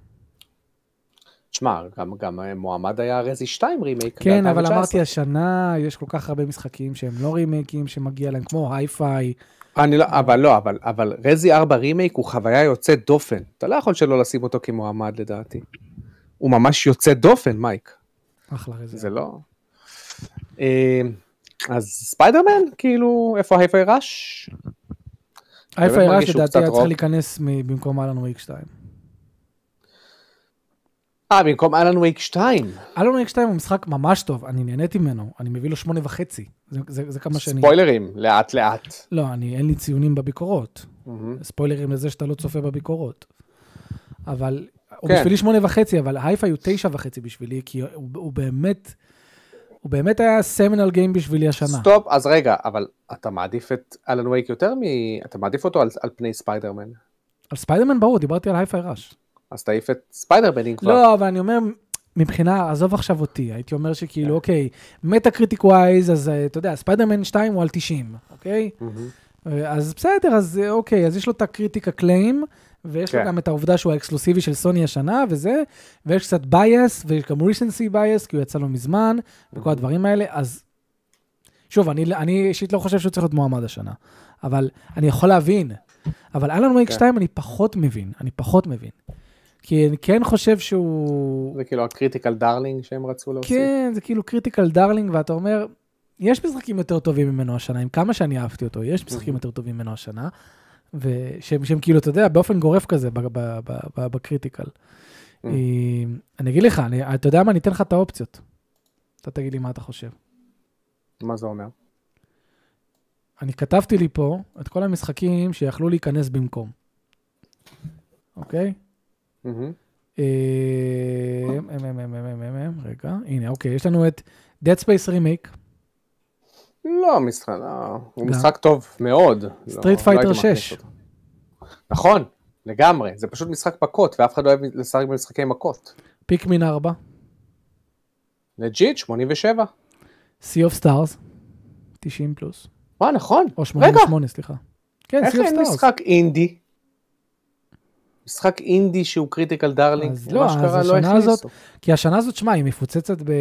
[SPEAKER 1] תשמע, גם, גם אה, מועמד היה רזי 2 רימייק.
[SPEAKER 2] כן, אבל
[SPEAKER 1] ב- 2019.
[SPEAKER 2] אמרתי, השנה יש כל כך הרבה משחקים שהם לא רימייקים, שמגיע להם, כמו הייפיי.
[SPEAKER 1] אני לא, אבל לא, אבל, אבל רזי 4 רימייק הוא חוויה יוצאת דופן. אתה לא יכול שלא לשים אותו כמועמד לדעתי. הוא ממש יוצא דופן, מייק.
[SPEAKER 2] אחלה רזי.
[SPEAKER 1] זה לא... אה, אז ספיידרמן, כאילו, איפה הייפיי ראש?
[SPEAKER 2] הייפיי
[SPEAKER 1] באמת
[SPEAKER 2] רש
[SPEAKER 1] מרגיש שהוא
[SPEAKER 2] לדעתי
[SPEAKER 1] קצת
[SPEAKER 2] היה צריך
[SPEAKER 1] רוב.
[SPEAKER 2] להיכנס מ- במקום אלן וייק 2.
[SPEAKER 1] אה, במקום אלן וייק 2.
[SPEAKER 2] אלן וייק 2 הוא משחק ממש טוב, אני נהניתי ממנו, אני מביא לו שמונה וחצי. זה- זה זה כמה שאני...
[SPEAKER 1] ספוילרים, לאט לאט.
[SPEAKER 2] לא, אני, אין לי ציונים בביקורות.
[SPEAKER 1] מהמם.
[SPEAKER 2] ספוילרים לזה שאתה לא צופה בביקורות. אבל, הוא
[SPEAKER 1] כן.
[SPEAKER 2] בשבילי שמונה וחצי, אבל הייפיי הוא תשע וחצי בשבילי, כי הוא, הוא באמת, הוא באמת היה סמינל גיים בשבילי השנה.
[SPEAKER 1] סטופ, אז רגע, אבל אתה מעדיף את אלן וייק יותר מ... אתה מעדיף אותו על, על פני ספיידרמן.
[SPEAKER 2] על ספיידרמן ברור, דיברתי על הייפיי רש.
[SPEAKER 1] אז תעיף את ספיידרמן אם כבר.
[SPEAKER 2] לא, אבל אני אומר, מבחינה, עזוב עכשיו אותי, הייתי אומר
[SPEAKER 1] כן.
[SPEAKER 2] שכאילו, אוקיי, מטה קריטיק ווייז, אז אה, אתה יודע, ספיידרמן 2 הוא על 90, אוקיי?
[SPEAKER 1] מהמם.
[SPEAKER 2] אה, אז בסדר, אז אה, אוקיי, אז יש לו את הקריטיק הקליים, ויש לו
[SPEAKER 1] כן.
[SPEAKER 2] גם את העובדה שהוא האקסקלוסיבי של סוני השנה וזה, ויש קצת בייס, ויש גם ריסנסי בייס, כי הוא יצא לו מזמן,
[SPEAKER 1] Mm-hmm.
[SPEAKER 2] וכל הדברים האלה, אז... שוב, אני, אני אישית לא חושב שהוא צריך להיות מועמד השנה, אבל אני יכול להבין. אבל אלן וייק
[SPEAKER 1] כן.
[SPEAKER 2] 2 אני פחות מבין, אני פחות מבין. כי אני כן חושב שהוא...
[SPEAKER 1] זה כאילו הקריטיקל דארלינג שהם רצו להוסיף.
[SPEAKER 2] כן, זה כאילו קריטיקל דארלינג, ואתה אומר, יש משחקים יותר טובים ממנו השנה, עם כמה שאני אהבתי אותו, יש משחקים יותר טובים ממנו השנה, ושהם שהם כאילו, אתה יודע, באופן גורף כזה, ב- ב- ב- ב- בקריטיקל.
[SPEAKER 1] Mm.
[SPEAKER 2] אה, אני אגיד לך, אני- אתה יודע מה, אני אתן לך את האופציות. אתה תגיד לי מה אתה חושב. כן.
[SPEAKER 1] מה זה אומר?
[SPEAKER 2] אני כתבתי לי פה את כל המשחקים שיכלו להיכנס במקום. אוקיי?
[SPEAKER 1] מהמם.
[SPEAKER 2] אה, אמ, אמ, אמ, אמ, אמ, אמ, אמ, רגע, הנה, אוקיי, יש לנו את Dead Space Remake,
[SPEAKER 1] לא, משחק, לא. הוא
[SPEAKER 2] גם.
[SPEAKER 1] משחק טוב מאוד. לא-
[SPEAKER 2] Street
[SPEAKER 1] לא הייתי
[SPEAKER 2] Fighter
[SPEAKER 1] מכניס
[SPEAKER 2] 6.
[SPEAKER 1] אותו. נכון, לגמרי. זה פשוט משחק מכות, ואף אחד לא אוהב לשחק במשחקי מכות.
[SPEAKER 2] פיקמין 4,
[SPEAKER 1] לג'יט, 87.
[SPEAKER 2] Sea of Stars, 90 פלוס,
[SPEAKER 1] וואי, נכון.
[SPEAKER 2] או
[SPEAKER 1] רגע,
[SPEAKER 2] 88, סליחה. כן,
[SPEAKER 1] איך
[SPEAKER 2] Sea of
[SPEAKER 1] אין
[SPEAKER 2] Stars.
[SPEAKER 1] משחק אינדי? משחק אינדי שהוא קריטיקל דארלינג,
[SPEAKER 2] אז לא,
[SPEAKER 1] מה
[SPEAKER 2] אז
[SPEAKER 1] שקרה לא
[SPEAKER 2] השנה
[SPEAKER 1] הכניס
[SPEAKER 2] הזאת-
[SPEAKER 1] אותו.
[SPEAKER 2] כי השנה הזאת, שמע, היא מפוצצת ב...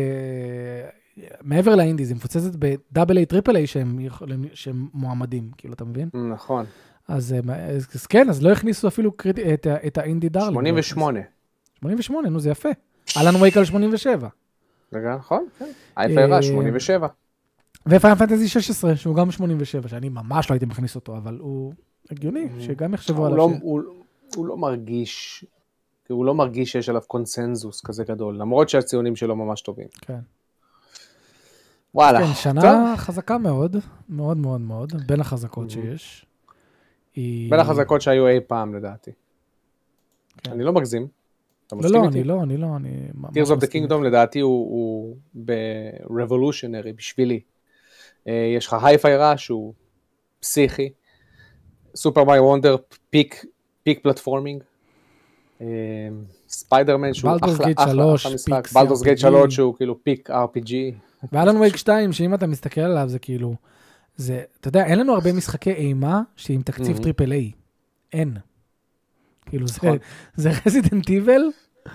[SPEAKER 2] מעבר לאינדיז, היא מפוצצת בדאבל איי, טריפל איי שהם יכולים- שהם מועמדים, כאילו, אתה מבין?
[SPEAKER 1] נכון,
[SPEAKER 2] אז אה, מה- אז אז כן, אז לא הכניסו אפילו קריט... את, ה- את האינדי דארלינג. לא הכניסו.
[SPEAKER 1] 88.
[SPEAKER 2] 88, נו, זה יפה. אלן וייק על 87.
[SPEAKER 1] רגע, נכון, כן. ה-FRA,
[SPEAKER 2] אה,
[SPEAKER 1] 87.
[SPEAKER 2] ופיין פנטזי 16, שהוא גם 87, שאני ממש לא הייתי מכניס אותו, אבל הוא הגיוני, שגם יחשבו
[SPEAKER 1] הוא
[SPEAKER 2] עליו.
[SPEAKER 1] לא-
[SPEAKER 2] ש-
[SPEAKER 1] הוא הוא לא מרגיש, הוא לא מרגיש שיש עליו קונסנזוס כזה גדול, למרות שהציונים שלו ממש טובים.
[SPEAKER 2] כן.
[SPEAKER 1] וואלה.
[SPEAKER 2] כן,
[SPEAKER 1] טוב,
[SPEAKER 2] שנה חזקה מאוד, מאוד מאוד מאוד, בין החזקות שיש. היא-
[SPEAKER 1] אוקיי. בין החזקות שהיו אי פעם לדעתי.
[SPEAKER 2] כן.
[SPEAKER 1] אני לא מגזים. אתה
[SPEAKER 2] לא,
[SPEAKER 1] מסכים
[SPEAKER 2] לא,
[SPEAKER 1] איתי?
[SPEAKER 2] אני לא, אני לא, אני... ממש
[SPEAKER 1] Tears of the
[SPEAKER 2] מסכים.
[SPEAKER 1] Kingdom לדעתי הוא, הוא ב-revolutionary בשבילי. אה, יש לך הייפיי רע שהוא פסיכי, סופר מיי וונדר פיק, פיק פלטפורמינג, אה, ספיידרמן שהוא
[SPEAKER 2] Baldur's
[SPEAKER 1] אחלה,
[SPEAKER 2] Gate
[SPEAKER 1] אחלה,
[SPEAKER 2] שלוש,
[SPEAKER 1] אחלה משחק,
[SPEAKER 2] פיק
[SPEAKER 1] בלדורס גייט
[SPEAKER 2] CRPG.
[SPEAKER 1] 3 שהוא כאילו פיק RPG,
[SPEAKER 2] ואלן וייק 2, שאם אתה מסתכל עליו, זה כאילו, זה, אתה יודע, אין לנו הרבה משחקי אימה שעם תקציב
[SPEAKER 1] Mhm.
[SPEAKER 2] טריפל איי. אין. כאילו, זה-
[SPEAKER 1] נכון.
[SPEAKER 2] זה רזידנט איבל,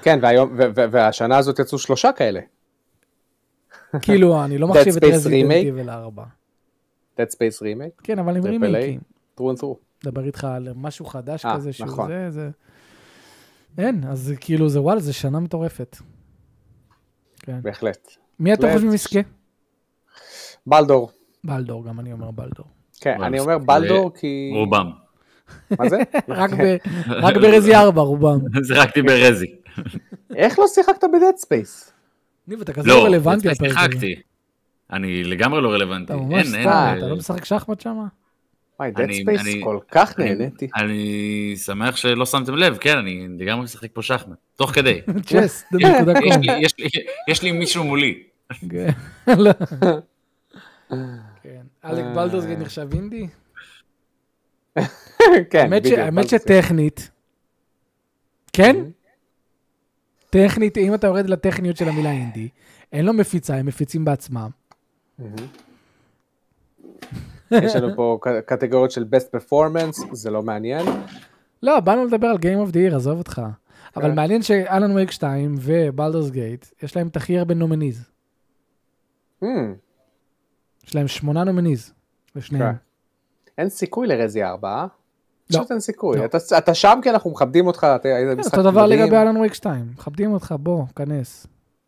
[SPEAKER 1] כן והיום, ו- ו- והשנה הזאת יצאו שלושה כאלה,
[SPEAKER 2] כאילו, אני לא
[SPEAKER 1] Dead
[SPEAKER 2] מחשיב את
[SPEAKER 1] Space
[SPEAKER 2] רזידנט
[SPEAKER 1] Remake.
[SPEAKER 2] איבל 4.
[SPEAKER 1] Dead Space Remake,
[SPEAKER 2] כן, אבל עם
[SPEAKER 1] טריפל
[SPEAKER 2] רימייקים.
[SPEAKER 1] through and through.
[SPEAKER 2] מדבר איתך על משהו חדש
[SPEAKER 1] אה,
[SPEAKER 2] כזה, שהוא
[SPEAKER 1] נכון.
[SPEAKER 2] זה, זה... אין, אז זה כאילו, זה וואלה, זה שנה מטורפת. כן.
[SPEAKER 1] בהחלט.
[SPEAKER 2] מי אתם
[SPEAKER 1] בהחלט.
[SPEAKER 2] חושבים יזכה?
[SPEAKER 1] בלדור,
[SPEAKER 2] בלדור, גם אני אומר בלדור.
[SPEAKER 1] כן,
[SPEAKER 3] וואלה,
[SPEAKER 1] אני אומר
[SPEAKER 3] זה-
[SPEAKER 1] בלדור כי...
[SPEAKER 3] רובם.
[SPEAKER 1] מה זה?
[SPEAKER 2] רק ב- רק ברזי 4, רובם. כן.
[SPEAKER 3] שיחקתי ברזי.
[SPEAKER 1] איך לא שיחקת בדד ספייס?
[SPEAKER 2] ניב, אתה כזה
[SPEAKER 3] לא,
[SPEAKER 2] לא רלוונטי
[SPEAKER 3] לפני
[SPEAKER 2] לפרק הזה.
[SPEAKER 3] שיחקתי. אני לגמרי לא רלוונטי.
[SPEAKER 2] אתה
[SPEAKER 3] אין,
[SPEAKER 2] ממש
[SPEAKER 3] אין.
[SPEAKER 2] סתם, אתה
[SPEAKER 3] אה,
[SPEAKER 2] לא משחק שחמט שם?
[SPEAKER 1] וואי, דד
[SPEAKER 3] אני-
[SPEAKER 1] ספייס
[SPEAKER 3] אני-
[SPEAKER 1] כל כך
[SPEAKER 3] אני-
[SPEAKER 1] נהניתי.
[SPEAKER 3] אני שמח שלא שמתם לב, כן, אני לגמרי משחק פה שחמט. תוך כדי.
[SPEAKER 2] צ'ס, זה
[SPEAKER 3] יש-
[SPEAKER 2] נקודה
[SPEAKER 3] יש
[SPEAKER 2] קום.
[SPEAKER 3] לי- יש לי- יש לי מישהו מולי.
[SPEAKER 2] כן. לא. כן. אלק בלדרסגייט נחשב אינדי?
[SPEAKER 1] כן,
[SPEAKER 2] האמת ש-
[SPEAKER 1] בדיוק,
[SPEAKER 2] האמת
[SPEAKER 1] בלדורס אוקיי. גייט.
[SPEAKER 2] שטכנית. כן? טכנית, אם אתה יורד לטכניות של המילה אינדי, אין לו מפיצה, הם מפיצים בעצמם.
[SPEAKER 1] Mm-hmm. יש לנו פה ק- קטגוריות של best performance, זה לא מעניין.
[SPEAKER 2] לא, באנו לדבר על Game of the Year, עזוב אותך. אבל
[SPEAKER 1] כן.
[SPEAKER 2] מעניין שאלן וייק 2 ובלדרסגייט, יש להם את הכי הרבה נומניז.
[SPEAKER 1] Hmm,
[SPEAKER 2] יש להם שמונה נומניז. לשניהם.
[SPEAKER 1] כן. אין סיכוי לרזי ארבע, אה?
[SPEAKER 2] לא.
[SPEAKER 1] פשוט אין סיכוי.
[SPEAKER 2] לא.
[SPEAKER 1] אתה אתה שם כי אנחנו מכבדים אותך, אתה- זה
[SPEAKER 2] כן,
[SPEAKER 1] משחק
[SPEAKER 2] אותו דבר
[SPEAKER 1] מדהים.
[SPEAKER 2] לגבי אלן וייק 2, מכבדים אותך, בוא, כנס.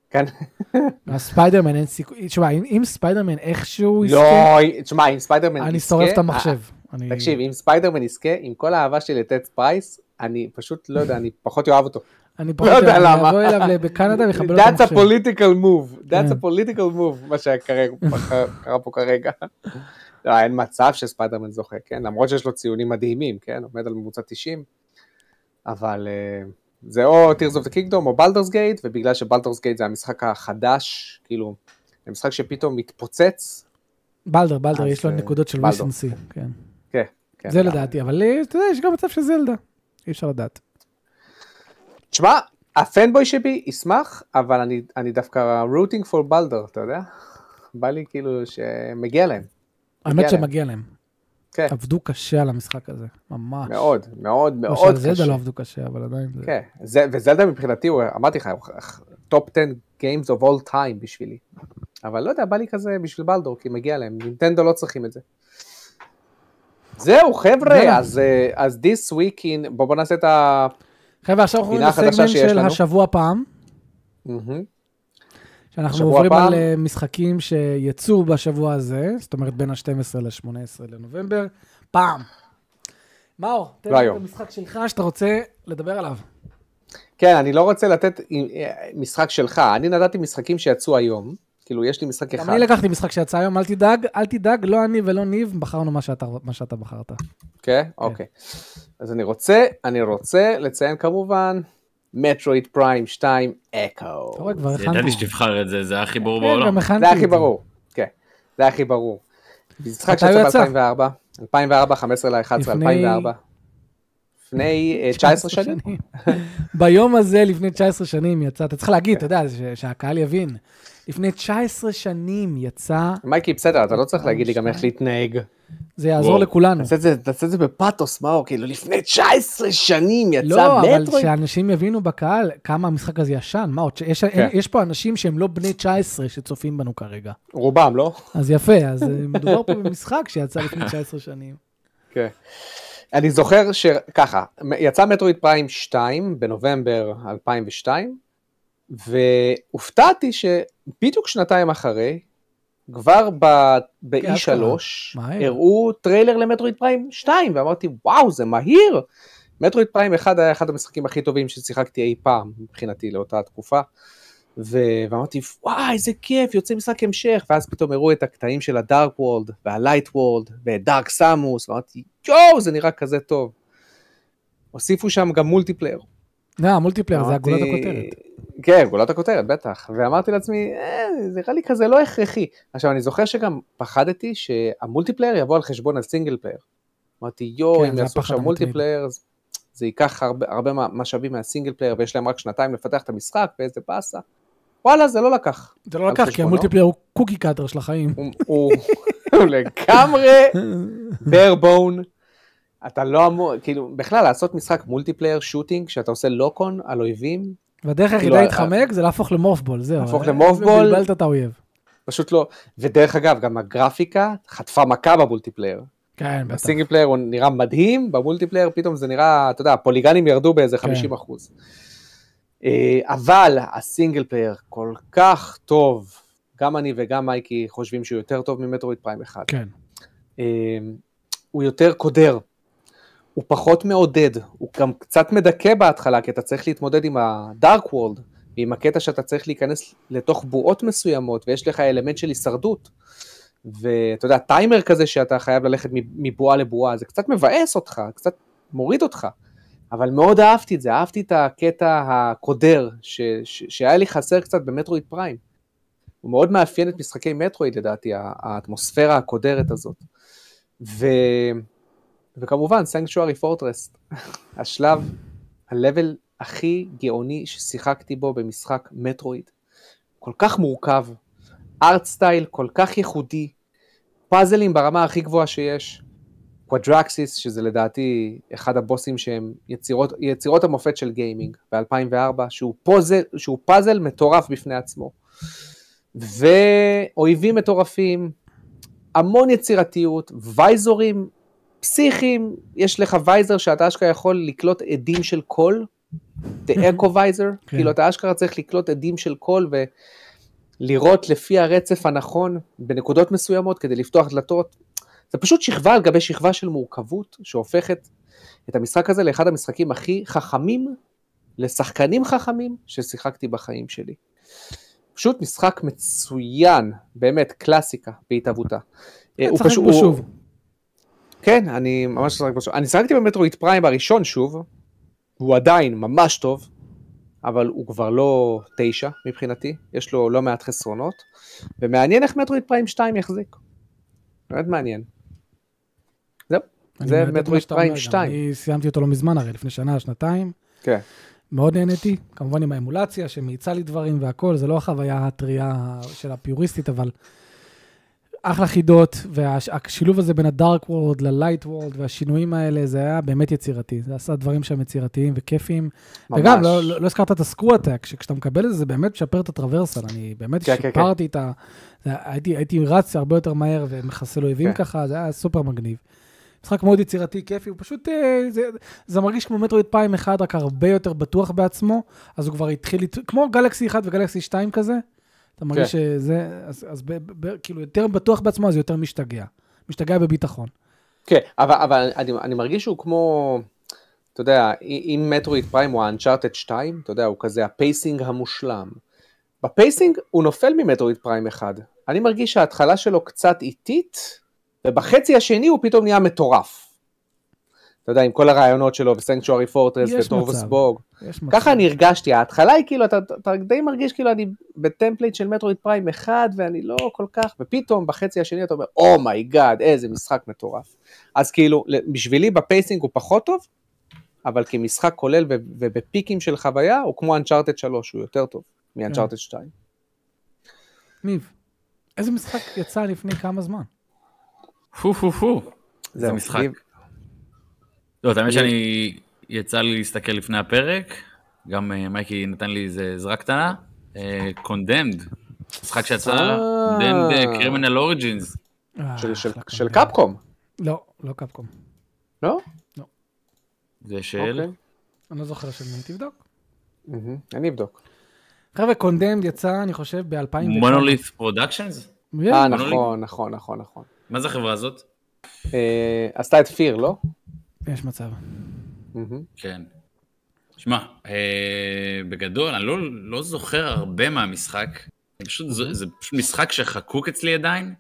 [SPEAKER 1] כן.
[SPEAKER 2] הספיידרמן אין סיכוי, תשמע, אם אם ספיידרמן איכשהו יזכה,
[SPEAKER 1] לא, תשמע, אם ספיידרמן יזכה...
[SPEAKER 2] אני שורף את
[SPEAKER 1] אה,
[SPEAKER 2] המחשב. אני-
[SPEAKER 1] תקשיב, אם ספיידרמן יזכה, עם כל האהבה שלי לטד פרייס, אני פשוט לא יודע, אני פחות אוהב אותו.
[SPEAKER 2] אני
[SPEAKER 1] לא יודע
[SPEAKER 2] אני
[SPEAKER 1] למה.
[SPEAKER 2] אבוא אליו בקנדה ויחבל לו את
[SPEAKER 1] That's a
[SPEAKER 2] המחשב.
[SPEAKER 1] political move, that's
[SPEAKER 2] כן.
[SPEAKER 1] a political move, מה שקרה פה כרגע. לא, אין מצב שספיידרמן זוכה, כן? למרות שיש לו ציונים מדהימים, כן? עומד על ממוצע 90, אבל אה, זה או Tears of the Kingdom או בלדרס גייט, ובגלל שבלדרס גייט זה המשחק החדש, כאילו, זה משחק שפתאום מתפוצץ.
[SPEAKER 2] בלדר, בלדר,
[SPEAKER 1] אז,
[SPEAKER 2] יש לו
[SPEAKER 1] אה,
[SPEAKER 2] נקודות של
[SPEAKER 1] בלדר.
[SPEAKER 2] ריסנסי, כן.
[SPEAKER 1] כן, כן.
[SPEAKER 2] זה לדעתי, אבל אה, אתה יודע, יש גם מצב של זלדה, אי אפשר לדעת.
[SPEAKER 1] תשמע, הפנבוי שבי ישמח, אבל אני- אני דווקא רוטינג פור בלדר, אתה יודע? בא לי כאילו שמגיע להם.
[SPEAKER 2] האמת
[SPEAKER 1] להם.
[SPEAKER 2] שמגיע להם.
[SPEAKER 1] כן.
[SPEAKER 2] עבדו קשה על המשחק הזה, ממש.
[SPEAKER 1] מאוד, מאוד,
[SPEAKER 2] לא
[SPEAKER 1] מאוד
[SPEAKER 2] שעל
[SPEAKER 1] קשה.
[SPEAKER 2] זלדה לא עבדו קשה, אבל עדיין זה...
[SPEAKER 1] כן, זה- וזלדה מבחינתי, הוא- אמרתי לך, טופ 10 Games of all time בשבילי. אבל לא יודע, בא לי כזה בשביל בלדור, כי מגיע להם, נינטנדו לא צריכים את זה. זהו,
[SPEAKER 2] יאללה.
[SPEAKER 1] חבר'ה, אז, אה, אז this week in, בואו בוא נעשה את ה...
[SPEAKER 2] חבר'ה, עכשיו אנחנו
[SPEAKER 1] פינה
[SPEAKER 2] עוברים
[SPEAKER 1] חדשה
[SPEAKER 2] לסגמנט
[SPEAKER 1] שיש
[SPEAKER 2] של
[SPEAKER 1] לנו.
[SPEAKER 2] השבוע פעם.
[SPEAKER 1] מהמם,
[SPEAKER 2] שאנחנו
[SPEAKER 1] שבוע
[SPEAKER 2] עוברים
[SPEAKER 1] פעם.
[SPEAKER 2] על אה, משחקים שיצאו בשבוע הזה, זאת אומרת בין ה-12 ל-18 לנובמבר, פעם. מאור, תן לי את
[SPEAKER 1] והיום.
[SPEAKER 2] המשחק שלך שאתה רוצה לדבר עליו.
[SPEAKER 1] כן, אני לא רוצה לתת אה, אה, משחק שלך, אני נתתי משחקים שיצאו היום, כאילו, יש לי משחק
[SPEAKER 2] גם
[SPEAKER 1] אחד.
[SPEAKER 2] אני לקחתי משחק שיצא היום, אל תדאג, אל תדאג, לא אני ולא ניב, בחרנו מה שאתה- מה שאתה בחרת.
[SPEAKER 1] כן? אוקיי. אז אני רוצה, אני רוצה לציין כמובן, מטרואיד פריים 2 אקו.
[SPEAKER 2] אתה רואה, כבר הכנתי.
[SPEAKER 3] ידעתי שתבחר את זה, זה הכי ברור
[SPEAKER 2] כן,
[SPEAKER 3] בעולם.
[SPEAKER 2] גם הכנתי
[SPEAKER 1] זה היה הכי
[SPEAKER 2] את
[SPEAKER 1] ברור, כן, זה היה הכי ברור. משחק
[SPEAKER 2] מתי הוא
[SPEAKER 1] שיצא
[SPEAKER 2] יצא?
[SPEAKER 1] ב-2004, 2004, 15 ל-11,
[SPEAKER 2] לפני-
[SPEAKER 1] 2004. לפני אה, 19 שנים.
[SPEAKER 2] ביום הזה, לפני 19 שנים יצא, אתה צריך להגיד,
[SPEAKER 1] כן.
[SPEAKER 2] אתה יודע, ש- שהקהל יבין. לפני 19 שנים יצא
[SPEAKER 1] מייקי, בסדר, אתה לא צריך להגיד לי גם איך להתנהג.
[SPEAKER 2] זה יעזור
[SPEAKER 3] וואו.
[SPEAKER 2] לכולנו.
[SPEAKER 1] תעשה את זה- תעשה את זה בפאתוס, מאור, כאילו לפני 19 שנים יצא
[SPEAKER 2] לא, אבל
[SPEAKER 1] מטרויד.
[SPEAKER 2] שאנשים יבינו בקהל כמה המשחק הזה ישן, מה עוד, שיש
[SPEAKER 1] כן.
[SPEAKER 2] יש פה אנשים שהם לא בני 19 שצופים בנו כרגע.
[SPEAKER 1] רובם, לא?
[SPEAKER 2] אז יפה, אז אה, מדובר פה במשחק שיצא לפני 19 שנים.
[SPEAKER 1] כן. אני זוכר שככה, יצא מטרואיד פריים 2 בנובמבר 2002, והופתעתי שבדיוק שנתיים אחרי, כבר ב-
[SPEAKER 2] כן,
[SPEAKER 1] ב-E3,
[SPEAKER 2] מהר.
[SPEAKER 1] הראו טריילר למטרואיד פריים 2, ואמרתי, וואו, זה מהיר! מטרואיד פריים 1 היה אחד המשחקים הכי טובים ששיחקתי אי פעם, מבחינתי, לאותה תקופה. ו- ואמרתי, וואי, איזה כיף, יוצא משחק המשך, ואז פתאום הראו את הקטעים של הדארק וולד, והלייט וולד, ודארק סמוס, ואמרתי, יואו, זה נראה כזה טוב. הוסיפו שם גם מולטיפלייר.
[SPEAKER 2] לא, המולטיפלייר זה הגולת
[SPEAKER 1] אמרתי-
[SPEAKER 2] הכותרת.
[SPEAKER 1] כן, גולת הכותרת, בטח. ואמרתי לעצמי, אה, זה נראה לי כזה לא הכרחי. עכשיו, אני זוכר שגם פחדתי שהמולטיפלייר יבוא על חשבון הסינגל פלייר. אמרתי,
[SPEAKER 2] כן,
[SPEAKER 1] יואו, אם
[SPEAKER 2] זה
[SPEAKER 1] יעשו
[SPEAKER 2] הפחד
[SPEAKER 1] עכשיו
[SPEAKER 2] המתמיד.
[SPEAKER 1] מולטיפלייר, אז זה ייקח הרבה, הרבה מה- משאבים מהסינגל פלייר, ויש להם רק שנתיים לפתח את המשחק, ואיזה באסה. וואלה, זה לא לקח.
[SPEAKER 2] זה לא
[SPEAKER 1] על
[SPEAKER 2] לקח, כי
[SPEAKER 1] חשבונו?
[SPEAKER 2] המולטיפלייר הוא קוקי קאטר של החיים.
[SPEAKER 1] הוא- הוא הוא לגמרי bare bone. אתה לא אמור, כאילו, בכלל לעשות משחק מולטיפלייר שוטינג, שאתה עושה לוקון על אויבים,
[SPEAKER 2] והדרך
[SPEAKER 1] כאילו,
[SPEAKER 2] היחידה
[SPEAKER 1] ה-
[SPEAKER 2] להתחמק זה להפוך למורפבול, זהו.
[SPEAKER 1] להפוך
[SPEAKER 2] אה,
[SPEAKER 1] למורפבול.
[SPEAKER 2] בלבלת את האויב.
[SPEAKER 1] פשוט לא. ודרך אגב, גם הגרפיקה חטפה מכה במולטיפלייר.
[SPEAKER 2] כן, בטח.
[SPEAKER 1] בסינגל פלייר הוא נראה מדהים, במולטיפלייר פתאום זה נראה, אתה יודע, הפוליגנים ירדו באיזה
[SPEAKER 2] כן.
[SPEAKER 1] 50 אחוז. אה, אבל הסינגל פלייר כל כך טוב, גם אני וגם מייקי חושבים שהוא יותר טוב ממטרואיד פריים 1.
[SPEAKER 2] כן.
[SPEAKER 1] אה, הוא יותר קודר, הוא פחות מעודד, הוא גם קצת מדכא בהתחלה, כי אתה צריך להתמודד עם הדארק וורלד, ועם הקטע שאתה צריך להיכנס לתוך בועות מסוימות, ויש לך אלמנט של הישרדות. ואתה יודע, טיימר כזה שאתה חייב ללכת מב- מבועה לבועה, זה קצת מבאס אותך, קצת מוריד אותך. אבל מאוד אהבתי את זה, אהבתי את הקטע הקודר, ש- ש- שהיה לי חסר קצת במטרואיד פריים. הוא מאוד מאפיין את משחקי מטרואיד לדעתי, ה- האטמוספירה הקודרת הזאת. ו... וכמובן, סנקצ'וארי פורטרסט, השלב, ה-level הכי גאוני ששיחקתי בו במשחק מטרואיד. כל כך מורכב, ארט סטייל כל כך ייחודי, פאזלים ברמה הכי גבוהה שיש, קוואדרקסיס, שזה לדעתי אחד הבוסים שהם יצירות, יצירות המופת של גיימינג ב-2004, שהוא, פוזל, שהוא פאזל מטורף בפני עצמו. ואויבים מטורפים, המון יצירתיות, וייזורים פסיכיים, יש לך וייזר שאתה אשכרה יכול לקלוט עדים של קול, the echo visor,
[SPEAKER 2] כן.
[SPEAKER 1] כאילו אתה אשכרה צריך לקלוט עדים של קול ולראות לפי הרצף הנכון בנקודות מסוימות כדי לפתוח דלתות. זה פשוט שכבה על גבי שכבה של מורכבות שהופכת את המשחק הזה לאחד המשחקים הכי חכמים, לשחקנים חכמים ששיחקתי בחיים שלי. פשוט משחק מצוין, באמת קלאסיקה בהתהוותה. אה, הוא
[SPEAKER 2] תשחק
[SPEAKER 1] פשוט-
[SPEAKER 2] בו
[SPEAKER 1] הוא-
[SPEAKER 2] שוב.
[SPEAKER 1] כן, אני ממש שחק בסוף. אני שחקתי במטרואיד פריים הראשון שוב, הוא עדיין ממש טוב, אבל הוא כבר לא תשע מבחינתי, יש לו לא מעט חסרונות, ומעניין איך מטרואיד פריים 2 יחזיק. באמת מעניין. זהו,
[SPEAKER 2] אני
[SPEAKER 1] זה
[SPEAKER 2] מעודד מה
[SPEAKER 1] מטרואיד
[SPEAKER 2] שאתה אומר
[SPEAKER 1] פריים
[SPEAKER 2] גם.
[SPEAKER 1] 2.
[SPEAKER 2] אני סיימתי אותו לא מזמן הרי, לפני שנה, שנתיים.
[SPEAKER 1] כן.
[SPEAKER 2] מאוד נהניתי, כמובן עם האמולציה שמאיצה לי דברים והכל, זה לא החוויה הטריה של הפיוריסטית, אבל אחלה חידות, והשילוב הזה בין הדארק וורד ללייט וורד והשינויים האלה, זה היה באמת יצירתי. זה עשה דברים שם יצירתיים וכיפיים.
[SPEAKER 1] ממש.
[SPEAKER 2] וגם, לא, לא, לא הזכרת את הסקרו-אטק, שכשאתה מקבל את זה, זה באמת משפר את הטרוורסל. אני באמת
[SPEAKER 1] כן, כן,
[SPEAKER 2] שיפרתי את ה... זה- הייתי, הייתי רץ הרבה יותר מהר ומחסל אויבים
[SPEAKER 1] כן.
[SPEAKER 2] ככה, זה היה סופר מגניב. משחק מאוד יצירתי, כיפי, הוא פשוט... אה, זה, זה מרגיש כמו מטרואיד פיים אחד, רק הרבה יותר בטוח בעצמו, אז הוא כבר התחיל... לת- כמו גלקסי 1 וגלקסי 2 כזה, אתה מרגיש
[SPEAKER 1] כן.
[SPEAKER 2] שזה... אז, אז ב, ב, ב, כאילו, יותר בטוח בעצמו, אז יותר משתגע. משתגע בביטחון.
[SPEAKER 1] כן, אבל, אבל אני, אני מרגיש שהוא כמו, אתה יודע, אם מטרואיד פריים הוא האנצ'ארטד 2, אתה יודע, הוא כזה הפייסינג המושלם. בפייסינג הוא נופל ממטרואיד פריים 1. אני מרגיש שההתחלה שלו קצת איטית, ובחצי השני הוא פתאום נהיה מטורף. אתה יודע, עם כל הרעיונות שלו, וסנקצ'וארי פורטרס,
[SPEAKER 2] יש
[SPEAKER 1] וטורבוס
[SPEAKER 2] מצב.
[SPEAKER 1] בוג.
[SPEAKER 2] יש מצב.
[SPEAKER 1] ככה אני הרגשתי, ההתחלה היא כאילו, אתה, אתה די מרגיש כאילו אני בטמפלייט של מטרואיד פריים 1, ואני לא כל כך, ופתאום בחצי השני אתה אומר, אומייגאד, איזה משחק מטורף. אז כאילו, ל- בשבילי בפייסינג הוא פחות טוב, אבל כמשחק כולל ו- ובפיקים של חוויה, הוא כמו אנצ'ארטד 3, הוא יותר טוב
[SPEAKER 3] כן.
[SPEAKER 1] מאנצ'ארטד 2.
[SPEAKER 2] ניב, איזה משחק יצא לפני כמה זמן?
[SPEAKER 3] פו פו פו. זה
[SPEAKER 1] זהו,
[SPEAKER 3] משחק.
[SPEAKER 1] ניב-
[SPEAKER 3] לא, את האמת
[SPEAKER 1] אני-
[SPEAKER 3] שאני, יצא לי להסתכל לפני הפרק, גם אה, מייקי נתן לי איזה עזרה קטנה, קונדמד, משחק שיצא,
[SPEAKER 1] אה.
[SPEAKER 3] קונדמד קרימינל אוריג'ינס.
[SPEAKER 2] אה,
[SPEAKER 1] של- של-
[SPEAKER 2] אחלה
[SPEAKER 1] של
[SPEAKER 2] קונדמד.
[SPEAKER 1] קפקום,
[SPEAKER 2] לא, לא קפקום.
[SPEAKER 1] לא?
[SPEAKER 3] זה של...
[SPEAKER 1] אוקיי.
[SPEAKER 2] אני לא זוכר של מי, תבדוק.
[SPEAKER 1] מהמם, אני אבדוק.
[SPEAKER 2] חבר'ה, קונדמד יצא, אני חושב, ב-2000.
[SPEAKER 3] מונוליט פרודקשנס?
[SPEAKER 1] אה,
[SPEAKER 3] אבל לא
[SPEAKER 1] נכון, נכון, נכון, נכון.
[SPEAKER 3] מה זה החברה הזאת?
[SPEAKER 1] אה, עשתה את פיר, לא?
[SPEAKER 2] יש מצב.
[SPEAKER 1] מהמם.
[SPEAKER 3] כן. שמע, אה, בגדול, אני לא, לא זוכר הרבה מהמשחק. אני פשוט, זה, זה פשוט משחק שחקוק אצלי עדיין.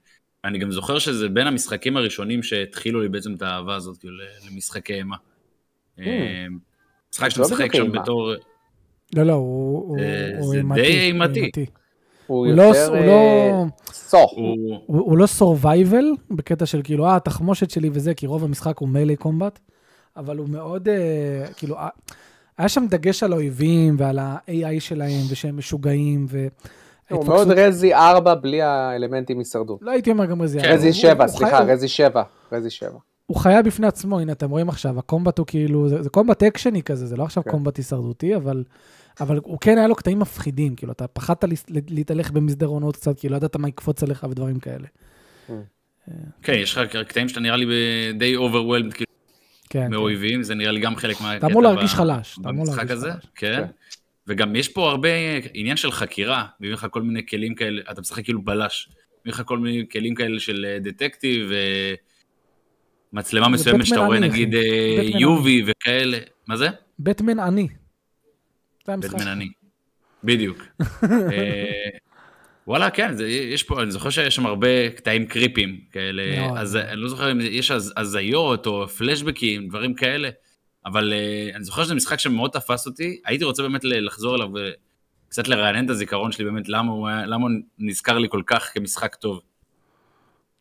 [SPEAKER 3] אני גם זוכר שזה בין המשחקים הראשונים שהתחילו לי בעצם את האהבה הזאת, כאילו, ל- למשחקי אימה.
[SPEAKER 2] Hmm.
[SPEAKER 3] אה, משחק שאתה
[SPEAKER 1] לא
[SPEAKER 3] משחק
[SPEAKER 1] בדיוק
[SPEAKER 3] שם
[SPEAKER 1] אימה.
[SPEAKER 3] בתור...
[SPEAKER 2] לא, לא, הוא הוא-
[SPEAKER 3] אה,
[SPEAKER 2] הוא
[SPEAKER 3] זה
[SPEAKER 2] אימתי.
[SPEAKER 3] די
[SPEAKER 2] הוא
[SPEAKER 3] אימתי.
[SPEAKER 1] הוא
[SPEAKER 2] הוא לא-
[SPEAKER 1] יותר
[SPEAKER 2] הוא
[SPEAKER 1] אה,
[SPEAKER 2] לא-
[SPEAKER 1] סוך.
[SPEAKER 3] הוא...
[SPEAKER 2] הוא הוא לא סורווייבל, בקטע של כאילו, אה, התחמושת שלי וזה, כי רוב המשחק הוא מלי קומבט, אבל הוא מאוד, אה, כאילו, אה, היה שם דגש על האויבים ועל ה-AI שלהם, ושהם משוגעים, ו...
[SPEAKER 1] הוא
[SPEAKER 2] ההתפקסות-
[SPEAKER 1] מאוד רזי 4 בלי האלמנטים הישרדות.
[SPEAKER 2] לא הייתי אומר גם רזי.
[SPEAKER 3] כן,
[SPEAKER 2] אבל
[SPEAKER 1] רזי
[SPEAKER 2] הוא-
[SPEAKER 1] 7,
[SPEAKER 2] הוא חי-
[SPEAKER 1] סליחה,
[SPEAKER 2] הוא-
[SPEAKER 1] רזי 7. רזי 7.
[SPEAKER 2] הוא חיה בפני עצמו, הנה אתם רואים עכשיו, הקומבט הוא כאילו, זה, זה קומבט אקשני כזה, זה לא עכשיו
[SPEAKER 1] כן.
[SPEAKER 2] קומבט הישרדותי, אבל, אבל הוא כן היה לו קטעים מפחידים, כאילו, אתה פחדת להס- להתהלך במסדרונות קצת, כאילו, לא ידעת מה יקפוץ עליך ודברים כאלה.
[SPEAKER 3] כן, יש לך קטעים שאתה נראה לי ב- די אוברוולד, כאילו,
[SPEAKER 2] כן.
[SPEAKER 3] מאויבים, זה נראה לי גם חלק מהקטע
[SPEAKER 2] אתה אמור
[SPEAKER 3] ב-
[SPEAKER 2] להרגיש חלש, אתה אמור
[SPEAKER 3] במשחק
[SPEAKER 2] להרגיש
[SPEAKER 3] הזה,
[SPEAKER 2] חלש.
[SPEAKER 3] כן.
[SPEAKER 1] כן.
[SPEAKER 3] וגם יש פה הרבה עניין של חקירה, מביאים לך כל מיני כלים כאלה, אתה משחק כאילו בלש, מביאים לך כל מיני כלים כאלה של אה, דטקטיב, אה, מצלמה
[SPEAKER 2] זה
[SPEAKER 3] מסוימת שאתה
[SPEAKER 2] בטמן
[SPEAKER 3] רואה
[SPEAKER 2] עני,
[SPEAKER 3] נגיד
[SPEAKER 2] אחי.
[SPEAKER 3] אה,
[SPEAKER 2] בטמן
[SPEAKER 3] UV וכאלה, מה זה?
[SPEAKER 2] בטמן עני. זה המשחק.
[SPEAKER 3] בטמן עני, בדיוק. אה, וואלה, כן, זה, יש פה, אני זוכר שיש שם הרבה קטעים קריפים כאלה,
[SPEAKER 2] מאוד.
[SPEAKER 3] אז אני לא זוכר אם יש הז- הזיות או פלשבקים, דברים כאלה, אבל אה, אני זוכר שזה משחק שמאוד תפס אותי, הייתי רוצה באמת ל- לחזור אליו וקצת לרענן את הזיכרון שלי באמת, למה הוא, היה, למה הוא נזכר לי כל כך כמשחק טוב.
[SPEAKER 1] Mm.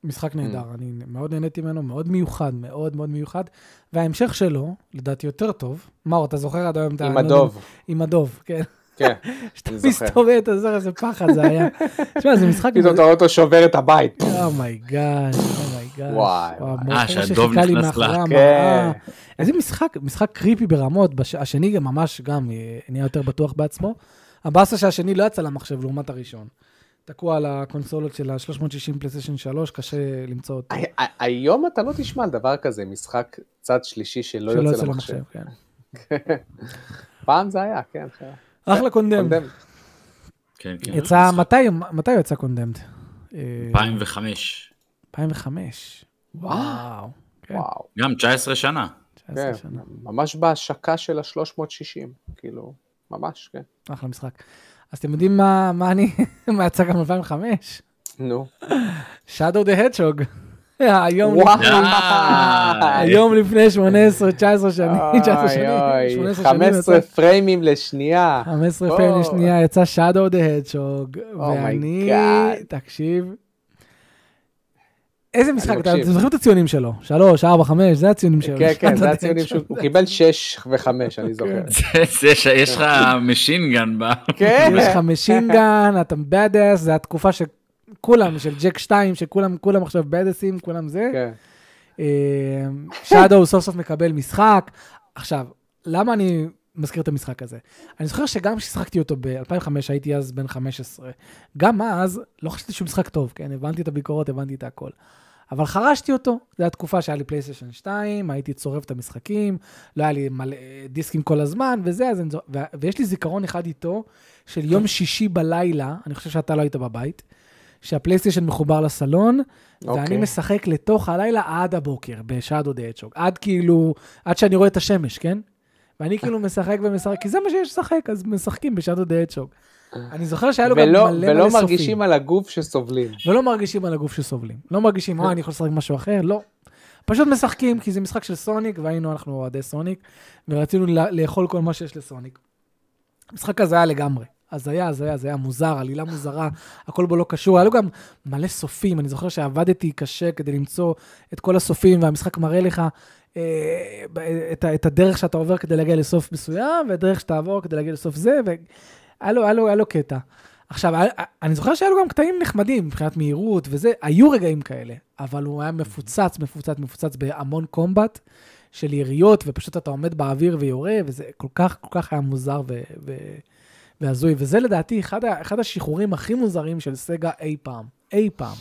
[SPEAKER 2] משחק נהדר, אני מאוד נהניתי ממנו, מאוד מיוחד, מאוד מאוד מיוחד. וההמשך שלו, לדעתי יותר טוב. מאור, אתה זוכר עד היום את ה-
[SPEAKER 1] עם
[SPEAKER 2] אני לא יודע-
[SPEAKER 1] הדוב.
[SPEAKER 2] עם הדוב, כן.
[SPEAKER 1] כן.
[SPEAKER 2] שאתה
[SPEAKER 1] אני זוכר.
[SPEAKER 2] מסתובב, אתה זוכר איזה פחד זה היה. תשמע, זה משחק... Oh
[SPEAKER 1] פתאום אתה רואה אותו שובר את הבית.
[SPEAKER 2] אומייגאש, אומייגאש.
[SPEAKER 1] וואי, וואי.
[SPEAKER 3] אה, שהדוב נכנס לך.
[SPEAKER 1] כן.
[SPEAKER 2] איזה משחק, משחק קריפי ברמות, בש- השני גם ממש גם אה, נהיה יותר בטוח בעצמו. הבאסה שהשני לא יצא למחשב לעומת הראשון. תקוע על הקונסולות של ה-360 פלייסטיישן 3, קשה למצוא אותו.
[SPEAKER 1] הי- הי- היום אתה לא תשמע על דבר כזה, משחק צד שלישי שלא
[SPEAKER 2] שלא
[SPEAKER 1] לא יוצא למחשב.
[SPEAKER 2] כן.
[SPEAKER 1] פעם זה היה, כן. אחלה.
[SPEAKER 2] אחלה קונדמד.
[SPEAKER 1] קונדמד.
[SPEAKER 3] כן, כן.
[SPEAKER 2] יצא, מתי, מתי הוא יצא אה, קונדמד?
[SPEAKER 3] 2005,
[SPEAKER 2] 2005. וואו. כן,
[SPEAKER 1] וואו,
[SPEAKER 3] גם 19 שנה.
[SPEAKER 2] 19
[SPEAKER 1] כן.
[SPEAKER 2] שנה.
[SPEAKER 1] ממש בהשקה של ה-360, כאילו, ממש, כן.
[SPEAKER 2] אחלה משחק. אז אתם יודעים מה, מה אני, מה יצא גם 2005?
[SPEAKER 1] נו.
[SPEAKER 2] Shadow the Hedgehog. היום,
[SPEAKER 1] וואו. אה,
[SPEAKER 3] די.
[SPEAKER 2] היום לפני 18, 19 שנים, 19
[SPEAKER 1] אוי
[SPEAKER 2] שנים,
[SPEAKER 1] אה, אוי,
[SPEAKER 2] 18 שנים יצא- אה,
[SPEAKER 1] 15 פריימים לשנייה.
[SPEAKER 2] 15
[SPEAKER 1] אוי.
[SPEAKER 2] פעמים לשנייה יצא Shadow the Hedgehog,
[SPEAKER 1] Oh my
[SPEAKER 2] ואני,
[SPEAKER 1] God.
[SPEAKER 2] תקשיב, איזה משחק, אתה-
[SPEAKER 1] מקשיב.
[SPEAKER 2] אתם זוכרים את הציונים שלו? 3, 4, 5, זה הציונים שלו.
[SPEAKER 1] כן, כן,
[SPEAKER 2] Shadow
[SPEAKER 1] זה
[SPEAKER 2] the
[SPEAKER 1] הציונים
[SPEAKER 2] Hedgehog.
[SPEAKER 1] שהוא הוא קיבל 6 ו-5,
[SPEAKER 2] כן.
[SPEAKER 1] אני זוכר.
[SPEAKER 3] זה- זה שיש לך משין גן ב...
[SPEAKER 1] כן.
[SPEAKER 2] יש לך משינגן, אתה badass, זה התקופה שכולם, של ג'ק 2, שכולם כולם עכשיו בדסים, כולם זה.
[SPEAKER 1] כן.
[SPEAKER 2] אה, שדו סוף סוף מקבל משחק. עכשיו, למה אני מזכיר את המשחק הזה? אני זוכר שגם כששיחקתי אותו ב-2005, הייתי אז בן 15. גם אז לא חשבתי שהוא משחק טוב, כן? הבנתי את הביקורות, הבנתי את הכל. אבל חרשתי אותו, זו התקופה שהיה לי פלייסטיישן 2, הייתי צורב את המשחקים, לא היה לי מלא דיסקים כל הזמן וזה, אז אני זו... ו... ויש לי זיכרון אחד איתו, של יום שישי בלילה, אני חושב שאתה לא היית בבית, שהפלייסטיישן מחובר לסלון, ואני
[SPEAKER 1] אוקיי.
[SPEAKER 2] משחק לתוך הלילה עד הבוקר, בשאדו דה אדשוק, עד כאילו, עד שאני רואה את השמש, כן? ואני כאילו משחק ומשחק, כי זה מה שיש לשחק, אז משחקים בשאדו דה אדשוק. אני זוכר שהיה לו גם
[SPEAKER 1] אה. ולא-
[SPEAKER 2] מלא מלא סופים.
[SPEAKER 1] ולא מרגישים על הגוף שסובלים.
[SPEAKER 2] ולא מרגישים על הגוף שסובלים. לא מרגישים, מה, אני יכול לשחק משהו אחר? לא. פשוט משחקים, כי זה משחק של סוניק, והיינו אנחנו אוהדי סוניק, ורצינו לא- לאכול כל מה שיש לסוניק. המשחק הזה היה לגמרי. הזיה, הזיה, הזיה, מוזר, עלילה מוזרה, הכל בו לא קשור. היה לו גם מלא סופים, אני זוכר שעבדתי קשה כדי למצוא את כל הסופים, והמשחק מראה לך אה, ב- את, ה- את הדרך שאתה עובר כדי להגיע לסוף מסוים, והדרך שתעבור כדי להגיע לסוף זה, והיה לו, היה לו, היה לו קטע. עכשיו, א- א- אני זוכר שהיו לו גם קטעים נחמדים מבחינת מהירות וזה, היו רגעים כאלה, אבל הוא היה מפוצץ, מפוצץ, מפוצץ בהמון קומבט של יריות, ופשוט אתה עומד באוויר ויורה, וזה כל כך, כל כך היה מוזר ו- ו- והזוי. וזה לדעתי אחד, ה- אחד השחרורים הכי מוזרים של סגה אי פעם, אי פעם.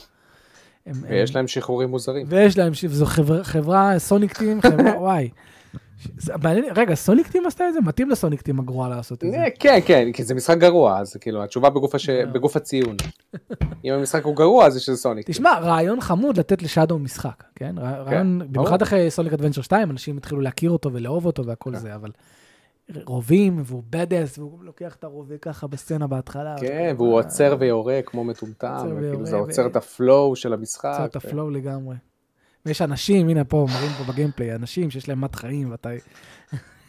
[SPEAKER 2] הם- הם-
[SPEAKER 1] ויש להם שחרורים מוזרים.
[SPEAKER 2] ויש להם, ש- זו חברה, חברה סוניק טים, חברה, וואי. ש- זה- מעניין- רגע, סוניק טים עשתה את זה? מתאים לסוניק טים הגרועה לעשות את זה. אה.
[SPEAKER 1] אה, כן, כן, כי זה משחק גרוע, אז כאילו, התשובה בגוף הש- בגוף הציון. אם המשחק הוא גרוע, אז יש לזה סוניק.
[SPEAKER 2] תשמע, רעיון חמוד לתת לשאדו משחק, כן? רע- רעיון, במיוחד
[SPEAKER 1] ברור.
[SPEAKER 2] אחרי סוניק אדוונצ'ר 2, אנשים התחילו להכיר אותו ולאהוב אותו והכל
[SPEAKER 1] כן.
[SPEAKER 2] זה, אבל רובים, והוא בדס, והוא לוקח את הרובה ככה בסצנה בהתחלה. אה,
[SPEAKER 1] כן, והוא עוצר ויורה כמו מטומטם,
[SPEAKER 2] עוצר
[SPEAKER 1] וכאילו זה
[SPEAKER 2] ויורה,
[SPEAKER 1] עוצר
[SPEAKER 2] ו-
[SPEAKER 1] את הפלואו של המשחק.
[SPEAKER 2] קצת הפלואו לגמרי. ויש אנשים, הנה פה, מראים פה בגיימפליי, אנשים שיש להם מת חיים, ואתה...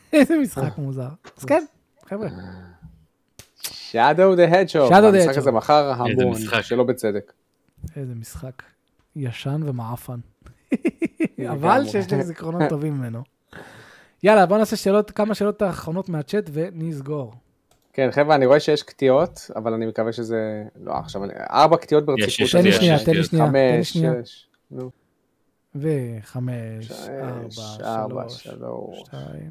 [SPEAKER 2] איזה משחק
[SPEAKER 1] אה.
[SPEAKER 2] מוזר. אז כן, חבר'ה.
[SPEAKER 1] Shadow the Hedgehog,
[SPEAKER 2] Shadow the
[SPEAKER 1] המשחק
[SPEAKER 2] Hedgehog.
[SPEAKER 1] הזה מכר
[SPEAKER 3] איזה
[SPEAKER 1] המון,
[SPEAKER 3] משחק.
[SPEAKER 1] שלא בצדק.
[SPEAKER 2] איזה משחק ישן ומעפן. אבל
[SPEAKER 1] לגמרי.
[SPEAKER 2] שיש לי זיכרונות טובים ממנו. יאללה, בוא נעשה שאלות, כמה שאלות האחרונות מהצ'אט ונסגור.
[SPEAKER 1] כן, חבר'ה, אני רואה שיש קטיעות, אבל אני מקווה שזה... לא, עכשיו, אני... ארבע קטיעות ברציפות.
[SPEAKER 3] יש, יש,
[SPEAKER 2] תן לי
[SPEAKER 3] יש,
[SPEAKER 2] שנייה,
[SPEAKER 3] יש,
[SPEAKER 2] תן לי
[SPEAKER 3] יש.
[SPEAKER 2] שנייה, תן לי
[SPEAKER 1] חמש,
[SPEAKER 2] שנייה.
[SPEAKER 1] שש, נו,
[SPEAKER 2] וחמש,
[SPEAKER 1] שש,
[SPEAKER 2] ארבע,
[SPEAKER 1] ארבע,
[SPEAKER 2] שלוש,
[SPEAKER 1] שלוש.
[SPEAKER 2] שתיים.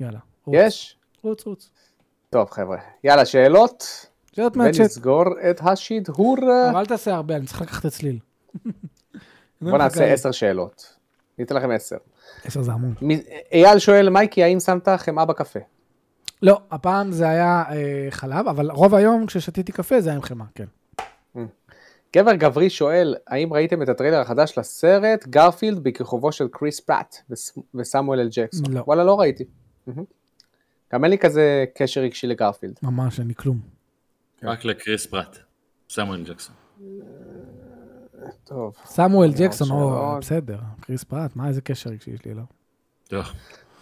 [SPEAKER 2] יאללה. רוץ,
[SPEAKER 1] יש?
[SPEAKER 2] רוץ, רוץ.
[SPEAKER 1] טוב, חבר'ה. יאללה, שאלות,
[SPEAKER 2] שאלות מהצ'אט.
[SPEAKER 1] ונסגור את השידהור.
[SPEAKER 2] אבל אל תעשה הרבה, אני צריך לקחת את צליל. לא
[SPEAKER 1] בוא נעשה עשר שאלות. ניתן לכם עשר.
[SPEAKER 2] עשר זה המון.
[SPEAKER 1] מ- אייל שואל, מייקי, האם שמת חמאה בקפה?
[SPEAKER 2] לא, הפעם זה היה אה, חלב, אבל רוב היום כששתיתי קפה זה היה עם חמאה, כן.
[SPEAKER 1] גבר גברי שואל, האם ראיתם את הטריילר החדש לסרט גרפילד בכיכובו של קריס פרט וס- וסמואל אל ג'קסון?
[SPEAKER 2] לא.
[SPEAKER 1] וואלה, לא ראיתי. מהמם. גם אין לי כזה קשר רגשי לגרפילד.
[SPEAKER 2] ממש, אין לי כלום.
[SPEAKER 3] רק לקריס פרט. סמואל ג'קסון.
[SPEAKER 1] טוב.
[SPEAKER 2] סמואל
[SPEAKER 1] עוד
[SPEAKER 2] ג'קסון, או
[SPEAKER 1] שאלות.
[SPEAKER 2] בסדר, קריס פרט, מה איזה קשר רגשי יש לי, לא?
[SPEAKER 3] טוב.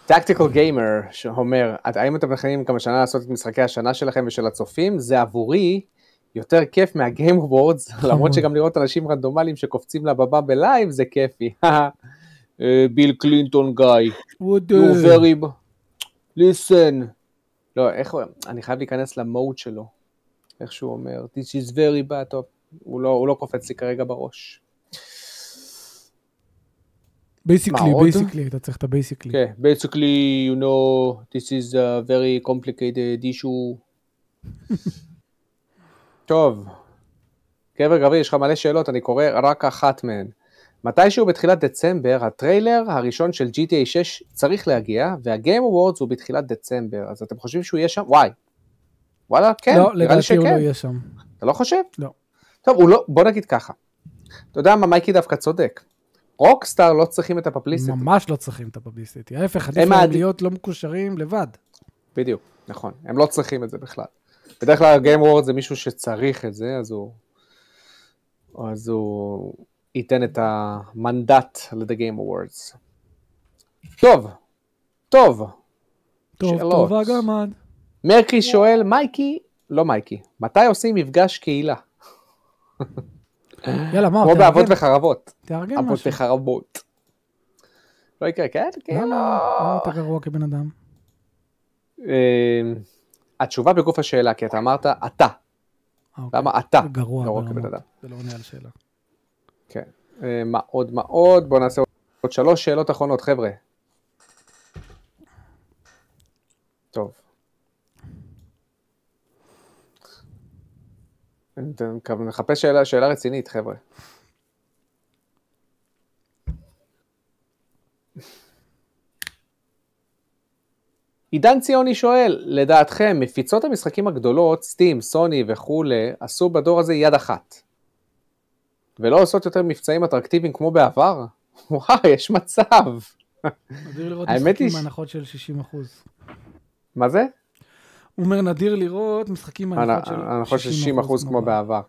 [SPEAKER 1] טקטיקל גיימר שאומר, "את- האם אתם מתכננים גם השנה לעשות את משחקי השנה שלכם ושל הצופים? זה עבורי יותר כיף מהגיים וורדס, למרות שגם לראות אנשים רנדומליים שקופצים לבמה בלייב זה כיפי. אה, ביל קלינטון גיא,
[SPEAKER 2] כן.
[SPEAKER 1] you're very... b- listen. לא, איך הוא... אני חייב להיכנס למוד שלו. איך שהוא אומר, this is very bad, טוב, הוא לא, הוא לא קופץ לי כרגע בראש.
[SPEAKER 2] בייסיקלי,
[SPEAKER 1] מה, עוד?
[SPEAKER 2] בייסיקלי, אתה צריך את הבייסיקלי.
[SPEAKER 1] Okay, כן, basically, you know, this is a very complicated issue. טוב, גבר גברי, יש לך מלא שאלות, אני קורא רק אחת מהן. מתישהו בתחילת דצמבר, הטריילר הראשון של GTA 6 צריך להגיע, וה-game awards הוא בתחילת דצמבר, אז אתם חושבים שהוא יהיה שם? וואי. וואלה, כן,
[SPEAKER 2] לא,
[SPEAKER 1] נראה לי
[SPEAKER 2] לדעתי
[SPEAKER 1] שכן.
[SPEAKER 2] הוא לא יהיה שם.
[SPEAKER 1] אתה לא חושב?
[SPEAKER 2] לא.
[SPEAKER 1] טוב, הוא לא, בוא נגיד ככה. אתה יודע מה, מייקי דווקא צודק. רוקסטאר לא צריכים את הפבליסטי.
[SPEAKER 2] ממש לא צריכים את הפבליסטי. ההפך, עדיף להם
[SPEAKER 1] מעדיף-
[SPEAKER 2] להיות לא מקושרים לבד.
[SPEAKER 1] בדיוק, נכון, הם לא צריכים את זה בכלל. בדרך כלל Game Award זה מישהו שצריך את זה, אז הוא... אז הוא ייתן את המנדט ל-The Game Awards. טוב, טוב,
[SPEAKER 2] טוב,
[SPEAKER 1] שאלות.
[SPEAKER 2] טובה גם עד.
[SPEAKER 1] מרקי שואל, מייקי, לא מייקי, מתי עושים מפגש קהילה?
[SPEAKER 2] יאללה, מה,
[SPEAKER 1] כמו באבות
[SPEAKER 2] תארגן-
[SPEAKER 1] וחרבות.
[SPEAKER 2] תארגן
[SPEAKER 1] אבות
[SPEAKER 2] משהו.
[SPEAKER 1] וחרבות. לא יקרה, כן? כן.
[SPEAKER 2] למה למה אתה גרוע כבן אדם?
[SPEAKER 1] אה, התשובה בגוף השאלה, כי אתה אמרת, אתה.
[SPEAKER 2] אה, אוקיי.
[SPEAKER 1] למה אתה?
[SPEAKER 2] גרוע
[SPEAKER 1] גרוע
[SPEAKER 2] ברמות.
[SPEAKER 1] כבן אדם.
[SPEAKER 2] זה לא עונה על שאלה.
[SPEAKER 1] אה, מה עוד מה עוד? בואו נעשה עוד שלוש שאלות אחרונות, חבר'ה. טוב. נחפש שאלה, שאלה רצינית, חבר'ה. עידן ציוני שואל, לדעתכם, מפיצות המשחקים הגדולות, סטים, סוני וכולי, עשו בדור הזה יד אחת. ולא עושות יותר מבצעים אטרקטיביים כמו בעבר? וואי, יש מצב.
[SPEAKER 2] נדיר לראות
[SPEAKER 1] האמת
[SPEAKER 2] משחקים
[SPEAKER 1] היא ש-
[SPEAKER 2] מהנחות של 60 אחוז.
[SPEAKER 1] מה זה?
[SPEAKER 2] הוא אומר, נדיר לראות משחקים מהנחות של 60
[SPEAKER 1] הנחות של 60 אחוז כמו בעבר.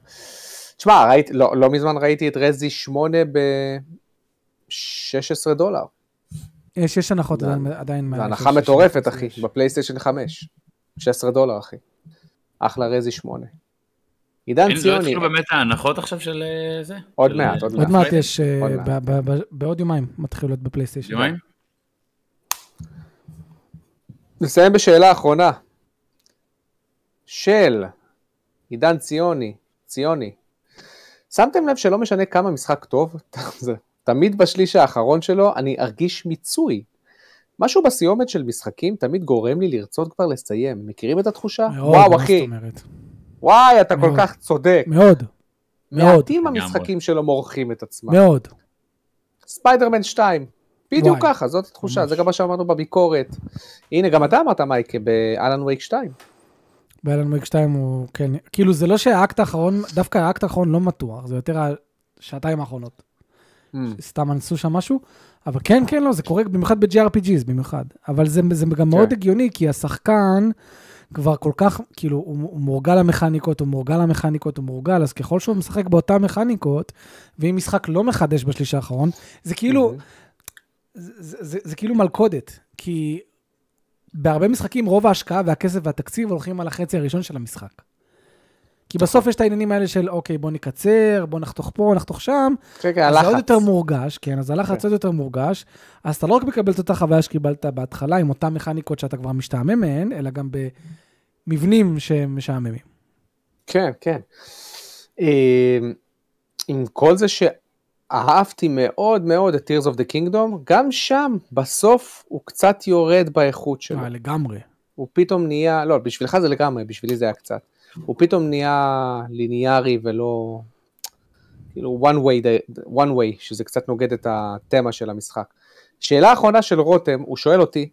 [SPEAKER 1] תשמע, ראית- לא לא מזמן ראיתי את רזי 8 ב-16 דולר.
[SPEAKER 2] יש, יש הנחות
[SPEAKER 1] זה-
[SPEAKER 2] עדיין, עדיין
[SPEAKER 1] זו
[SPEAKER 2] מה-
[SPEAKER 1] הנחה
[SPEAKER 2] של-
[SPEAKER 1] מטורפת,
[SPEAKER 2] של-
[SPEAKER 1] אחי,
[SPEAKER 2] של-
[SPEAKER 1] בפלייסטיישן 5. 16 דולר, אחי. אחלה רזי 8. עידן
[SPEAKER 3] אין, לא
[SPEAKER 1] ציוני,
[SPEAKER 3] התחילו באמת ההנחות עכשיו של אה, זה?
[SPEAKER 1] עוד
[SPEAKER 3] של,
[SPEAKER 1] מעט,
[SPEAKER 3] אה,
[SPEAKER 1] עוד
[SPEAKER 2] עוד מעט יש, אה,
[SPEAKER 1] עוד מעט.
[SPEAKER 2] ב- ב- ב- בעוד יומיים מתחיל להיות בפלייסטיישן.
[SPEAKER 3] יומיים?
[SPEAKER 1] נסיים בשאלה האחרונה. של עידן ציוני, ציוני. שמתם לב שלא משנה כמה משחק טוב, זה תמיד בשליש האחרון שלו אני ארגיש מיצוי. משהו בסיומת של משחקים תמיד גורם לי לרצות כבר לסיים. מכירים את התחושה?
[SPEAKER 2] מאוד,
[SPEAKER 1] וואו
[SPEAKER 2] מה זאת
[SPEAKER 1] אחי,
[SPEAKER 2] אומרת?
[SPEAKER 1] וואי אתה כל
[SPEAKER 2] מאוד.
[SPEAKER 1] כך צודק.
[SPEAKER 2] מאוד, מאוד,
[SPEAKER 1] מעטים
[SPEAKER 3] לגמרי.
[SPEAKER 1] המשחקים שלו מורחים את עצמם.
[SPEAKER 2] מאוד.
[SPEAKER 1] ספיידרמן 2. בדיוק
[SPEAKER 2] וואי.
[SPEAKER 1] ככה, זאת התחושה,
[SPEAKER 2] ממש.
[SPEAKER 1] זה גם מה שאמרנו בביקורת. הנה, גם אתה אמרת, מייקה, באלן וייק 2.
[SPEAKER 2] באלן וייק 2 הוא, כן, כאילו זה לא שהאקט האחרון, דווקא האקט האחרון לא מתוח, זה יותר השעתיים האחרונות. סתם אנסו שם משהו, אבל כן, כן, לא, זה קורה במיוחד ב-JRPGs במיוחד. אבל זה, זה גם מאוד הגיוני, כי השחקן כבר כל כך, כאילו, הוא, הוא מורגל למכניקות, הוא מורגל למכניקות, הוא מורגל, אז ככל שהוא משחק באותן מכניקות, ואם משחק לא מחדש בשליש האחרון, זה כאילו,
[SPEAKER 1] מהמם.
[SPEAKER 2] זה, זה, זה, זה כאילו מלכודת, כי בהרבה משחקים רוב ההשקעה והכסף והתקציב הולכים על החצי הראשון של המשחק. כי
[SPEAKER 1] נכון.
[SPEAKER 2] בסוף יש את העניינים האלה של, אוקיי, בוא נקצר, בוא נחתוך פה, נחתוך שם,
[SPEAKER 1] רגע,
[SPEAKER 2] אז זה עוד
[SPEAKER 1] הלחץ.
[SPEAKER 2] יותר מורגש, כן, אז הלחץ
[SPEAKER 1] כן.
[SPEAKER 2] עוד יותר מורגש, אז אתה לא רק מקבל את אותה חוויה שקיבלת בהתחלה עם אותן מכניקות שאתה כבר משתעמם מהן, אלא גם במבנים שהם משעממים.
[SPEAKER 1] כן, כן. אה, עם כל זה שאהבתי מאוד מאוד את Tears of the Kingdom, גם שם, בסוף הוא קצת יורד באיכות שלו.
[SPEAKER 2] אה, לגמרי.
[SPEAKER 1] הוא פתאום נהיה, לא, בשבילך זה לגמרי, בשבילי זה היה קצת. הוא פתאום נהיה ליניארי ולא, כאילו one way, one way, שזה קצת נוגד את התמה של המשחק. שאלה אחרונה של רותם, הוא שואל אותי,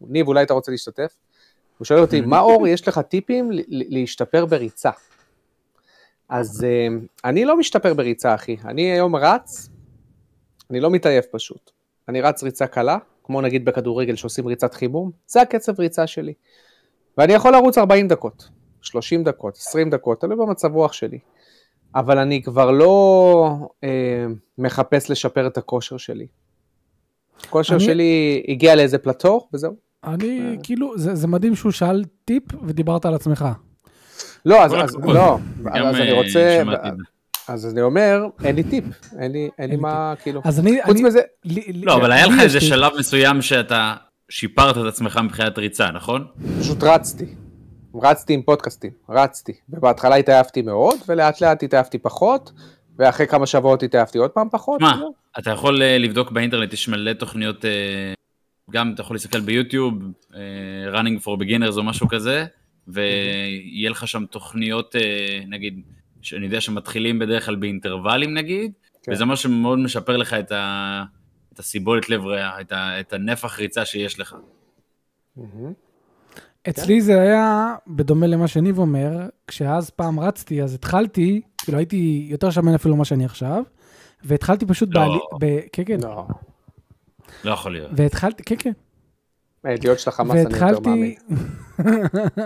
[SPEAKER 1] ניב, אולי אתה רוצה להשתתף? הוא שואל אותי, מה אור, יש לך טיפים ל- ל- להשתפר בריצה? אז אה, אני לא משתפר בריצה, אחי. אני היום רץ, אני לא מתעייף פשוט. אני רץ ריצה קלה, כמו נגיד בכדורגל שעושים ריצת חימום, זה הקצב ריצה שלי. ואני יכול לרוץ 40 דקות, 30 דקות, 20 דקות, תלוי במצב רוח שלי. אבל אני כבר לא אה, מחפש לשפר את הכושר שלי. הכושר
[SPEAKER 2] אני-
[SPEAKER 1] שלי הגיע לאיזה פלטור, וזהו. כן.
[SPEAKER 2] אני, כאילו, זה זה מדהים שהוא שאל טיפ ודיברת על עצמך.
[SPEAKER 1] לא, אז,
[SPEAKER 3] כל
[SPEAKER 1] אז,
[SPEAKER 3] הכבוד.
[SPEAKER 1] לא,
[SPEAKER 3] גם,
[SPEAKER 1] אז אני
[SPEAKER 3] אה,
[SPEAKER 1] רוצה,
[SPEAKER 3] שמעתי את זה.
[SPEAKER 1] אז אני אומר, אין לי טיפ, אין לי, אין לי
[SPEAKER 2] לי
[SPEAKER 1] מה, כאילו,
[SPEAKER 2] אז אני...
[SPEAKER 1] חוץ
[SPEAKER 2] אני-
[SPEAKER 1] מזה,
[SPEAKER 2] לי- לי-
[SPEAKER 3] לא, אבל היה
[SPEAKER 2] לי
[SPEAKER 3] לך
[SPEAKER 2] כן. יש
[SPEAKER 3] איזה
[SPEAKER 2] טיפ.
[SPEAKER 3] שלב מסוים שאתה שיפרת את עצמך מבחינת ריצה, נכון?
[SPEAKER 1] פשוט רצתי. רצתי עם פודקאסטים, רצתי. ובהתחלה התעייפתי מאוד, ולאט לאט התעייפתי פחות, ואחרי כמה שבועות התעייפתי עוד פעם פחות. כאילו.
[SPEAKER 3] שמע,
[SPEAKER 1] זהו.
[SPEAKER 3] אתה יכול אה, לבדוק באינטרנט, יש מלא תוכניות, אה, גם אתה יכול להסתכל ביוטיוב, אה, running for beginners או משהו כזה, ויהיה לך שם תוכניות, אה, נגיד, שאני יודע שמתחילים בדרך כלל באינטרוולים נגיד,
[SPEAKER 1] כן.
[SPEAKER 3] וזה משהו שמאוד משפר לך את ה... את הסיבולת לב ריאה, את, ה, את הנפח ריצה שיש לך.
[SPEAKER 1] מהמם.
[SPEAKER 2] אצלי זה היה, בדומה למה שניב אומר, כשאז פעם רצתי, אז התחלתי, כאילו הייתי יותר שמן אפילו ממה שאני עכשיו, והתחלתי פשוט
[SPEAKER 3] לא.
[SPEAKER 2] בעלי... ב- כן, כן.
[SPEAKER 1] לא.
[SPEAKER 3] לא יכול להיות.
[SPEAKER 2] והתחלתי, כן, כן.
[SPEAKER 1] העדויות של החמאס אני יותר מאמין.
[SPEAKER 2] והתחלתי...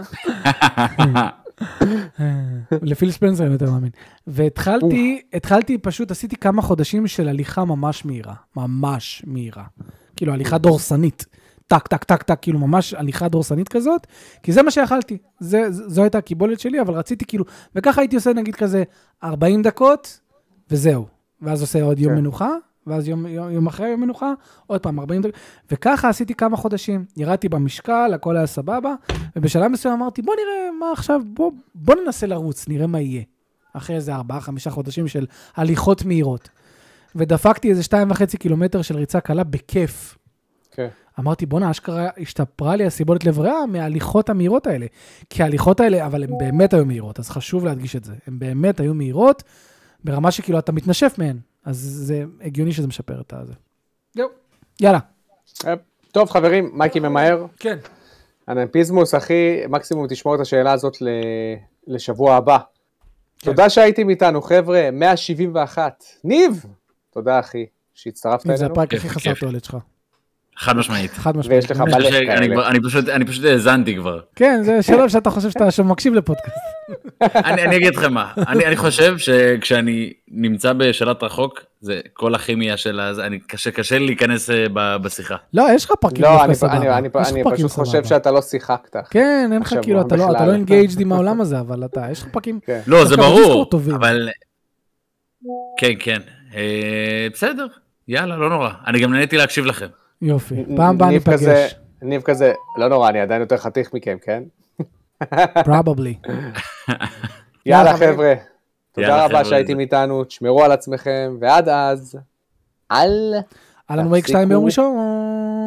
[SPEAKER 2] לפיל ספנסר אני יותר מאמין. והתחלתי, התחלתי פשוט, עשיתי כמה חודשים של הליכה ממש מהירה. ממש מהירה. כאילו, הליכה דורסנית. טק, טק, טק, טק, כאילו ממש הליכה דורסנית כזאת, כי זה מה שאכלתי. זה, ז- זו הייתה הקיבולת שלי, אבל רציתי כאילו, וככה הייתי עושה נגיד כזה 40 דקות, וזהו. ואז עושה עוד יום
[SPEAKER 1] כן.
[SPEAKER 2] מנוחה, ואז יום, יום, יום אחרי יום מנוחה, עוד פעם 40 דקות, וככה עשיתי כמה חודשים. ירדתי במשקל, הכל היה סבבה, ובשלב מסוים אמרתי, בוא נראה מה עכשיו, בוא, בוא ננסה לרוץ, נראה מה יהיה. אחרי איזה ארבעה, חמישה חודשים של הליכות מהירות. ודפקתי איזה שתיים וחצי קילומטר של ריצה קלה בכיף.
[SPEAKER 1] כן.
[SPEAKER 2] אמרתי, בואנה, אשכרה השתפרה לי הסיבולת לב ריאה מההליכות המהירות האלה. כי ההליכות האלה, אבל הן באמת היו מהירות, אז חשוב להדגיש את זה. הן באמת היו מהירות, ברמה שכאילו אתה מתנשף מהן. אז זה הגיוני שזה משפר את הזה. זהו. יאללה.
[SPEAKER 1] אה, טוב חברים, מייקי ממהר.
[SPEAKER 2] כן.
[SPEAKER 1] אנפיזמוס אחי, מקסימום תשמור את השאלה הזאת ל... לשבוע הבא.
[SPEAKER 2] כן.
[SPEAKER 1] תודה שהייתם איתנו חבר'ה, 171. ניב! תודה אחי, שהצטרפת
[SPEAKER 2] זה
[SPEAKER 1] אלינו.
[SPEAKER 2] הפרק
[SPEAKER 3] כיף,
[SPEAKER 2] הכי
[SPEAKER 3] כיף.
[SPEAKER 2] חסר תועלת שלך.
[SPEAKER 3] חד משמעית.
[SPEAKER 2] חד משמעית.
[SPEAKER 1] ויש לך
[SPEAKER 2] באמת.
[SPEAKER 1] מלא
[SPEAKER 3] אני חושב- אני
[SPEAKER 1] כאלה.
[SPEAKER 3] כבר- אני פשוט- אני פשוט האזנתי כבר.
[SPEAKER 2] כן, זה שלב שאתה חושב שאתה עכשיו מקשיב לפודקאסט.
[SPEAKER 3] אני, אני אגיד לכם מה, אני, אני חושב שכשאני נמצא בשלט רחוק, זה כל הכימיה של ה... אני- קשה, קשה לי להיכנס אה, ב- בשיחה.
[SPEAKER 2] לא, יש לך פרקים
[SPEAKER 1] לא,
[SPEAKER 2] דווקא
[SPEAKER 1] אני-
[SPEAKER 2] סבבה.
[SPEAKER 1] אני- אני-
[SPEAKER 2] יש לך
[SPEAKER 1] אני
[SPEAKER 2] פרקים
[SPEAKER 1] פשוט חושב
[SPEAKER 2] סבבה.
[SPEAKER 1] שאתה לא שיחקת.
[SPEAKER 2] כן, אין לך
[SPEAKER 1] השבוע
[SPEAKER 2] כאילו, אתה לא, אתה
[SPEAKER 1] בכלל.
[SPEAKER 2] לא אינגייג'ד עם העולם הזה, אבל אתה, יש לך פרקים...
[SPEAKER 1] כן.
[SPEAKER 3] לא, זה
[SPEAKER 2] דווקא בדיסקורד
[SPEAKER 3] ברור,
[SPEAKER 2] טובים.
[SPEAKER 3] אבל... כן, כן. אה, בסדר, יאללה, לא נורא. אני גם נהניתי להקשיב לכם.
[SPEAKER 2] יופי, פעם הבאה
[SPEAKER 1] ניב כזה-
[SPEAKER 2] ניפגש.
[SPEAKER 1] ניב כזה, לא נורא, אני עדיין יותר חתיך מכם, כן?
[SPEAKER 2] probably.
[SPEAKER 1] יאללה
[SPEAKER 2] חברים.
[SPEAKER 1] חבר'ה,
[SPEAKER 3] יאללה,
[SPEAKER 1] תודה רבה
[SPEAKER 3] חבר'ה.
[SPEAKER 1] שהייתם איתנו, תשמרו על עצמכם, ועד אז, על...
[SPEAKER 2] אלן וייק
[SPEAKER 1] תפסיקו.
[SPEAKER 2] 2 ביום ראשון.